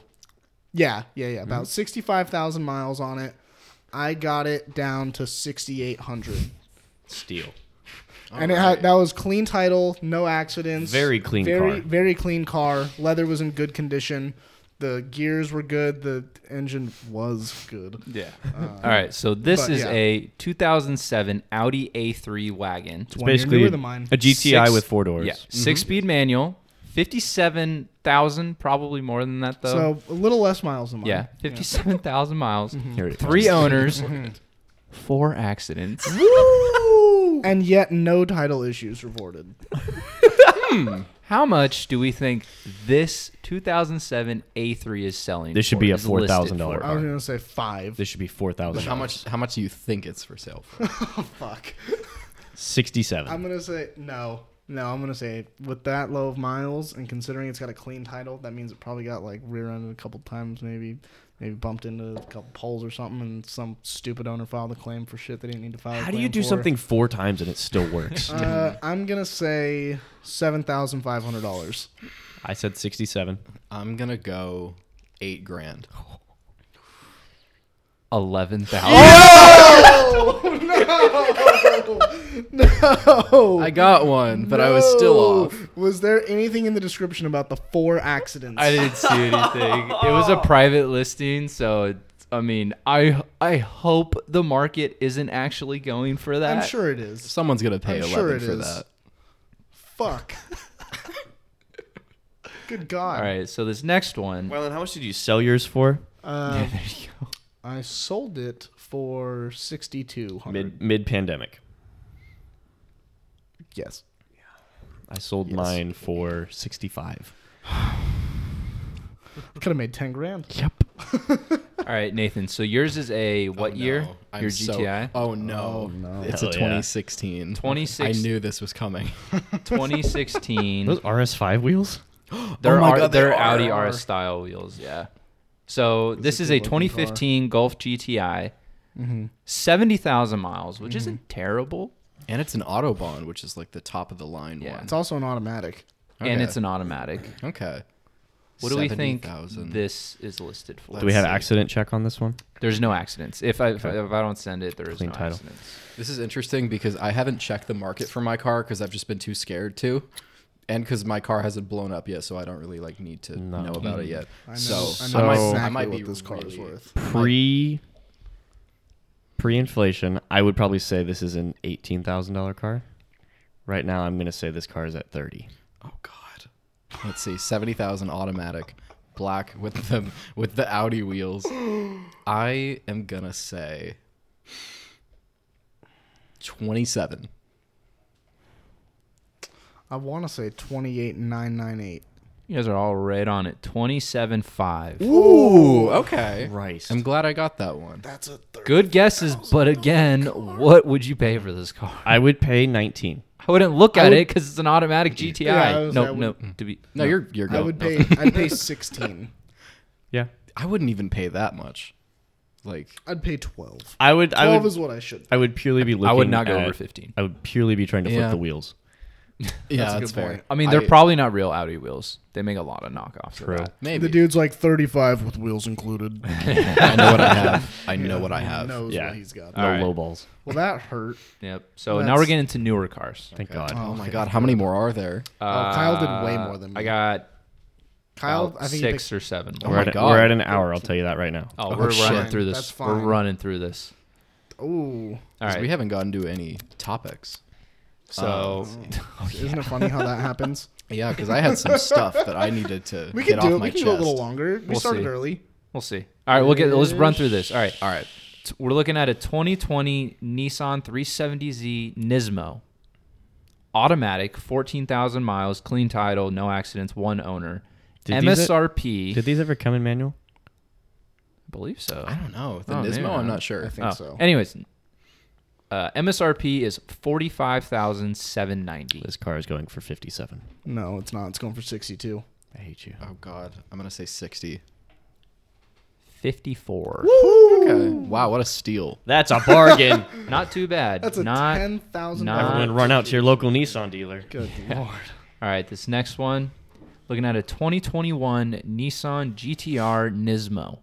[SPEAKER 1] yeah, yeah, yeah,
[SPEAKER 4] Mm-hmm.
[SPEAKER 1] about sixty-five thousand miles on it. I got it down to sixty-eight hundred,
[SPEAKER 4] Steel.
[SPEAKER 1] and it had that was clean title, no accidents,
[SPEAKER 4] Very clean car.
[SPEAKER 1] very very clean car. Leather was in good condition. The gears were good. The engine was good.
[SPEAKER 3] Yeah. All right. So this
[SPEAKER 1] Um, but
[SPEAKER 3] is
[SPEAKER 1] yeah.
[SPEAKER 3] a 2007 Audi A3 wagon.
[SPEAKER 1] It's one year newer than mine.
[SPEAKER 4] a GTI
[SPEAKER 3] Six-
[SPEAKER 4] with four doors.
[SPEAKER 3] Yeah. Six speed manual. 57,000, probably more than that though.
[SPEAKER 1] So a little less miles than mine.
[SPEAKER 3] yeah. 57,000 miles.
[SPEAKER 4] Here it
[SPEAKER 3] Three
[SPEAKER 4] comes.
[SPEAKER 3] owners.
[SPEAKER 1] Hmm.
[SPEAKER 3] four accidents.
[SPEAKER 1] And yet no title issues reported.
[SPEAKER 3] How much do we think this 2007 A3 is selling?
[SPEAKER 4] This should
[SPEAKER 3] for?
[SPEAKER 4] be a
[SPEAKER 3] Is listed
[SPEAKER 4] $4,000
[SPEAKER 3] for?
[SPEAKER 1] I was gonna say five.
[SPEAKER 4] This should be four thousand.
[SPEAKER 5] But how much? How much do you think it's for sale? For?
[SPEAKER 1] Oh, Fuck.
[SPEAKER 4] Sixty-seven.
[SPEAKER 1] I'm gonna say no. No, I'm gonna say with that low of miles and considering it's got a clean title, that means it probably got like rear-ended a couple times, maybe, maybe bumped into a couple poles or something, and some stupid owner filed a claim for shit they didn't need to file. a
[SPEAKER 4] How do
[SPEAKER 1] claim
[SPEAKER 4] you do
[SPEAKER 1] for.
[SPEAKER 4] something four times and it still works?
[SPEAKER 1] Uh, I'm gonna say seven thousand five hundred dollars.
[SPEAKER 4] I said sixty-seven.
[SPEAKER 5] I'm gonna go eight grand.
[SPEAKER 3] 11,000.
[SPEAKER 1] Oh,
[SPEAKER 5] I got one, but I was still off.
[SPEAKER 1] Was there anything in the description about the four accidents?
[SPEAKER 3] I didn't see anything. It was a private listing, so it's- I mean, I I hope the market isn't actually going for that.
[SPEAKER 1] I'm sure it is.
[SPEAKER 5] Someone's gonna pay
[SPEAKER 1] I'm
[SPEAKER 5] eleven
[SPEAKER 1] sure it
[SPEAKER 5] for
[SPEAKER 1] is.
[SPEAKER 5] that.
[SPEAKER 1] Fuck. Good God.
[SPEAKER 3] All right, so this next one.
[SPEAKER 4] Well, and how much did you sell yours for?
[SPEAKER 1] Um, I sold it for sixty-two hundred.
[SPEAKER 4] Mid mid pandemic.
[SPEAKER 1] Yes.
[SPEAKER 4] I sold mine for sixty-five.
[SPEAKER 1] Could have made ten grand.
[SPEAKER 3] All right, Nathan. So yours is a what
[SPEAKER 5] Oh,
[SPEAKER 3] year?
[SPEAKER 5] no. I'm
[SPEAKER 3] Your
[SPEAKER 5] so-
[SPEAKER 3] GTI.
[SPEAKER 5] oh no, it's
[SPEAKER 4] Hell
[SPEAKER 5] a
[SPEAKER 4] yeah.
[SPEAKER 5] 2016.
[SPEAKER 3] 26.
[SPEAKER 5] I knew this was coming.
[SPEAKER 3] 2016.
[SPEAKER 4] Those RS5 wheels?
[SPEAKER 3] They're,
[SPEAKER 5] Oh my
[SPEAKER 3] are-
[SPEAKER 5] God, they
[SPEAKER 3] they're
[SPEAKER 5] are.
[SPEAKER 3] Audi RS style wheels. Yeah. So this is a 2015 Golf GTI,
[SPEAKER 5] Mm-hmm.
[SPEAKER 3] 70,000 miles, which
[SPEAKER 1] Mm-hmm.
[SPEAKER 3] isn't terrible,
[SPEAKER 5] and it's an Autobahn, which is like the top of the line
[SPEAKER 3] Yeah.
[SPEAKER 5] one.
[SPEAKER 1] It's also an automatic.
[SPEAKER 3] and
[SPEAKER 5] Okay.
[SPEAKER 3] it's an automatic.
[SPEAKER 5] Okay.
[SPEAKER 3] What do we think
[SPEAKER 5] 70,000.
[SPEAKER 3] this is listed for?
[SPEAKER 4] Do we have
[SPEAKER 5] Let's see.
[SPEAKER 4] accident check on this one?
[SPEAKER 3] There's no accidents. If I if I, if I don't send it, there is
[SPEAKER 4] Clean
[SPEAKER 3] no
[SPEAKER 4] title.
[SPEAKER 3] accidents.
[SPEAKER 5] This is interesting because I haven't checked the market for my car because I've just been too scared to, and because my car hasn't blown up yet, so I don't really like need to know about it yet.
[SPEAKER 1] Mm. I know,
[SPEAKER 5] so
[SPEAKER 1] I know
[SPEAKER 4] I might-
[SPEAKER 1] exactly
[SPEAKER 5] I might
[SPEAKER 1] what
[SPEAKER 5] be
[SPEAKER 1] this car is
[SPEAKER 5] really-
[SPEAKER 1] worth.
[SPEAKER 4] Pre pre inflation, I would probably say this is an eighteen thousand dollar car. Right now, I'm gonna say this car is at thirty.
[SPEAKER 5] Oh God. Let's see, seventy thousand automatic, black with the with the Audi wheels. I am gonna say twenty-seven.
[SPEAKER 1] I want to say twenty-eight nine nine eight.
[SPEAKER 3] You guys are all right on it. Twenty-seven five.
[SPEAKER 5] Ooh, okay.
[SPEAKER 4] Christ.
[SPEAKER 5] I'm glad I got that one.
[SPEAKER 1] That's a third.
[SPEAKER 3] Good guesses, but again, what would you pay for this car?
[SPEAKER 4] I would pay nineteen.
[SPEAKER 3] I wouldn't look at
[SPEAKER 1] would-
[SPEAKER 3] it because it's an automatic GTI.
[SPEAKER 1] Yeah, I was- hmm. I
[SPEAKER 3] no,
[SPEAKER 1] would-
[SPEAKER 3] no. To be
[SPEAKER 5] No, you're you're good.
[SPEAKER 1] I would pay. I'd pay sixteen.
[SPEAKER 4] Yeah.
[SPEAKER 5] I wouldn't even pay that much. Like
[SPEAKER 1] I'd pay twelve.
[SPEAKER 4] I would. I
[SPEAKER 1] Twelve
[SPEAKER 4] would.
[SPEAKER 1] is what I should.
[SPEAKER 4] I would purely be looking.
[SPEAKER 3] I would not go
[SPEAKER 4] at-
[SPEAKER 3] over fifteen.
[SPEAKER 4] I would purely be trying to flip
[SPEAKER 5] Yeah.
[SPEAKER 4] the wheels.
[SPEAKER 5] yeah, that's,
[SPEAKER 1] a good
[SPEAKER 5] fair.
[SPEAKER 1] point.
[SPEAKER 3] I mean, they're probably not real Audi wheels. They make a lot of knockoffs. True.
[SPEAKER 5] maybe.
[SPEAKER 1] The dude's like thirty-five with wheels included.
[SPEAKER 5] I know what I have. I know what I have.
[SPEAKER 1] Knows
[SPEAKER 4] Yeah.
[SPEAKER 1] what he's got.
[SPEAKER 4] No
[SPEAKER 3] Alright.
[SPEAKER 4] low balls.
[SPEAKER 1] Well, that hurt.
[SPEAKER 3] Yep. So
[SPEAKER 1] Well,
[SPEAKER 3] now we're
[SPEAKER 1] that's-
[SPEAKER 3] getting into newer cars.
[SPEAKER 4] Thank God.
[SPEAKER 5] Oh my god, how many more are there?
[SPEAKER 1] Oh, Kyle did way more than me.
[SPEAKER 3] Uh, I got
[SPEAKER 1] Kyle,
[SPEAKER 3] about
[SPEAKER 1] I think he
[SPEAKER 3] six or seven.
[SPEAKER 5] Oh
[SPEAKER 3] More.
[SPEAKER 4] we're,
[SPEAKER 5] my
[SPEAKER 4] at,
[SPEAKER 5] God.
[SPEAKER 4] we're at an hour. I'll tell you that right now.
[SPEAKER 3] Oh,
[SPEAKER 5] Oh,
[SPEAKER 3] we're running
[SPEAKER 5] shit.
[SPEAKER 3] through this.
[SPEAKER 1] That's
[SPEAKER 3] We're
[SPEAKER 1] fine.
[SPEAKER 3] running through this.
[SPEAKER 1] picked- Ooh,
[SPEAKER 3] All
[SPEAKER 5] 'Cause
[SPEAKER 3] right.
[SPEAKER 5] We haven't gotten to any topics.
[SPEAKER 3] so
[SPEAKER 1] isn't it funny how that happens?
[SPEAKER 5] Yeah, because I had some stuff that I needed to
[SPEAKER 1] We
[SPEAKER 5] get
[SPEAKER 1] can do
[SPEAKER 5] off
[SPEAKER 1] it.
[SPEAKER 5] my
[SPEAKER 1] We can
[SPEAKER 5] chest.
[SPEAKER 1] go a little longer. We
[SPEAKER 3] We'll
[SPEAKER 1] started
[SPEAKER 3] see.
[SPEAKER 1] early.
[SPEAKER 3] We'll see. All right, we'll get. Let's run through this. All right,
[SPEAKER 5] All right.
[SPEAKER 3] t- we're looking at a 2020 Nissan 370Z Nismo, automatic, 14,000 miles, clean title, no accidents, one owner,
[SPEAKER 4] Did these-
[SPEAKER 3] MSRP.
[SPEAKER 4] Did these ever come in manual?
[SPEAKER 3] I believe so.
[SPEAKER 5] I don't know. The
[SPEAKER 3] Oh,
[SPEAKER 5] Nismo,
[SPEAKER 3] maybe not.
[SPEAKER 5] I'm not sure.
[SPEAKER 1] I think
[SPEAKER 3] Oh,
[SPEAKER 1] so.
[SPEAKER 3] Anyways, uh, MSRP is 45,790.
[SPEAKER 4] This car is going for fifty-seven.
[SPEAKER 1] No, it's not. It's going for sixty-two.
[SPEAKER 4] I hate you.
[SPEAKER 5] Oh god, I'm gonna say 60.
[SPEAKER 3] 54.
[SPEAKER 5] Okay. Wow, what a steal.
[SPEAKER 4] That's a bargain.
[SPEAKER 3] Not too bad.
[SPEAKER 1] That's a
[SPEAKER 3] Not.
[SPEAKER 1] ten thousand
[SPEAKER 3] not-
[SPEAKER 1] dollar.
[SPEAKER 4] Everyone, run out to your local Nissan dealer.
[SPEAKER 1] Good lord.
[SPEAKER 3] All right, this next one, looking at a 2021 Nissan GTR Nismo.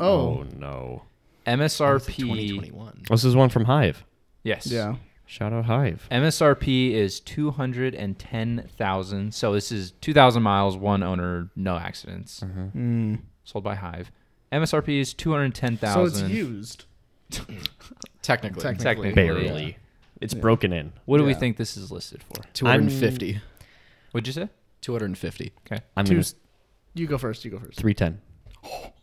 [SPEAKER 1] Oh,
[SPEAKER 4] no!
[SPEAKER 3] MSRP.
[SPEAKER 5] 2021.
[SPEAKER 4] Oh, This is one from Hive.
[SPEAKER 3] Yes.
[SPEAKER 1] yeah.
[SPEAKER 4] Shout out Hive.
[SPEAKER 3] MSRP is two hundred and ten thousand. So this is two thousand miles, one owner, no accidents.
[SPEAKER 1] Mm.
[SPEAKER 3] Sold by Hive. MSRP is two hundred ten
[SPEAKER 1] So it's
[SPEAKER 3] thousand.
[SPEAKER 1] used.
[SPEAKER 5] Technically,
[SPEAKER 1] Technically.
[SPEAKER 3] Technically,
[SPEAKER 4] Barely.
[SPEAKER 3] yeah.
[SPEAKER 4] It's broken in.
[SPEAKER 3] What do we
[SPEAKER 1] Yeah.
[SPEAKER 3] think this is listed for?
[SPEAKER 5] 250.
[SPEAKER 3] What'd you say?
[SPEAKER 5] 250.
[SPEAKER 3] Okay.
[SPEAKER 4] I'm
[SPEAKER 1] Two-
[SPEAKER 4] gonna
[SPEAKER 1] You go first. You go first.
[SPEAKER 4] three ten.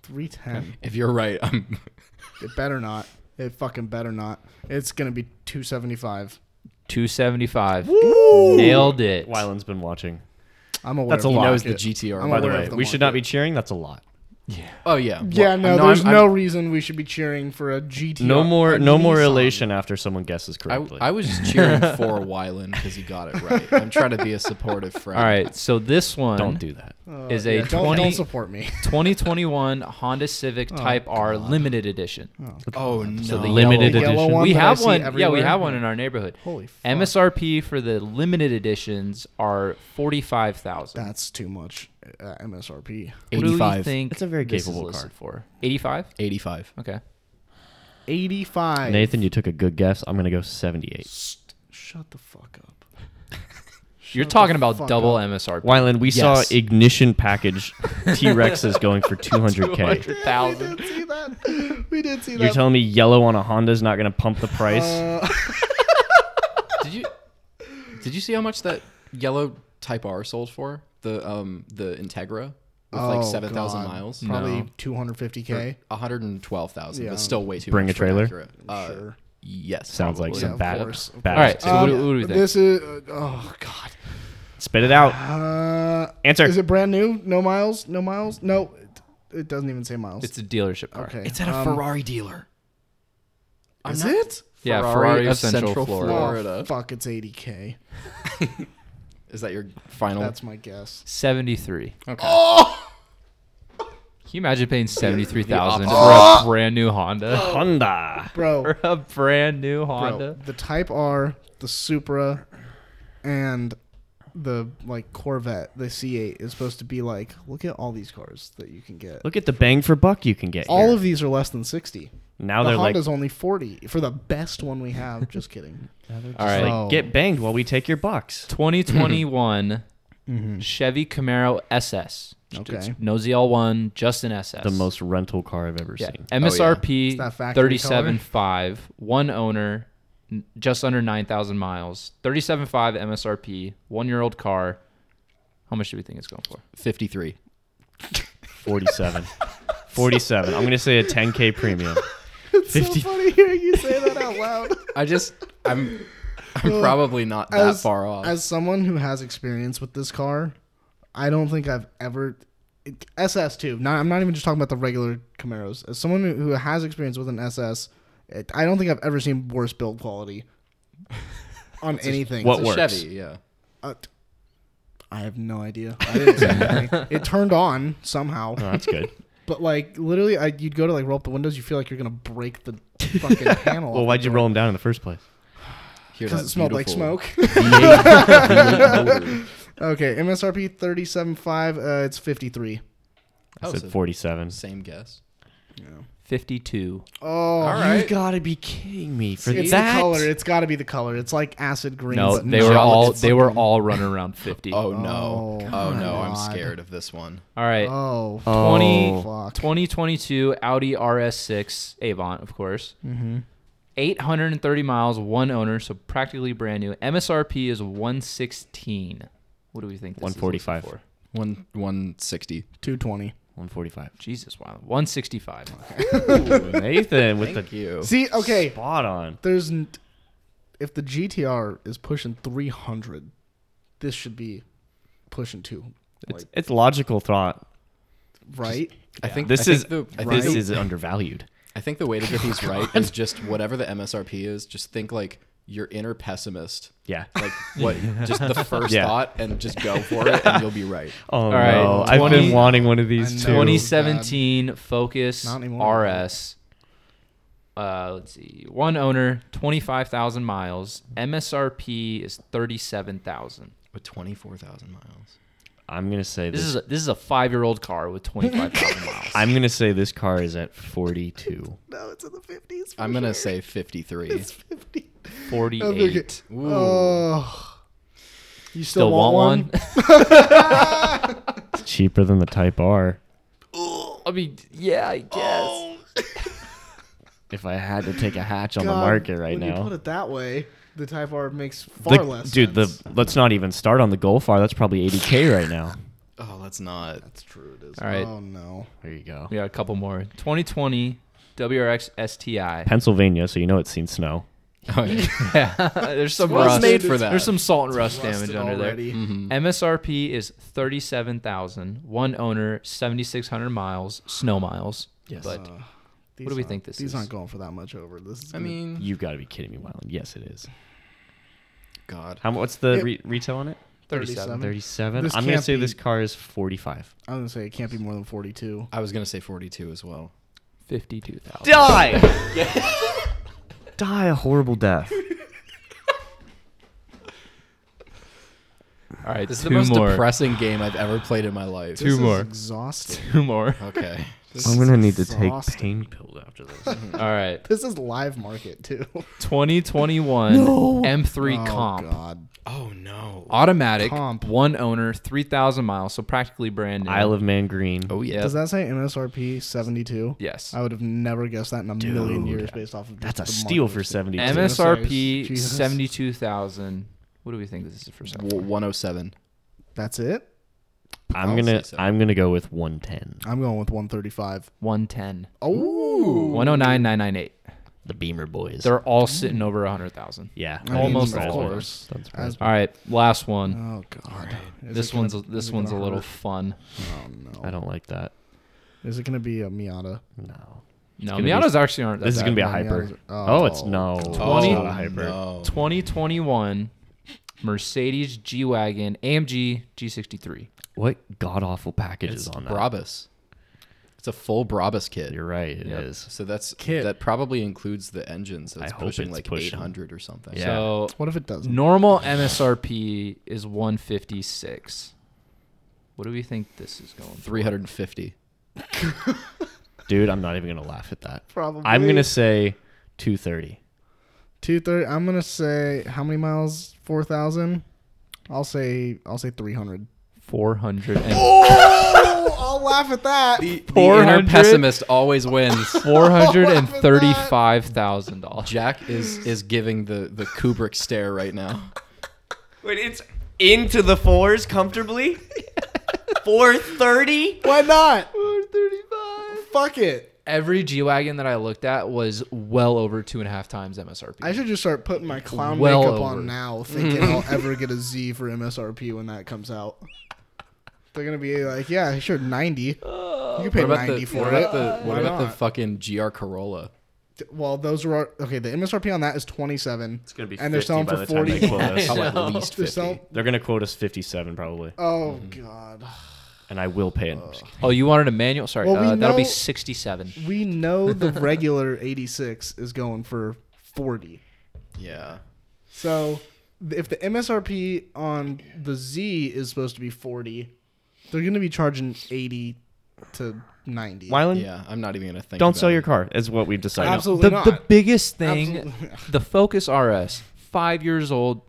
[SPEAKER 1] Three ten.
[SPEAKER 5] If you're right, I'm
[SPEAKER 1] It better not. It fucking better not. It's gonna be two seventy five.
[SPEAKER 3] Two seventy five. Nailed it.
[SPEAKER 4] Wyland's been watching.
[SPEAKER 1] I'm aware.
[SPEAKER 4] That's
[SPEAKER 1] of
[SPEAKER 4] a
[SPEAKER 1] the
[SPEAKER 4] lot.
[SPEAKER 5] knows
[SPEAKER 1] market.
[SPEAKER 5] the GTR.
[SPEAKER 1] I'm
[SPEAKER 4] By the
[SPEAKER 1] aware
[SPEAKER 4] way,
[SPEAKER 1] of the
[SPEAKER 4] we should not
[SPEAKER 1] market.
[SPEAKER 4] be cheering. That's a lot.
[SPEAKER 5] Oh yeah.
[SPEAKER 1] Yeah,
[SPEAKER 5] Well,
[SPEAKER 1] no,
[SPEAKER 5] I'm-
[SPEAKER 1] there's
[SPEAKER 5] I'm-
[SPEAKER 1] no reason we should be cheering for a GT.
[SPEAKER 4] No more,
[SPEAKER 1] a
[SPEAKER 4] no more
[SPEAKER 1] Nissan.
[SPEAKER 4] elation after someone guesses
[SPEAKER 5] I,
[SPEAKER 4] correctly.
[SPEAKER 5] I was cheering for Wyland because he got it right. I'm trying to be a supportive friend.
[SPEAKER 3] All right. So this one
[SPEAKER 4] Don't do that.
[SPEAKER 1] Uh,
[SPEAKER 3] is a
[SPEAKER 1] yeah, don't-
[SPEAKER 3] 20
[SPEAKER 1] Don't, support me.
[SPEAKER 3] 2021 Honda Civic
[SPEAKER 1] Oh,
[SPEAKER 3] Type R Limited Edition.
[SPEAKER 5] Oh no.
[SPEAKER 3] So the
[SPEAKER 4] limited
[SPEAKER 1] The
[SPEAKER 4] edition.
[SPEAKER 1] yellow one
[SPEAKER 3] we
[SPEAKER 1] that I
[SPEAKER 3] have
[SPEAKER 1] see
[SPEAKER 3] one. Yeah, we
[SPEAKER 1] everywhere?
[SPEAKER 3] have one in our neighborhood.
[SPEAKER 1] Holy fuck.
[SPEAKER 3] MSRP for the limited editions are forty five thousand.
[SPEAKER 1] That's too much. Uh, MSRP.
[SPEAKER 3] What do you
[SPEAKER 5] 85.
[SPEAKER 3] think?
[SPEAKER 4] It's a very
[SPEAKER 3] this is
[SPEAKER 4] capable
[SPEAKER 3] listed
[SPEAKER 4] car.
[SPEAKER 3] for eighty five.
[SPEAKER 5] 85.
[SPEAKER 3] Okay.
[SPEAKER 1] Eighty five.
[SPEAKER 4] Nathan, you took a good guess. I'm gonna go 78.
[SPEAKER 1] Shut the fuck up.
[SPEAKER 3] You're
[SPEAKER 1] the
[SPEAKER 3] talking about
[SPEAKER 1] fuck
[SPEAKER 3] double
[SPEAKER 1] up.
[SPEAKER 3] MSRP.
[SPEAKER 4] Wyland, we
[SPEAKER 5] Yes.
[SPEAKER 4] saw ignition package T Rexes going for 200k.
[SPEAKER 1] We
[SPEAKER 3] thousand.
[SPEAKER 1] did see that. We did see
[SPEAKER 4] You're
[SPEAKER 1] that.
[SPEAKER 4] telling me yellow on a Honda's not gonna pump the price?
[SPEAKER 1] Uh,
[SPEAKER 5] Did you Did you see how much that yellow Type R sold for? The um the Integra with like
[SPEAKER 1] Oh,
[SPEAKER 5] 7,000
[SPEAKER 1] God.
[SPEAKER 5] miles.
[SPEAKER 1] Probably 250k.
[SPEAKER 5] 112,000,
[SPEAKER 1] Yeah.
[SPEAKER 5] but still way too
[SPEAKER 4] Bring
[SPEAKER 5] much
[SPEAKER 4] a
[SPEAKER 5] for
[SPEAKER 4] trailer?
[SPEAKER 5] Acura. Uh,
[SPEAKER 1] Sure.
[SPEAKER 5] Yes.
[SPEAKER 4] Sounds like
[SPEAKER 5] probably.
[SPEAKER 4] some
[SPEAKER 1] of
[SPEAKER 4] bad,
[SPEAKER 1] course, of
[SPEAKER 4] bad.
[SPEAKER 3] All right. So
[SPEAKER 4] attitude.
[SPEAKER 3] what,
[SPEAKER 1] Um,
[SPEAKER 3] do, what do we think?
[SPEAKER 1] This is. Uh, oh god.
[SPEAKER 4] Spit it out.
[SPEAKER 1] Uh,
[SPEAKER 4] Answer.
[SPEAKER 1] Is it brand new? No miles? No miles? No. It, it doesn't even say miles.
[SPEAKER 3] it's a dealership car.
[SPEAKER 1] okay.
[SPEAKER 5] It's at a Ferrari dealer.
[SPEAKER 1] is it?
[SPEAKER 3] Yeah, Ferrari, of Central, Florida.
[SPEAKER 1] Oh, fuck, it's 80k.
[SPEAKER 5] Is that your final?
[SPEAKER 4] Oh.
[SPEAKER 1] That's my guess.
[SPEAKER 3] Seventy three.
[SPEAKER 5] okay.
[SPEAKER 3] Can you imagine paying seventy three thousand for a brand new Honda?
[SPEAKER 4] Honda.
[SPEAKER 1] Bro,
[SPEAKER 3] For a brand new
[SPEAKER 1] bro,
[SPEAKER 3] Honda.
[SPEAKER 1] the Type R, the Supra, and the like Corvette, the C8 is supposed to be like, look at all these cars that you can get.
[SPEAKER 4] Look at the bang for buck you can get.
[SPEAKER 1] all
[SPEAKER 4] here.
[SPEAKER 1] of these are less than 60.
[SPEAKER 4] now
[SPEAKER 1] the
[SPEAKER 4] they're like,
[SPEAKER 1] Honda's only 40 for the best one we have. Just kidding.
[SPEAKER 3] All right.
[SPEAKER 4] like,
[SPEAKER 1] Oh.
[SPEAKER 4] get banged while we take your bucks.
[SPEAKER 3] 2021
[SPEAKER 1] Mm-hmm.
[SPEAKER 3] Chevy Camaro SS.
[SPEAKER 1] Okay.
[SPEAKER 3] No ZL1, just an SS.
[SPEAKER 4] The most rental car I've ever
[SPEAKER 3] Oh, Yeah.
[SPEAKER 4] seen.
[SPEAKER 3] MSRP
[SPEAKER 1] Is that factory color?
[SPEAKER 3] 37.5, one owner, n- just under 9,000 miles. 37.5 MSRP, one year old car. How much do we think it's going for?
[SPEAKER 5] 53.
[SPEAKER 4] 47. 47. I'm going to say a 10K premium.
[SPEAKER 1] It's so funny hearing you say that out loud.
[SPEAKER 5] I just I'm I'm probably not that
[SPEAKER 1] as,
[SPEAKER 5] far off.
[SPEAKER 1] As someone who has experience with this car, I don't think I've ever SS2. Not I'm not even just talking about the regular Camaros. As someone who has experience with an SS, it, I don't think I've ever seen worse build quality on anything.
[SPEAKER 4] what
[SPEAKER 5] It's a
[SPEAKER 4] works?
[SPEAKER 5] Chevy, yeah.
[SPEAKER 1] Uh, t- I have no idea. I didn't see anything. it turned on somehow,
[SPEAKER 4] Oh, that's good.
[SPEAKER 1] but like literally, I, you'd go to like roll up the windows, you feel like you're gonna break the fucking panel.
[SPEAKER 4] Well, why'd you roll them down in the first place?
[SPEAKER 5] Hear
[SPEAKER 1] Because
[SPEAKER 5] that
[SPEAKER 1] it smelled like
[SPEAKER 5] beautiful
[SPEAKER 1] smoke.
[SPEAKER 5] V8 motor.
[SPEAKER 1] Okay, MSRP 37.5, uh, it's 53.
[SPEAKER 4] I
[SPEAKER 5] Oh,
[SPEAKER 4] said
[SPEAKER 5] so-
[SPEAKER 4] 47.
[SPEAKER 5] Same guess.
[SPEAKER 3] 52.
[SPEAKER 1] Oh, all
[SPEAKER 4] You got to be kidding me for
[SPEAKER 1] It's
[SPEAKER 4] that.
[SPEAKER 1] the color. It's got to be the color. It's like acid green.
[SPEAKER 3] No,
[SPEAKER 1] but
[SPEAKER 3] they
[SPEAKER 1] not.
[SPEAKER 3] were all
[SPEAKER 1] It's
[SPEAKER 3] they were
[SPEAKER 1] fucking-
[SPEAKER 3] all running around 50.
[SPEAKER 5] Oh no.
[SPEAKER 1] Oh,
[SPEAKER 5] Oh, no, I'm
[SPEAKER 1] God.
[SPEAKER 5] scared of this one.
[SPEAKER 3] All right.
[SPEAKER 1] Oh,
[SPEAKER 4] Oh.
[SPEAKER 3] 20,
[SPEAKER 1] fuck.
[SPEAKER 3] 2022 Audi RS6 Avant, of course. Mm-hmm. 830 miles, one owner, so practically brand new. MSRP is 116. What do we think? This is listed
[SPEAKER 4] 145.
[SPEAKER 3] for?
[SPEAKER 5] One 160.
[SPEAKER 1] 220.
[SPEAKER 4] 145.
[SPEAKER 3] Jesus, wow, 165.
[SPEAKER 4] Nathan with
[SPEAKER 5] Thank
[SPEAKER 4] the
[SPEAKER 5] you.
[SPEAKER 1] See, okay,
[SPEAKER 4] spot on.
[SPEAKER 1] there's n- if the GTR is pushing 300, this should be pushing two,
[SPEAKER 4] It's, it's logical thought.
[SPEAKER 1] right?
[SPEAKER 5] I think
[SPEAKER 4] This
[SPEAKER 5] I
[SPEAKER 4] is
[SPEAKER 5] think the, I think
[SPEAKER 4] this
[SPEAKER 5] the-
[SPEAKER 4] is Oh undervalued.
[SPEAKER 5] I think the way to get these right is just whatever the MSRP is, just think like your inner pessimist.
[SPEAKER 4] Yeah.
[SPEAKER 5] Like what just the first
[SPEAKER 4] Yeah.
[SPEAKER 5] thought and just go for it and you'll be right.
[SPEAKER 4] Oh
[SPEAKER 3] right,
[SPEAKER 4] no! I've
[SPEAKER 3] 20
[SPEAKER 4] been wanting one of these
[SPEAKER 1] I know.
[SPEAKER 4] too.
[SPEAKER 1] 20
[SPEAKER 3] 2017 Focus
[SPEAKER 1] Not anymore.
[SPEAKER 3] RS. Uh, let's see. One owner, 25,000 miles. MSRP is 37,000.
[SPEAKER 5] With 24,000 miles.
[SPEAKER 4] I'm gonna say
[SPEAKER 3] This
[SPEAKER 4] this.
[SPEAKER 3] is a, this is a five year old car with 25,000 miles.
[SPEAKER 4] I'm gonna say this car is at 42.
[SPEAKER 1] No, it's in the 50s.
[SPEAKER 5] I'm going to say 53.
[SPEAKER 1] It's 50.
[SPEAKER 3] Forty-eight.
[SPEAKER 1] Oh. You still,
[SPEAKER 3] Still
[SPEAKER 1] want, one?
[SPEAKER 4] It's cheaper than the Type R.
[SPEAKER 3] I mean, yeah, I guess.
[SPEAKER 4] If I had to take a hatch on the
[SPEAKER 1] God,
[SPEAKER 4] market right
[SPEAKER 1] when You
[SPEAKER 4] now,
[SPEAKER 1] put it that way, the Type R makes far
[SPEAKER 4] The-
[SPEAKER 1] less.
[SPEAKER 4] dude,
[SPEAKER 1] sense.
[SPEAKER 4] the let's not even start on the Golf R. That's probably 80k right now.
[SPEAKER 5] Oh, that's not.
[SPEAKER 1] That's true. It is.
[SPEAKER 3] All right.
[SPEAKER 1] Oh no.
[SPEAKER 4] There you go.
[SPEAKER 3] We got a couple more. 2020 WRX STI.
[SPEAKER 4] Pennsylvania, so you know it's seen snow.
[SPEAKER 5] Oh, yeah.
[SPEAKER 3] yeah, there's some
[SPEAKER 5] was
[SPEAKER 3] rust.
[SPEAKER 5] made for that.
[SPEAKER 3] There's some salt and rust
[SPEAKER 1] rusted
[SPEAKER 3] damage under
[SPEAKER 1] already.
[SPEAKER 3] there.
[SPEAKER 5] Mm-hmm.
[SPEAKER 3] MSRP is thirty-seven thousand. One owner, seventy-six hundred miles, snow miles. Yes.
[SPEAKER 1] Uh,
[SPEAKER 3] But
[SPEAKER 1] These
[SPEAKER 3] do we
[SPEAKER 1] aren't-
[SPEAKER 3] think this
[SPEAKER 1] These
[SPEAKER 3] is?
[SPEAKER 1] aren't going for that much over. This is.
[SPEAKER 5] I
[SPEAKER 1] gonna-
[SPEAKER 5] mean,
[SPEAKER 4] You've got to be kidding me, Wyland. Yes, it is.
[SPEAKER 5] God.
[SPEAKER 4] How mu- what's the
[SPEAKER 1] It-
[SPEAKER 4] re- retail on it?
[SPEAKER 1] 37.
[SPEAKER 4] 37.
[SPEAKER 1] This
[SPEAKER 4] I'm gonna
[SPEAKER 1] can't
[SPEAKER 4] say this
[SPEAKER 1] be-
[SPEAKER 4] car is 45.
[SPEAKER 1] I'm gonna say it can't be more than 42.
[SPEAKER 5] I was gonna say 42 as well.
[SPEAKER 3] fifty-two thousand.
[SPEAKER 4] Die. Die a horrible death.
[SPEAKER 3] All right,
[SPEAKER 5] This is
[SPEAKER 3] two
[SPEAKER 5] the most
[SPEAKER 3] more.
[SPEAKER 5] depressing game I've ever played in my life.
[SPEAKER 3] Two
[SPEAKER 1] This
[SPEAKER 3] more.
[SPEAKER 1] Is exhausting.
[SPEAKER 3] Two more.
[SPEAKER 5] Okay. This
[SPEAKER 4] I'm
[SPEAKER 5] is-
[SPEAKER 4] gonna need to
[SPEAKER 1] exhausting.
[SPEAKER 4] take pain pills after this.
[SPEAKER 3] All right,
[SPEAKER 1] This is live market too.
[SPEAKER 3] 2021 M3
[SPEAKER 1] oh
[SPEAKER 3] comp.
[SPEAKER 1] God.
[SPEAKER 5] oh no.
[SPEAKER 3] Automatic,
[SPEAKER 1] Comp.
[SPEAKER 3] one owner, 3,000 miles, so practically brand new.
[SPEAKER 4] Isle of Man Green.
[SPEAKER 5] Oh yeah.
[SPEAKER 3] Yep.
[SPEAKER 1] Does that say MSRP 72?
[SPEAKER 3] Yes.
[SPEAKER 1] I would have never guessed that in a million years based off of
[SPEAKER 4] That's a
[SPEAKER 1] just the
[SPEAKER 4] steal
[SPEAKER 1] market
[SPEAKER 4] for
[SPEAKER 1] it's in.
[SPEAKER 4] 72.
[SPEAKER 3] MSRP,
[SPEAKER 1] Jesus.
[SPEAKER 3] 72,000. What do we think this is for
[SPEAKER 5] W-
[SPEAKER 3] something?
[SPEAKER 5] 107.
[SPEAKER 1] That's it.
[SPEAKER 4] I'm
[SPEAKER 5] I'll
[SPEAKER 4] gonna
[SPEAKER 5] say so.
[SPEAKER 4] I'm gonna go with 110.
[SPEAKER 1] I'm going with 135.
[SPEAKER 3] 110.
[SPEAKER 1] Oh.
[SPEAKER 3] 109,998.
[SPEAKER 4] The Beamer boys.
[SPEAKER 3] They're all sitting over 100,000.
[SPEAKER 4] yeah,
[SPEAKER 1] I mean,
[SPEAKER 3] Almost
[SPEAKER 1] of
[SPEAKER 3] all of
[SPEAKER 1] course. As-
[SPEAKER 3] All right, last one.
[SPEAKER 1] Oh God. Is
[SPEAKER 3] this
[SPEAKER 1] it gonna-
[SPEAKER 3] one's
[SPEAKER 1] is
[SPEAKER 3] this
[SPEAKER 1] it
[SPEAKER 3] one's a
[SPEAKER 1] gonna
[SPEAKER 3] little
[SPEAKER 1] hurt?
[SPEAKER 3] fun.
[SPEAKER 1] Oh no.
[SPEAKER 4] I don't like that.
[SPEAKER 1] Is it gonna be a Miata?
[SPEAKER 4] No.
[SPEAKER 3] No,
[SPEAKER 4] gonna be-
[SPEAKER 3] Miatas actually aren't. that
[SPEAKER 4] This is gonna
[SPEAKER 3] bad.
[SPEAKER 4] be a
[SPEAKER 1] no,
[SPEAKER 4] hyper.
[SPEAKER 1] Miatas are-
[SPEAKER 4] Oh, it's
[SPEAKER 1] oh.
[SPEAKER 4] no.
[SPEAKER 5] Oh,
[SPEAKER 4] It's not a hyper.
[SPEAKER 5] No.
[SPEAKER 3] 2021 Mercedes G Wagon AMG G63.
[SPEAKER 4] What god awful packages
[SPEAKER 5] It's
[SPEAKER 4] on that?
[SPEAKER 5] Brabus. It's a full Brabus kit.
[SPEAKER 4] You're right. It is.
[SPEAKER 3] Yep.
[SPEAKER 5] So that's
[SPEAKER 1] Kit.
[SPEAKER 5] that probably includes the engine. So
[SPEAKER 4] I
[SPEAKER 5] it's
[SPEAKER 4] hope
[SPEAKER 5] pushing
[SPEAKER 4] it's
[SPEAKER 5] like
[SPEAKER 4] pushing.
[SPEAKER 5] 800 or something.
[SPEAKER 4] Yeah.
[SPEAKER 3] So
[SPEAKER 1] What if it doesn't?
[SPEAKER 3] normal MSRP is 156. What do we think this is going? for?
[SPEAKER 5] 350.
[SPEAKER 4] Dude, I'm not even gonna laugh at that.
[SPEAKER 1] Probably.
[SPEAKER 4] I'm gonna say 230.
[SPEAKER 1] two thirty. I'm gonna say how many miles? Four thousand. I'll say I'll say three hundred.
[SPEAKER 3] 400 and
[SPEAKER 1] oh, I'll laugh at that.
[SPEAKER 5] The inner
[SPEAKER 3] 400?
[SPEAKER 5] pessimist always wins.
[SPEAKER 3] $435,000.
[SPEAKER 5] Jack is is giving the the Kubrick stare right now.
[SPEAKER 6] When it's into the fours comfortably. 430.
[SPEAKER 1] Why not? Fuck it.
[SPEAKER 3] Every G Wagon that I looked at was well over two and a half times MSRP.
[SPEAKER 1] I should just start putting my clown
[SPEAKER 3] Well
[SPEAKER 1] makeup
[SPEAKER 3] over.
[SPEAKER 1] on now, thinking I'll ever get a Z for MSRP when that comes out. They're gonna be like, yeah, sure, ninety. You can pay
[SPEAKER 5] What about
[SPEAKER 1] ninety
[SPEAKER 5] the
[SPEAKER 1] for
[SPEAKER 5] what
[SPEAKER 1] it.
[SPEAKER 5] about the what
[SPEAKER 1] Why
[SPEAKER 5] about the
[SPEAKER 1] not?
[SPEAKER 5] fucking GR Corolla?
[SPEAKER 1] Well, those were okay. The MSRP on that is twenty-seven. It's
[SPEAKER 4] gonna be
[SPEAKER 1] and they're
[SPEAKER 4] 50
[SPEAKER 1] selling
[SPEAKER 4] by
[SPEAKER 1] for
[SPEAKER 4] the time
[SPEAKER 1] forty.
[SPEAKER 4] they quote us.
[SPEAKER 5] Probably at least
[SPEAKER 1] They're
[SPEAKER 5] 50.
[SPEAKER 1] selling.
[SPEAKER 4] They're gonna quote us 57 probably,
[SPEAKER 1] Oh god.
[SPEAKER 4] and I will pay it.
[SPEAKER 3] oh, you wanted a manual? Sorry,
[SPEAKER 1] Well, we
[SPEAKER 3] uh, that'll be
[SPEAKER 1] know-
[SPEAKER 3] 67.
[SPEAKER 1] We know the regular eighty-six is going for forty.
[SPEAKER 5] Yeah.
[SPEAKER 1] So th- if the MSRP on the Z is supposed to be forty, they're going to be charging eighty to ninety.
[SPEAKER 4] Wyland,
[SPEAKER 5] Yeah, I'm not even gonna think.
[SPEAKER 4] don't
[SPEAKER 5] about
[SPEAKER 4] sell
[SPEAKER 5] it.
[SPEAKER 4] your car. Is what we've decided.
[SPEAKER 1] Absolutely
[SPEAKER 3] The,
[SPEAKER 1] not.
[SPEAKER 3] the biggest thing,
[SPEAKER 1] Absolutely
[SPEAKER 3] the Focus RS, five years old,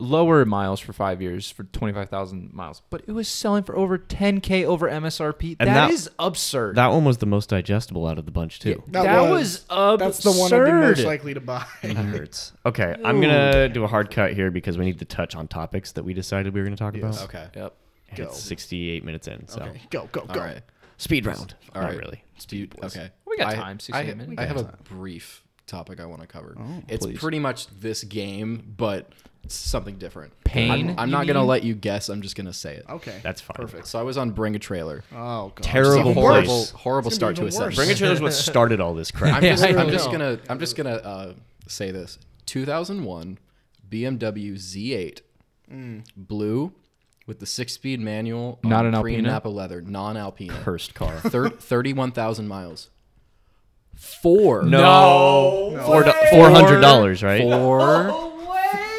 [SPEAKER 3] lower miles for five years for 25,000 miles, but it was selling for over 10K over MSRP.
[SPEAKER 4] And
[SPEAKER 3] that
[SPEAKER 4] that-
[SPEAKER 3] is absurd.
[SPEAKER 4] That one was the most digestible out of the bunch too.
[SPEAKER 3] that,
[SPEAKER 1] That
[SPEAKER 3] was,
[SPEAKER 1] was-
[SPEAKER 3] absurd.
[SPEAKER 1] That's the one I'd be most likely to buy.
[SPEAKER 4] It hurts. Okay, I'm gonna do a hard cut here because we need to touch on topics that we decided we were gonna talk about.
[SPEAKER 5] Okay.
[SPEAKER 3] Yep.
[SPEAKER 4] And
[SPEAKER 1] Go.
[SPEAKER 4] It's 68 minutes in, so
[SPEAKER 1] go go
[SPEAKER 5] All
[SPEAKER 1] go.
[SPEAKER 5] right.
[SPEAKER 4] speed round.
[SPEAKER 5] All
[SPEAKER 4] Not
[SPEAKER 5] right.
[SPEAKER 4] really.
[SPEAKER 5] Do you- okay.
[SPEAKER 3] We got
[SPEAKER 5] I-
[SPEAKER 3] time, 60
[SPEAKER 5] I,
[SPEAKER 3] minutes. We
[SPEAKER 5] I have
[SPEAKER 3] got
[SPEAKER 5] a brief topic I want to cover. it's pretty much this game, but something different.
[SPEAKER 3] Pain,
[SPEAKER 5] I'm, I'm
[SPEAKER 3] you
[SPEAKER 5] not gonna
[SPEAKER 3] mean?
[SPEAKER 5] let you guess. I'm just gonna say it.
[SPEAKER 1] Okay.
[SPEAKER 4] That's fine.
[SPEAKER 1] Perfect.
[SPEAKER 5] So I was on Bring a Trailer.
[SPEAKER 1] Oh god.
[SPEAKER 4] Terrible
[SPEAKER 1] It's even
[SPEAKER 4] place.
[SPEAKER 5] horrible,
[SPEAKER 1] worse.
[SPEAKER 5] horrible
[SPEAKER 1] It's
[SPEAKER 5] start
[SPEAKER 1] gonna be
[SPEAKER 5] to a
[SPEAKER 1] even worse.
[SPEAKER 5] sentence.
[SPEAKER 4] Bring a trailer's what started all this crap.
[SPEAKER 5] I'm just,
[SPEAKER 3] Yeah, I
[SPEAKER 5] I'm just
[SPEAKER 3] know.
[SPEAKER 5] gonna, I'm just gonna uh, say this. 2001 BMW Z8, blue, with the six-speed manual,
[SPEAKER 3] Not
[SPEAKER 5] on
[SPEAKER 3] an
[SPEAKER 5] pre
[SPEAKER 3] Alpina?
[SPEAKER 5] Napa leather, non-Alpina,
[SPEAKER 4] Cursed car.
[SPEAKER 5] Thir- 31,000 miles. Four.
[SPEAKER 4] No. Four four hundred dollars, right?
[SPEAKER 5] Four.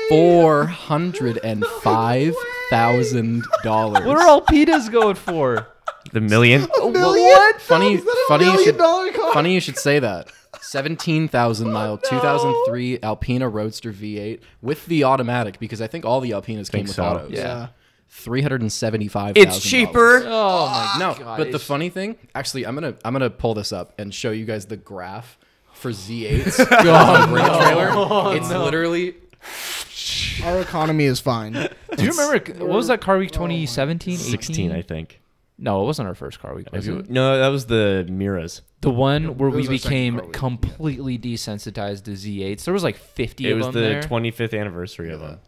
[SPEAKER 5] Four hundred and five thousand dollars.
[SPEAKER 3] What are all PETAs going for?
[SPEAKER 4] The million.
[SPEAKER 5] What? Funny,
[SPEAKER 1] Is that a
[SPEAKER 5] funny, you
[SPEAKER 1] million
[SPEAKER 5] should,
[SPEAKER 1] dollar car?
[SPEAKER 5] funny you should say that. 17,000 mile 2003 Alpina Roadster V8 with the automatic because I think all the Alpinas came with
[SPEAKER 4] so.
[SPEAKER 5] autos.
[SPEAKER 3] Yeah.
[SPEAKER 5] 375.
[SPEAKER 6] It's cheaper.
[SPEAKER 3] Oh my
[SPEAKER 5] No,
[SPEAKER 3] god.
[SPEAKER 5] but the
[SPEAKER 3] it's-
[SPEAKER 5] funny thing, actually, I'm gonna I'm gonna pull this up and show you guys the graph for Z8s. on the Brake trailer. it's literally
[SPEAKER 1] Our economy is fine.
[SPEAKER 3] Do you remember what was that car week 2017?
[SPEAKER 4] 16, I think.
[SPEAKER 3] No, it wasn't our first car week. Was it?
[SPEAKER 4] No, that was the Miras.
[SPEAKER 3] The one where we
[SPEAKER 1] was our second
[SPEAKER 3] became
[SPEAKER 1] car week, yeah.
[SPEAKER 3] completely desensitized to Z8s. There was like 50
[SPEAKER 4] It
[SPEAKER 3] of
[SPEAKER 4] was
[SPEAKER 3] them
[SPEAKER 4] the
[SPEAKER 3] there.
[SPEAKER 4] 25th anniversary of them.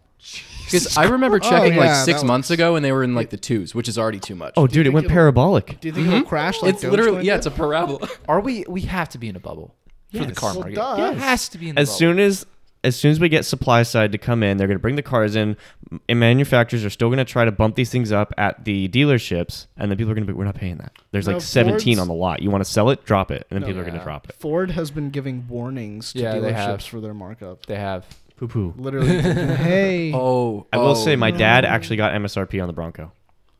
[SPEAKER 5] because I remember checking like
[SPEAKER 1] Oh, yeah,
[SPEAKER 5] six
[SPEAKER 1] that
[SPEAKER 5] months ago and they were in like the twos, which is already too much.
[SPEAKER 4] Oh, dude, it went parabolic.
[SPEAKER 1] Do you think it'll crash like
[SPEAKER 5] Mm-hmm. it's literally
[SPEAKER 1] Dogecoin
[SPEAKER 5] yeah,
[SPEAKER 1] did?
[SPEAKER 5] it's a parabola.
[SPEAKER 3] Are we? We have to be in a bubble for the car
[SPEAKER 1] Well,
[SPEAKER 3] market.
[SPEAKER 1] duh.
[SPEAKER 3] It has to be in the
[SPEAKER 4] as
[SPEAKER 3] bubble.
[SPEAKER 4] soon as as soon as we get supply side to come in, they're going to bring the cars in, m- and manufacturers are still going to try to bump these things up at the dealerships, and then people are going to be, we're not paying that. There's
[SPEAKER 1] No,
[SPEAKER 4] like 17
[SPEAKER 1] Ford's-
[SPEAKER 4] on the lot. You want to sell it, drop it, and then people are going
[SPEAKER 3] yeah.
[SPEAKER 4] to drop it.
[SPEAKER 1] Ford has been giving warnings to
[SPEAKER 3] Yeah, they have.
[SPEAKER 1] dealerships for their markup.
[SPEAKER 3] they have.
[SPEAKER 4] Poo poo.
[SPEAKER 1] Literally, hey,
[SPEAKER 5] Oh,
[SPEAKER 4] I will
[SPEAKER 5] oh,
[SPEAKER 4] say, my dad actually got MSRP on the Bronco.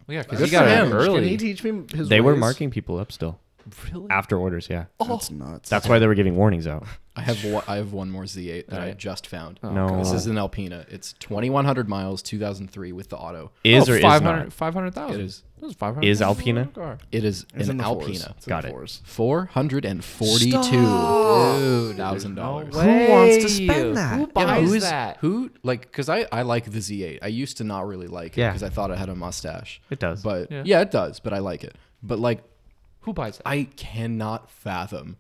[SPEAKER 3] We got
[SPEAKER 5] Good
[SPEAKER 3] because he got
[SPEAKER 5] for
[SPEAKER 3] it
[SPEAKER 5] him.
[SPEAKER 1] can he
[SPEAKER 3] early.
[SPEAKER 1] teach me his?
[SPEAKER 4] They were
[SPEAKER 1] ways? Oh.
[SPEAKER 4] marking people up still
[SPEAKER 3] Really?
[SPEAKER 4] after orders. Yeah,
[SPEAKER 1] That's nuts.
[SPEAKER 4] that's why they were giving warnings out.
[SPEAKER 5] I have one, I have one more Z8 that I just found.
[SPEAKER 4] no,
[SPEAKER 5] This is an Alpina. It's 2100 miles, 2003 with the auto.
[SPEAKER 4] is
[SPEAKER 1] Oh,
[SPEAKER 3] Oh,
[SPEAKER 4] or is not
[SPEAKER 3] 500 500,000.
[SPEAKER 5] It is.
[SPEAKER 3] That was 500.
[SPEAKER 4] Is Alpina?
[SPEAKER 3] Car.
[SPEAKER 5] It is
[SPEAKER 1] It's in
[SPEAKER 5] an
[SPEAKER 1] the fours.
[SPEAKER 5] Alpina.
[SPEAKER 1] It's in
[SPEAKER 4] Got
[SPEAKER 1] the
[SPEAKER 4] it.
[SPEAKER 1] fours.
[SPEAKER 5] Four hundred and forty-two thousand dollars.
[SPEAKER 3] Who wants to spend that? Who
[SPEAKER 5] Yeah,
[SPEAKER 3] buys
[SPEAKER 5] who is
[SPEAKER 3] that?
[SPEAKER 5] Who like? Because I I like the Z8. I used to not really like it
[SPEAKER 4] Yeah.
[SPEAKER 5] because I thought it had a mustache.
[SPEAKER 4] It does.
[SPEAKER 5] But
[SPEAKER 3] Yeah.
[SPEAKER 5] yeah. it does. But I like it. But like,
[SPEAKER 3] Who buys that?
[SPEAKER 5] I cannot fathom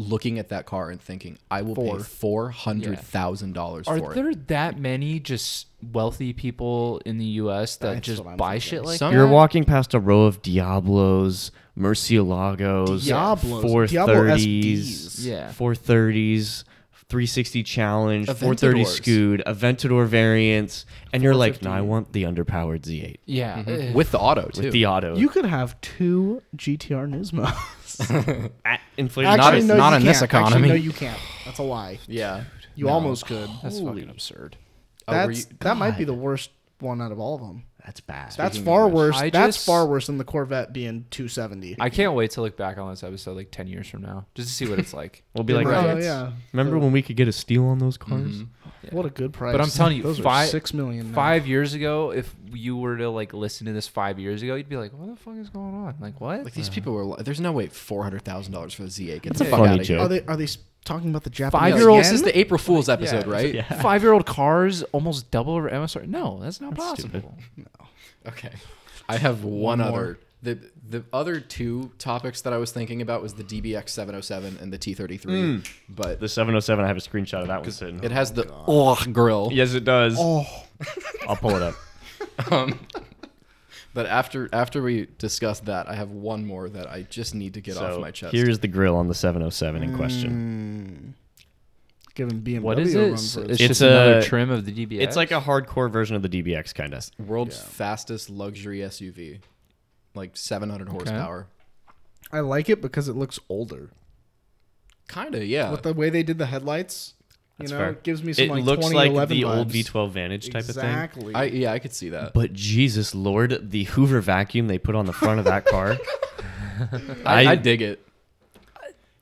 [SPEAKER 5] looking at that car and thinking I will pay four hundred thousand dollars
[SPEAKER 3] Are
[SPEAKER 5] for
[SPEAKER 3] there that many just wealthy people in the U.S. that
[SPEAKER 1] That's
[SPEAKER 3] just
[SPEAKER 1] what I'm
[SPEAKER 3] buy
[SPEAKER 1] thinking.
[SPEAKER 3] shit
[SPEAKER 5] it.
[SPEAKER 3] like
[SPEAKER 5] Some-
[SPEAKER 1] Uh,
[SPEAKER 4] You're walking past a row of Diablos, Murcielagos,
[SPEAKER 1] Diablos. Diablo
[SPEAKER 4] 430s,
[SPEAKER 1] SDs.
[SPEAKER 3] Yeah.
[SPEAKER 4] 430s, 360 Challenge, 430
[SPEAKER 5] Aventadors.
[SPEAKER 4] Scoot, Aventador variants, and you're like, no, I want the underpowered Z8
[SPEAKER 3] Yeah. eh.
[SPEAKER 5] it
[SPEAKER 3] Ugh.
[SPEAKER 5] with the auto too?
[SPEAKER 4] with the auto.
[SPEAKER 1] You could have two GTR Nismos.
[SPEAKER 4] at inflated
[SPEAKER 5] Not-
[SPEAKER 1] Actually,
[SPEAKER 4] price.
[SPEAKER 1] no,
[SPEAKER 5] not
[SPEAKER 1] you
[SPEAKER 5] in this
[SPEAKER 1] can't.
[SPEAKER 5] economy.
[SPEAKER 1] Actually, no, you can't. That's a lie.
[SPEAKER 5] yeah.
[SPEAKER 1] You almost could.
[SPEAKER 3] That's fucking absurd.
[SPEAKER 5] Oh, were
[SPEAKER 1] That's
[SPEAKER 5] you-
[SPEAKER 1] that might be the worst one out of all of them.
[SPEAKER 4] That's bad.
[SPEAKER 1] That's
[SPEAKER 5] Speaking
[SPEAKER 1] far
[SPEAKER 5] English.
[SPEAKER 1] worse.
[SPEAKER 3] I
[SPEAKER 1] that's
[SPEAKER 3] just-
[SPEAKER 1] far worse than the Corvette being 270.
[SPEAKER 3] I can't wait to look back on this episode like 10 years from now just to see what it's like.
[SPEAKER 4] We'll be like,
[SPEAKER 1] oh
[SPEAKER 4] "Right.
[SPEAKER 1] yeah. Mm-hmm.
[SPEAKER 4] remember when we could get a steal on those cars?
[SPEAKER 1] What a good price.
[SPEAKER 3] But I'm telling you,
[SPEAKER 1] Those are
[SPEAKER 3] five-
[SPEAKER 1] six million. now.
[SPEAKER 3] Five years ago, if you were to like listen to this five years ago, you'd be like, what the fuck is going on? Like, what?
[SPEAKER 5] Like these people were. li- There's no way four hundred thousand dollars for the Z8. Get the
[SPEAKER 4] a
[SPEAKER 5] fuck
[SPEAKER 4] funny
[SPEAKER 5] out of here.
[SPEAKER 4] joke.
[SPEAKER 1] Are they are they s- talking about the Japanese?
[SPEAKER 5] Yeah,
[SPEAKER 3] Five-year-olds
[SPEAKER 5] This is the April Fool's episode,
[SPEAKER 3] Yeah.
[SPEAKER 5] right?
[SPEAKER 3] Five year old cars almost double over MSR. No, that's not possible.
[SPEAKER 5] Okay. I have one, other. The the other two topics that I was thinking about was the DBX 707 and the T33, but
[SPEAKER 4] The 707, I have a screenshot of that one sitting.
[SPEAKER 5] it has the oh, grill.
[SPEAKER 4] yes, it does.
[SPEAKER 1] Oh,
[SPEAKER 4] I'll pull it up.
[SPEAKER 5] But after after we discuss that, I have one more that I just need to get off
[SPEAKER 4] so
[SPEAKER 5] my chest.
[SPEAKER 4] here's the grill on the 707 in question.
[SPEAKER 1] giving BMW
[SPEAKER 3] What is
[SPEAKER 1] a
[SPEAKER 3] it?
[SPEAKER 1] run
[SPEAKER 3] It's,
[SPEAKER 1] for its-
[SPEAKER 3] it's uh,
[SPEAKER 4] It's
[SPEAKER 3] just another
[SPEAKER 4] a-
[SPEAKER 3] trim of the DBX.
[SPEAKER 4] It's like a hardcore version of the DBX, kind of.
[SPEAKER 5] world's fastest luxury SUV, like 700 horsepower.
[SPEAKER 1] I like it because it looks older.
[SPEAKER 5] Kinda, yeah.
[SPEAKER 1] With the way they did the headlights, you know,
[SPEAKER 4] fair.
[SPEAKER 1] it gives me some
[SPEAKER 4] it
[SPEAKER 1] like
[SPEAKER 4] looks like
[SPEAKER 1] 2011
[SPEAKER 4] the old
[SPEAKER 1] vibes.
[SPEAKER 4] V12 Vantage type of thing.
[SPEAKER 1] Exactly.
[SPEAKER 5] I yeah, I could see that.
[SPEAKER 4] But Jesus Lord, the Hoover vacuum they put on the front of that car. I-
[SPEAKER 5] I, I dig it.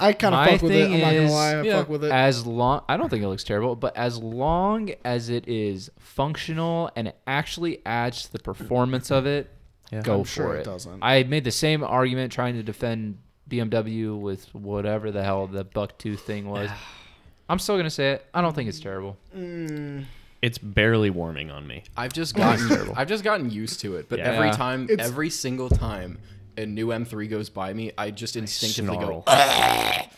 [SPEAKER 1] I kind of
[SPEAKER 3] My
[SPEAKER 1] fuck with it.
[SPEAKER 3] thing
[SPEAKER 1] I'm not gonna
[SPEAKER 3] is-
[SPEAKER 1] lie. I
[SPEAKER 5] yeah.
[SPEAKER 1] fuck with it.
[SPEAKER 3] as long I don't think it looks terrible, but as long as it is functional and it actually adds to the performance of it, go
[SPEAKER 1] I'm
[SPEAKER 3] for
[SPEAKER 1] sure
[SPEAKER 3] it.
[SPEAKER 1] it doesn't.
[SPEAKER 3] I made the same argument trying to defend BMW with whatever the hell the buck tooth thing was. I'm still gonna say it. I don't think it's terrible.
[SPEAKER 4] It's barely warming on me.
[SPEAKER 5] I've just gotten I've just gotten used to it, but
[SPEAKER 4] Yeah.
[SPEAKER 5] every
[SPEAKER 3] Yeah.
[SPEAKER 5] time
[SPEAKER 1] It's-
[SPEAKER 5] every single time a new M3 goes by me, I just instinctively
[SPEAKER 4] Snarl.
[SPEAKER 5] go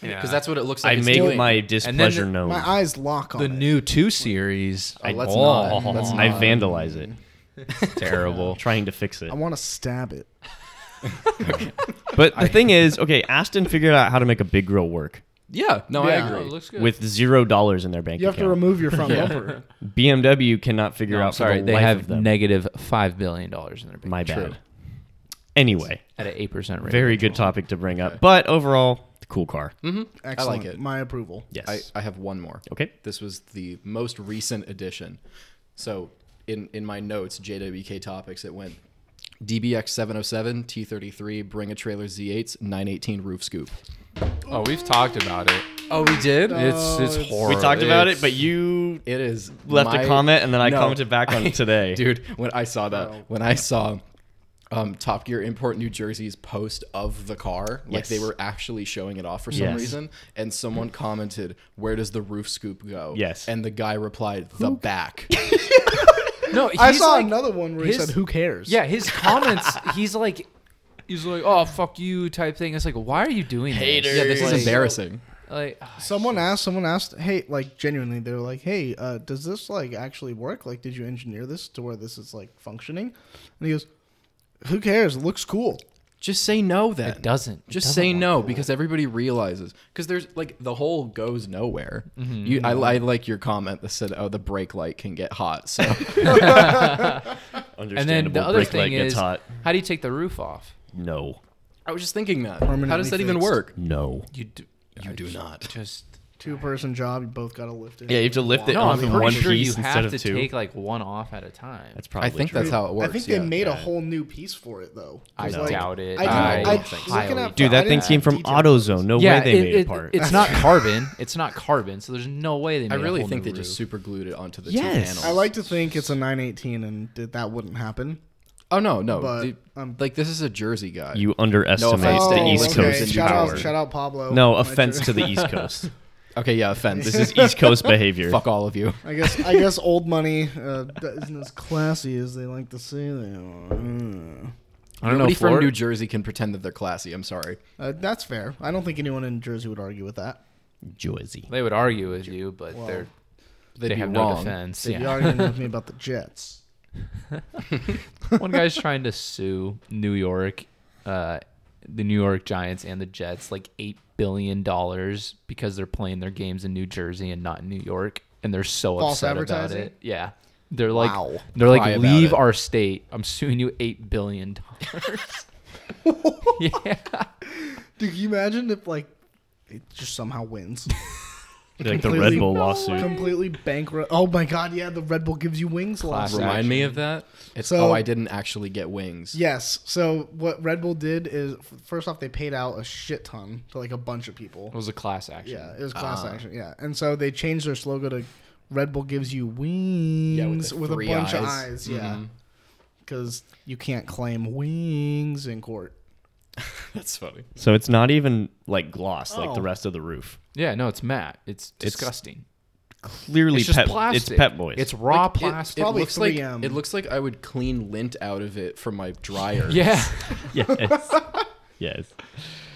[SPEAKER 5] because that's what it looks
[SPEAKER 4] I
[SPEAKER 5] like. it's
[SPEAKER 4] make
[SPEAKER 5] doing.
[SPEAKER 4] my
[SPEAKER 3] And then
[SPEAKER 4] displeasure
[SPEAKER 3] the-
[SPEAKER 4] known.
[SPEAKER 1] My eyes lock on
[SPEAKER 3] The
[SPEAKER 1] it.
[SPEAKER 3] new two series.
[SPEAKER 5] Oh, let's
[SPEAKER 3] Oh,
[SPEAKER 5] not. Let's not.
[SPEAKER 4] I vandalize it,
[SPEAKER 3] terrible.
[SPEAKER 4] trying to fix it.
[SPEAKER 1] I want to stab it.
[SPEAKER 4] But the thing is, okay, Aston figured out how to make a big grill work
[SPEAKER 5] yeah, no,
[SPEAKER 1] Yeah.
[SPEAKER 5] I
[SPEAKER 3] Oh, it
[SPEAKER 5] agree.
[SPEAKER 3] looks good.
[SPEAKER 4] with zero dollars in their bank
[SPEAKER 1] You have to
[SPEAKER 4] account.
[SPEAKER 1] remove your front bumper.
[SPEAKER 4] BMW cannot figure
[SPEAKER 3] No,
[SPEAKER 4] out.
[SPEAKER 3] I'm
[SPEAKER 4] for
[SPEAKER 3] sorry,
[SPEAKER 4] the
[SPEAKER 3] they
[SPEAKER 4] life
[SPEAKER 3] have
[SPEAKER 4] of them.
[SPEAKER 3] negative five billion dollars in their bank.
[SPEAKER 4] My bad.
[SPEAKER 3] account.
[SPEAKER 4] Anyway,
[SPEAKER 3] At an eight percent rate.
[SPEAKER 4] very good topic to bring up. But overall, cool car.
[SPEAKER 1] Excellent.
[SPEAKER 5] it.
[SPEAKER 1] My approval.
[SPEAKER 4] Yes.
[SPEAKER 5] I, I have one more.
[SPEAKER 4] okay.
[SPEAKER 5] This was the most recent addition. So in in my notes, JWK topics, it went oh DBX 707, T33, Bring a Trailer Z8s, 918 Roof Scoop.
[SPEAKER 3] Oh, we've talked about it.
[SPEAKER 6] Oh, we did.
[SPEAKER 3] It's it's horrible.
[SPEAKER 4] We talked about it, but you
[SPEAKER 5] It is
[SPEAKER 4] left
[SPEAKER 5] my-
[SPEAKER 4] a comment and then I
[SPEAKER 5] No.
[SPEAKER 4] commented back on it today.
[SPEAKER 5] dude. When I saw that, when I saw um, Top Gear Import New Jersey's post of the car, like
[SPEAKER 4] Yes.
[SPEAKER 5] they were actually showing it off for some
[SPEAKER 4] Yes.
[SPEAKER 5] reason, and someone commented, "Where does the roof scoop go?"
[SPEAKER 4] Yes.
[SPEAKER 5] and the guy replied, "The back."
[SPEAKER 3] no,
[SPEAKER 1] I
[SPEAKER 3] he's
[SPEAKER 1] saw
[SPEAKER 3] like-
[SPEAKER 1] another one where he
[SPEAKER 3] his-
[SPEAKER 1] said, "Who cares?"
[SPEAKER 3] Yeah, his comments. he's like, he's like, oh fuck you type thing. It's like, why are you doing this?
[SPEAKER 5] yeah, this is
[SPEAKER 3] like,
[SPEAKER 5] embarrassing.
[SPEAKER 3] Like,
[SPEAKER 1] Someone asked. Someone asked. Hey, like genuinely, they're like, "Hey, uh, does this like actually work? Like, did you engineer this to where this is like functioning?" And he goes, "Who cares? It looks cool."
[SPEAKER 5] Just say no then.
[SPEAKER 3] It doesn't. It
[SPEAKER 5] Just
[SPEAKER 3] doesn't
[SPEAKER 5] say
[SPEAKER 3] look
[SPEAKER 5] no because everybody realizes because there's like the whole goes nowhere.
[SPEAKER 3] Mm-hmm,
[SPEAKER 5] You, I, I like your comment that said, "Oh, the brake light can get hot." So
[SPEAKER 3] and then the
[SPEAKER 4] Understandable.
[SPEAKER 3] other
[SPEAKER 4] Brake light
[SPEAKER 3] thing
[SPEAKER 4] gets
[SPEAKER 3] is,
[SPEAKER 4] hot.
[SPEAKER 3] how do you take the roof off?
[SPEAKER 4] No.
[SPEAKER 5] I was just thinking that. How does that even
[SPEAKER 1] fixed.
[SPEAKER 5] work?
[SPEAKER 4] No.
[SPEAKER 3] You do.
[SPEAKER 5] You do not.
[SPEAKER 3] Just
[SPEAKER 1] Two person job. You both got to lift it.
[SPEAKER 4] Yeah, you have to lift it
[SPEAKER 3] no. I'm
[SPEAKER 4] off in one
[SPEAKER 3] pretty sure you
[SPEAKER 4] piece instead
[SPEAKER 3] have
[SPEAKER 4] of
[SPEAKER 3] to
[SPEAKER 4] two.
[SPEAKER 3] take like one off at a time.
[SPEAKER 4] That's
[SPEAKER 5] I
[SPEAKER 4] probably
[SPEAKER 5] think
[SPEAKER 4] true.
[SPEAKER 5] that's how it works.
[SPEAKER 1] I think
[SPEAKER 5] yeah.
[SPEAKER 1] they made a whole new piece for it though.
[SPEAKER 3] I
[SPEAKER 1] 'Cause, like,
[SPEAKER 3] doubt it.
[SPEAKER 1] I didn't-
[SPEAKER 5] I
[SPEAKER 1] I-
[SPEAKER 5] don't think so.
[SPEAKER 1] looking at-
[SPEAKER 4] Dude,
[SPEAKER 1] I
[SPEAKER 4] that thing
[SPEAKER 1] didn't
[SPEAKER 4] came
[SPEAKER 1] have
[SPEAKER 4] from
[SPEAKER 1] details.
[SPEAKER 4] AutoZone. No
[SPEAKER 3] yeah,
[SPEAKER 4] way they
[SPEAKER 3] it-
[SPEAKER 4] made
[SPEAKER 3] it-
[SPEAKER 4] it apart.
[SPEAKER 3] It's not carbon. It's not carbon. So there's no way they.
[SPEAKER 5] I
[SPEAKER 3] Made
[SPEAKER 5] really
[SPEAKER 3] a whole
[SPEAKER 5] think
[SPEAKER 3] new
[SPEAKER 5] they just
[SPEAKER 3] roof.
[SPEAKER 5] super glued it onto the two
[SPEAKER 4] Yes.
[SPEAKER 5] panels.
[SPEAKER 1] I like to think it's a 918, and that, that wouldn't happen.
[SPEAKER 5] Oh no, no.
[SPEAKER 1] But,
[SPEAKER 5] Dude,
[SPEAKER 1] um,
[SPEAKER 5] like this is a Jersey guy.
[SPEAKER 4] you underestimate
[SPEAKER 5] offense to
[SPEAKER 4] the
[SPEAKER 5] Oh,
[SPEAKER 4] East
[SPEAKER 5] okay.
[SPEAKER 4] Coast
[SPEAKER 1] Shout
[SPEAKER 4] power.
[SPEAKER 1] out, shout out, Pablo.
[SPEAKER 4] No
[SPEAKER 1] My
[SPEAKER 4] offense
[SPEAKER 1] Jer-
[SPEAKER 4] to the East Coast.
[SPEAKER 5] okay? Yeah, offense.
[SPEAKER 4] This is East Coast behavior.
[SPEAKER 5] fuck all of you.
[SPEAKER 1] I guess I guess old money uh, that isn't as classy as they like to say they are. Mm.
[SPEAKER 3] I don't know.
[SPEAKER 5] Nobody from
[SPEAKER 3] Florida-
[SPEAKER 5] New Jersey can pretend that they're classy. I'm sorry.
[SPEAKER 1] Uh, that's fair. I don't think anyone in Jersey would argue with that.
[SPEAKER 4] Jersey.
[SPEAKER 3] They would argue with you, but they're
[SPEAKER 5] They'd
[SPEAKER 3] they
[SPEAKER 5] be
[SPEAKER 3] have
[SPEAKER 5] wrong.
[SPEAKER 3] no defense.
[SPEAKER 1] They'd be
[SPEAKER 3] Yeah.
[SPEAKER 1] arguing with me about the Jets.
[SPEAKER 3] One guy's trying to sue New York, uh, the New York Giants and the Jets, like eight billion dollars because they're playing their games in New Jersey and not in New York, and they're so
[SPEAKER 1] False
[SPEAKER 3] upset about
[SPEAKER 1] advertising?
[SPEAKER 3] it. Yeah, they're like,
[SPEAKER 1] Wow.
[SPEAKER 3] they're
[SPEAKER 5] Cry
[SPEAKER 3] like,
[SPEAKER 5] about
[SPEAKER 3] leave
[SPEAKER 5] it."
[SPEAKER 3] our state. I'm suing you eight billion dollars. yeah,
[SPEAKER 1] Dude, can you imagine if like it just somehow wins?
[SPEAKER 4] Like the
[SPEAKER 1] Completely-
[SPEAKER 4] Red Bull lawsuit.
[SPEAKER 1] Completely bankrupt. Oh my god, yeah, the Red Bull gives you wings last.
[SPEAKER 3] Classic.
[SPEAKER 1] year.
[SPEAKER 5] Remind me of that. It's
[SPEAKER 1] So-
[SPEAKER 5] oh, I didn't actually get wings.
[SPEAKER 1] Yes. So what Red Bull did is f- first off they paid out a shit ton to like a bunch of people.
[SPEAKER 3] it was a class action.
[SPEAKER 1] Yeah, it was class action. Yeah, and so they changed their slogan to "Red Bull gives you wings"
[SPEAKER 5] the
[SPEAKER 1] with, a
[SPEAKER 5] three
[SPEAKER 1] bunch of
[SPEAKER 5] eyes.
[SPEAKER 1] eyes. Yeah, because you can't claim wings in court.
[SPEAKER 5] That's funny.
[SPEAKER 4] So it's not even like gloss like the
[SPEAKER 1] Oh.
[SPEAKER 4] rest of the roof.
[SPEAKER 3] Yeah, no, it's Matt. It's disgusting.
[SPEAKER 4] Clearly
[SPEAKER 3] It's, just
[SPEAKER 4] pet
[SPEAKER 3] plastic.
[SPEAKER 4] it's pet boys.
[SPEAKER 3] It's raw
[SPEAKER 5] Like, it-
[SPEAKER 3] plastic.
[SPEAKER 5] It,
[SPEAKER 1] Probably
[SPEAKER 5] looks like
[SPEAKER 1] 3M.
[SPEAKER 5] it looks like I would clean lint out of it from my dryer.
[SPEAKER 3] yeah.
[SPEAKER 4] yes. yes.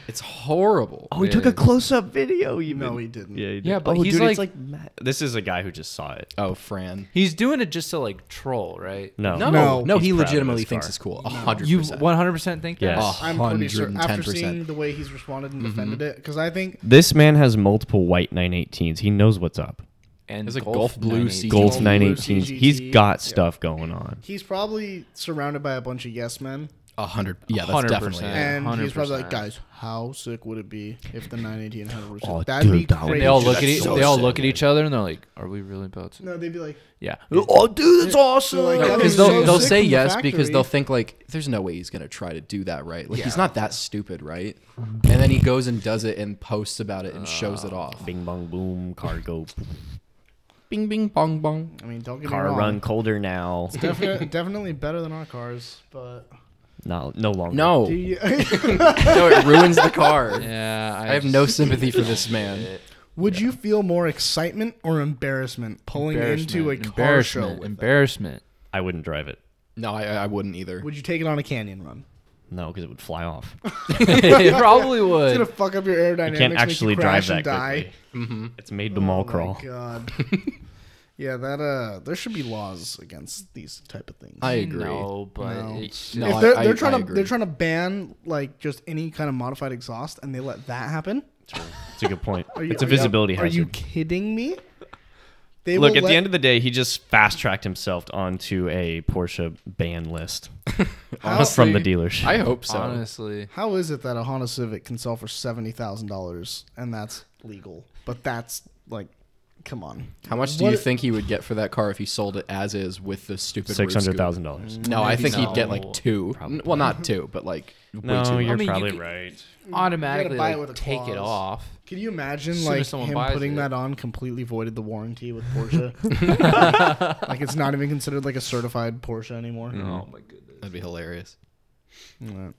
[SPEAKER 5] it's horrible.
[SPEAKER 4] Oh, he took a close up video even.
[SPEAKER 1] No, he didn't.
[SPEAKER 4] Yeah, he did.
[SPEAKER 3] Yeah, but
[SPEAKER 4] oh,
[SPEAKER 3] he's
[SPEAKER 4] dude, it's
[SPEAKER 3] like-
[SPEAKER 4] like ma- this is a guy who just saw it.
[SPEAKER 5] Oh, Fran.
[SPEAKER 3] He's doing it just to like troll, right?
[SPEAKER 4] No.
[SPEAKER 5] No,
[SPEAKER 1] No.
[SPEAKER 5] no,
[SPEAKER 4] He's
[SPEAKER 5] he
[SPEAKER 4] proud of
[SPEAKER 5] legitimately
[SPEAKER 4] his
[SPEAKER 5] thinks
[SPEAKER 4] car.
[SPEAKER 5] it's cool. A hundred
[SPEAKER 3] You
[SPEAKER 5] percent.
[SPEAKER 3] 100% think that?
[SPEAKER 4] Yes.
[SPEAKER 5] Oh.
[SPEAKER 1] I'm pretty sure after
[SPEAKER 5] 110%.
[SPEAKER 1] seeing the way he's responded and defended it, because I think
[SPEAKER 4] This man has multiple white 918s. He knows what's up.
[SPEAKER 3] And
[SPEAKER 5] It's a golf blue
[SPEAKER 3] 980.
[SPEAKER 5] sea-
[SPEAKER 4] Golf
[SPEAKER 1] Golf, blue
[SPEAKER 4] 918s. He's
[SPEAKER 1] CGT.
[SPEAKER 4] got stuff going on.
[SPEAKER 1] he's probably surrounded by a bunch of yes men,
[SPEAKER 5] A hundred. Yeah, that's
[SPEAKER 3] 100%.
[SPEAKER 5] definitely. it.
[SPEAKER 1] and he's probably
[SPEAKER 3] 100%.
[SPEAKER 1] like, "Guys, how sick would it be if the 918 had a roof?
[SPEAKER 4] Oh,
[SPEAKER 1] That'd
[SPEAKER 4] dude,
[SPEAKER 1] be
[SPEAKER 4] that would
[SPEAKER 1] crazy."
[SPEAKER 3] They all look at
[SPEAKER 5] That's
[SPEAKER 3] each,
[SPEAKER 5] so
[SPEAKER 3] they all
[SPEAKER 5] sick.
[SPEAKER 3] look at each other and they're like, "Are we really about to?"
[SPEAKER 1] No, they'd be like,
[SPEAKER 3] Yeah.
[SPEAKER 4] Oh, dude, that's awesome.
[SPEAKER 1] like, "That
[SPEAKER 5] Because
[SPEAKER 1] was
[SPEAKER 5] they'll,
[SPEAKER 1] so
[SPEAKER 5] they'll
[SPEAKER 1] sick
[SPEAKER 5] say
[SPEAKER 1] from the
[SPEAKER 5] yes because
[SPEAKER 1] factory."
[SPEAKER 5] they'll think like, "There's no way he's gonna try to do that, right? Like he's not that stupid, right?" And then he goes and does it and posts about it and shows
[SPEAKER 1] Oh.
[SPEAKER 5] it off.
[SPEAKER 4] Bing bong boom, cargo.
[SPEAKER 5] Bing, bing, bong, bong.
[SPEAKER 1] I mean, don't get me
[SPEAKER 4] Car
[SPEAKER 1] wrong.
[SPEAKER 4] run colder now.
[SPEAKER 1] Definitely, definitely better than our cars, but
[SPEAKER 4] Not no longer.
[SPEAKER 5] No,
[SPEAKER 1] Do you-
[SPEAKER 5] no, it ruins the car.
[SPEAKER 3] Yeah,
[SPEAKER 5] I have
[SPEAKER 3] just-
[SPEAKER 5] no sympathy for this man.
[SPEAKER 1] Would you feel more excitement or embarrassment pulling into a car show?
[SPEAKER 3] embarrassment.
[SPEAKER 1] with it?
[SPEAKER 3] Embarrassment.
[SPEAKER 4] I wouldn't drive it.
[SPEAKER 5] No, I, I wouldn't either.
[SPEAKER 1] Would you take it on a canyon run?
[SPEAKER 4] No, because it would fly off.
[SPEAKER 3] it probably
[SPEAKER 1] It's gonna
[SPEAKER 3] would.
[SPEAKER 1] fuck up your aerodynamics.
[SPEAKER 4] You can't
[SPEAKER 1] make
[SPEAKER 4] actually
[SPEAKER 1] you
[SPEAKER 4] drive
[SPEAKER 1] crash
[SPEAKER 4] that
[SPEAKER 1] and die.
[SPEAKER 4] quickly. It's made them all
[SPEAKER 1] Oh my
[SPEAKER 4] crawl.
[SPEAKER 1] God. yeah, that uh, there should be laws against these type of things.
[SPEAKER 5] I agree.
[SPEAKER 3] No, but
[SPEAKER 1] No.
[SPEAKER 3] it's
[SPEAKER 5] No,
[SPEAKER 3] just-
[SPEAKER 1] if
[SPEAKER 5] I-
[SPEAKER 1] they're,
[SPEAKER 5] I-
[SPEAKER 1] they're trying
[SPEAKER 5] I
[SPEAKER 1] to
[SPEAKER 5] agree.
[SPEAKER 1] they're trying to ban like just any kind of modified exhaust, and they let that happen.
[SPEAKER 4] It's a good point.
[SPEAKER 1] Are you-
[SPEAKER 4] it's a
[SPEAKER 1] are you-
[SPEAKER 4] visibility
[SPEAKER 1] Are you
[SPEAKER 4] hazard.
[SPEAKER 1] kidding me? They
[SPEAKER 4] Look,
[SPEAKER 1] will
[SPEAKER 4] at
[SPEAKER 1] let-
[SPEAKER 4] the end of the day, he just fast tracked himself onto a Porsche ban list from the dealership.
[SPEAKER 5] I hope so.
[SPEAKER 3] honestly.
[SPEAKER 1] How is it that a Honda Civic can sell for seventy thousand dollars and that's legal, but that's like Come on.
[SPEAKER 5] How much do
[SPEAKER 1] What-
[SPEAKER 5] you think he would get for that car if he sold it as is with the stupid roof scoop?
[SPEAKER 4] Six hundred thousand dollars.
[SPEAKER 5] No, I
[SPEAKER 3] Maybe
[SPEAKER 5] think he'd get
[SPEAKER 3] no.
[SPEAKER 5] like two. N- Well, not two, but like way too.
[SPEAKER 4] No,
[SPEAKER 5] much.
[SPEAKER 4] you're
[SPEAKER 3] I mean, you
[SPEAKER 4] probably
[SPEAKER 3] could-
[SPEAKER 4] right.
[SPEAKER 3] automatically
[SPEAKER 1] buy it
[SPEAKER 3] like,
[SPEAKER 1] with a
[SPEAKER 3] take it
[SPEAKER 1] clause.
[SPEAKER 3] off.
[SPEAKER 1] Can you imagine
[SPEAKER 3] Soon as
[SPEAKER 1] like
[SPEAKER 3] someone
[SPEAKER 1] him
[SPEAKER 3] buys
[SPEAKER 1] putting
[SPEAKER 3] it.
[SPEAKER 1] that on completely voided the warranty with Porsche? like it's not even considered like a certified Porsche anymore.
[SPEAKER 4] Mm.
[SPEAKER 3] Oh my goodness.
[SPEAKER 5] That'd be hilarious.
[SPEAKER 1] Right.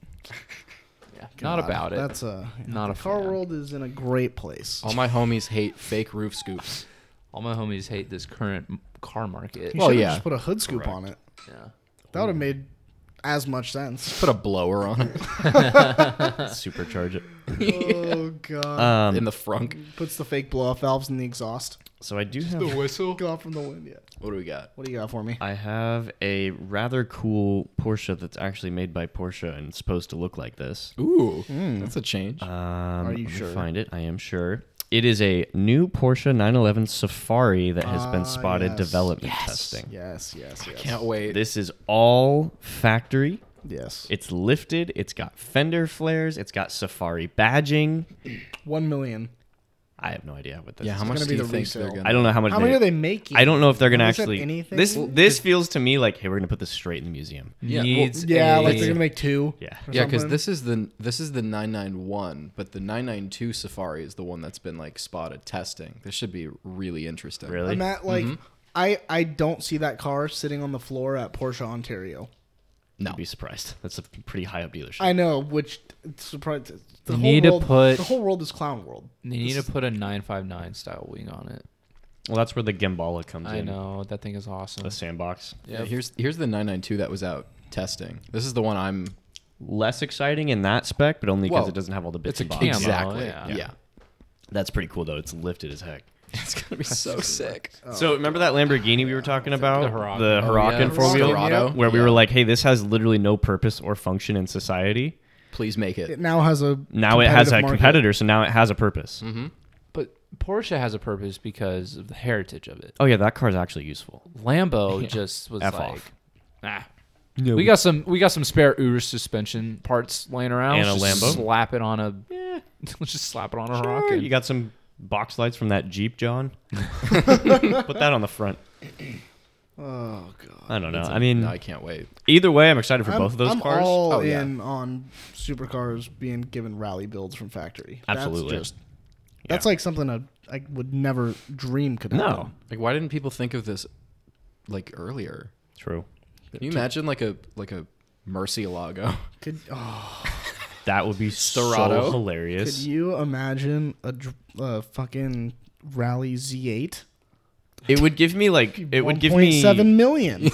[SPEAKER 3] Yeah,
[SPEAKER 1] God,
[SPEAKER 3] not about it.
[SPEAKER 1] That's a
[SPEAKER 3] Not a
[SPEAKER 1] car
[SPEAKER 3] fan.
[SPEAKER 1] world is in a great place.
[SPEAKER 5] All my homies hate fake roof scoops.
[SPEAKER 3] All my homies hate this current m- car market.
[SPEAKER 1] You
[SPEAKER 5] Well,
[SPEAKER 1] should've
[SPEAKER 5] yeah.
[SPEAKER 1] just put a hood scoop on it.
[SPEAKER 3] yeah.
[SPEAKER 1] That would have made as much sense.
[SPEAKER 5] Put a blower on it
[SPEAKER 4] Supercharge it.
[SPEAKER 1] Oh god!
[SPEAKER 4] Um,
[SPEAKER 5] in the frunk.
[SPEAKER 1] Puts the fake blow off valves in the exhaust.
[SPEAKER 4] so I do have
[SPEAKER 1] Whistle. Go off from the wind. Yeah.
[SPEAKER 5] What do we got?
[SPEAKER 1] What do you got for me?
[SPEAKER 4] I have a rather cool Porsche that's actually made by Porsche and supposed to look like this.
[SPEAKER 5] Ooh, Hmm. that's a change.
[SPEAKER 4] Um,
[SPEAKER 1] Are you
[SPEAKER 4] let me
[SPEAKER 1] sure?
[SPEAKER 4] Find it. I am sure. It is a new Porsche 911 Safari that has
[SPEAKER 1] Ah,
[SPEAKER 4] been spotted
[SPEAKER 1] yes.
[SPEAKER 4] development testing.
[SPEAKER 1] Yes. Yes. Yes.
[SPEAKER 5] Can't wait.
[SPEAKER 4] This is all factory.
[SPEAKER 1] Yes.
[SPEAKER 4] It's lifted. It's got fender flares. It's got Safari badging.
[SPEAKER 1] One million.
[SPEAKER 4] I have no idea what this.
[SPEAKER 5] yeah, how
[SPEAKER 4] is.
[SPEAKER 5] much
[SPEAKER 1] gonna
[SPEAKER 5] do
[SPEAKER 1] be
[SPEAKER 5] you
[SPEAKER 1] the
[SPEAKER 5] think
[SPEAKER 1] resale.
[SPEAKER 5] they're gonna?
[SPEAKER 4] I don't know how much.
[SPEAKER 1] How many are they making?
[SPEAKER 4] I don't know if they're gonna
[SPEAKER 1] Have they said
[SPEAKER 4] actually.
[SPEAKER 1] anything?
[SPEAKER 4] This
[SPEAKER 1] Well,
[SPEAKER 4] this feels to me like hey, we're gonna put this straight in the museum.
[SPEAKER 5] Yeah, well,
[SPEAKER 3] Needs
[SPEAKER 1] Yeah,
[SPEAKER 3] a-
[SPEAKER 1] like they're gonna make two.
[SPEAKER 4] Yeah.
[SPEAKER 1] or
[SPEAKER 5] Yeah, because
[SPEAKER 1] something.
[SPEAKER 5] this is the this is the 991, but the 992 Safari is the one that's been like spotted testing. This should be really interesting.
[SPEAKER 4] Really?
[SPEAKER 1] I'm at like I I don't see that car sitting on the floor at Porsche Ontario.
[SPEAKER 5] No.
[SPEAKER 4] I'd be surprised. That's a pretty high up dealership.
[SPEAKER 1] I know, which it's surprising. The
[SPEAKER 3] You
[SPEAKER 1] whole
[SPEAKER 3] need to
[SPEAKER 1] world,
[SPEAKER 3] put-
[SPEAKER 1] the whole world is clown world.
[SPEAKER 3] They need to put a 959 style wing on it.
[SPEAKER 4] well, that's where the Gambala comes
[SPEAKER 3] I
[SPEAKER 4] in.
[SPEAKER 3] know that thing is awesome.
[SPEAKER 4] The sandbox.
[SPEAKER 5] Yeah, here's here's the 992 that was out testing. This is the one I'm
[SPEAKER 4] Less exciting in that spec, but only because
[SPEAKER 5] Well,
[SPEAKER 4] it doesn't have all the bits
[SPEAKER 5] It's a
[SPEAKER 4] and bobs.
[SPEAKER 3] Camo,
[SPEAKER 5] exactly.
[SPEAKER 3] yeah.
[SPEAKER 5] Oh, Yeah.
[SPEAKER 4] That's pretty cool though. It's lifted as heck.
[SPEAKER 5] It's going to be so sick.
[SPEAKER 1] Oh.
[SPEAKER 4] so remember that Lamborghini we were talking about,
[SPEAKER 3] Huracan.
[SPEAKER 4] the
[SPEAKER 3] Oh,
[SPEAKER 4] Huracan
[SPEAKER 5] yeah.
[SPEAKER 4] four wheel,
[SPEAKER 5] Silverado.
[SPEAKER 4] where we
[SPEAKER 5] Yeah.
[SPEAKER 4] were like, hey, this has literally no purpose or function in society.
[SPEAKER 5] Please make it.
[SPEAKER 1] It now has a
[SPEAKER 4] Now it has a
[SPEAKER 1] competitive market.
[SPEAKER 4] competitor, so now it has a purpose.
[SPEAKER 3] But Porsche has a purpose because of the heritage of it.
[SPEAKER 4] Oh yeah, that car's actually useful.
[SPEAKER 3] Lambo just was
[SPEAKER 4] F
[SPEAKER 3] like,
[SPEAKER 4] off.
[SPEAKER 3] nah. we got some we got some spare Urus suspension parts laying around.
[SPEAKER 4] And
[SPEAKER 3] Let's
[SPEAKER 4] a
[SPEAKER 3] just
[SPEAKER 4] Lambo?
[SPEAKER 3] Slap it on a. Let's just slap it on a
[SPEAKER 4] Sure,
[SPEAKER 3] Huracan.
[SPEAKER 4] You got some box lights from that Jeep, John. Put that on the front.
[SPEAKER 1] Oh god.
[SPEAKER 4] I don't know.
[SPEAKER 5] It's a-
[SPEAKER 4] I mean,
[SPEAKER 5] no, I can't wait.
[SPEAKER 4] either way, I'm excited for
[SPEAKER 1] I'm,
[SPEAKER 4] both of those
[SPEAKER 1] I'm
[SPEAKER 4] cars.
[SPEAKER 1] all
[SPEAKER 5] Oh, yeah.
[SPEAKER 1] in on supercars being given rally builds from factory.
[SPEAKER 4] Absolutely.
[SPEAKER 1] That's, just, that's like something I, I would never dream could happen.
[SPEAKER 4] no,
[SPEAKER 5] Like why didn't people think of this like earlier?
[SPEAKER 4] true.
[SPEAKER 5] Can you imagine like a like a Murcielago?
[SPEAKER 1] Could oh,
[SPEAKER 4] That would be
[SPEAKER 5] Dorado?
[SPEAKER 4] so
[SPEAKER 1] could
[SPEAKER 4] hilarious.
[SPEAKER 1] you imagine a dr- uh, fucking rally Z8?
[SPEAKER 4] it would give me like it would give me
[SPEAKER 1] 1.7 million.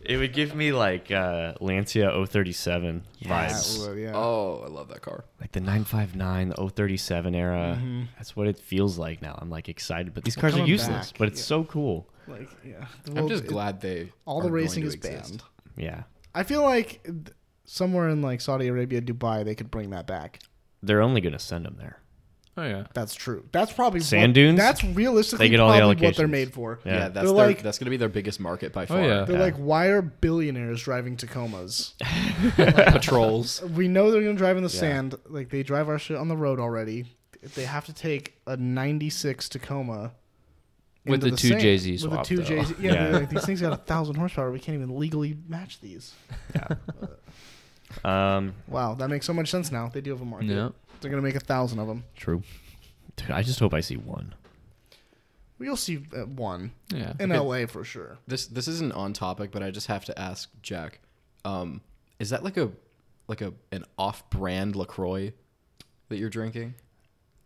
[SPEAKER 4] it would give me like uh, Lancia 037 vibes,
[SPEAKER 1] That would, yeah.
[SPEAKER 5] Oh, I love that car.
[SPEAKER 4] like the 959, the 037 era. That's what it feels like now. I'm like excited, but these cars are
[SPEAKER 1] coming
[SPEAKER 4] useless.
[SPEAKER 1] back,
[SPEAKER 4] But it's so cool.
[SPEAKER 1] Like, yeah.
[SPEAKER 5] I'm
[SPEAKER 1] Well,
[SPEAKER 5] just
[SPEAKER 1] it-
[SPEAKER 5] glad they
[SPEAKER 1] all
[SPEAKER 5] are
[SPEAKER 1] the
[SPEAKER 5] going
[SPEAKER 1] racing
[SPEAKER 5] to
[SPEAKER 1] is
[SPEAKER 5] exist.
[SPEAKER 1] banned.
[SPEAKER 4] Yeah,
[SPEAKER 1] I feel like th- somewhere in like Saudi Arabia, Dubai, they could bring that back.
[SPEAKER 4] they're only gonna send them there.
[SPEAKER 3] oh yeah.
[SPEAKER 1] That's true. That's probably
[SPEAKER 4] Sand
[SPEAKER 1] what,
[SPEAKER 4] dunes?
[SPEAKER 1] That's realistically
[SPEAKER 4] They get all the
[SPEAKER 1] probably what they're
[SPEAKER 4] allocations.
[SPEAKER 1] made for.
[SPEAKER 5] Yeah, Oh,
[SPEAKER 4] Yeah.
[SPEAKER 5] that's
[SPEAKER 1] They're
[SPEAKER 5] their,
[SPEAKER 1] like-
[SPEAKER 5] that's going to be their biggest market by far.
[SPEAKER 3] yeah.
[SPEAKER 1] They're
[SPEAKER 4] Yeah.
[SPEAKER 1] like, why are billionaires driving Tacomas?
[SPEAKER 5] Patrols.
[SPEAKER 1] we know they're gonna drive in the sand. Like they drive our shit on the road already. They have to take a '96 Tacoma.
[SPEAKER 3] With
[SPEAKER 1] into
[SPEAKER 3] the two
[SPEAKER 1] sand-
[SPEAKER 3] Jay-Z
[SPEAKER 1] with the
[SPEAKER 3] swap,
[SPEAKER 1] two
[SPEAKER 3] though.
[SPEAKER 1] Jay Z. Yeah,
[SPEAKER 4] Yeah.
[SPEAKER 1] they're like, these things got a thousand horsepower. We can't even legally match these.
[SPEAKER 4] Um,
[SPEAKER 1] Wow, that makes so much sense now. They do have a market.
[SPEAKER 3] Yeah.
[SPEAKER 1] They're gonna make a thousand of them.
[SPEAKER 4] true. Dude, I just hope I see one.
[SPEAKER 1] We'll see uh, one
[SPEAKER 3] Yeah.
[SPEAKER 1] in
[SPEAKER 5] Okay.
[SPEAKER 1] LA for sure.
[SPEAKER 5] This this isn't on topic, but I just have to ask Jack. Um, is that like a like a an off-brand Lacroix that you're drinking?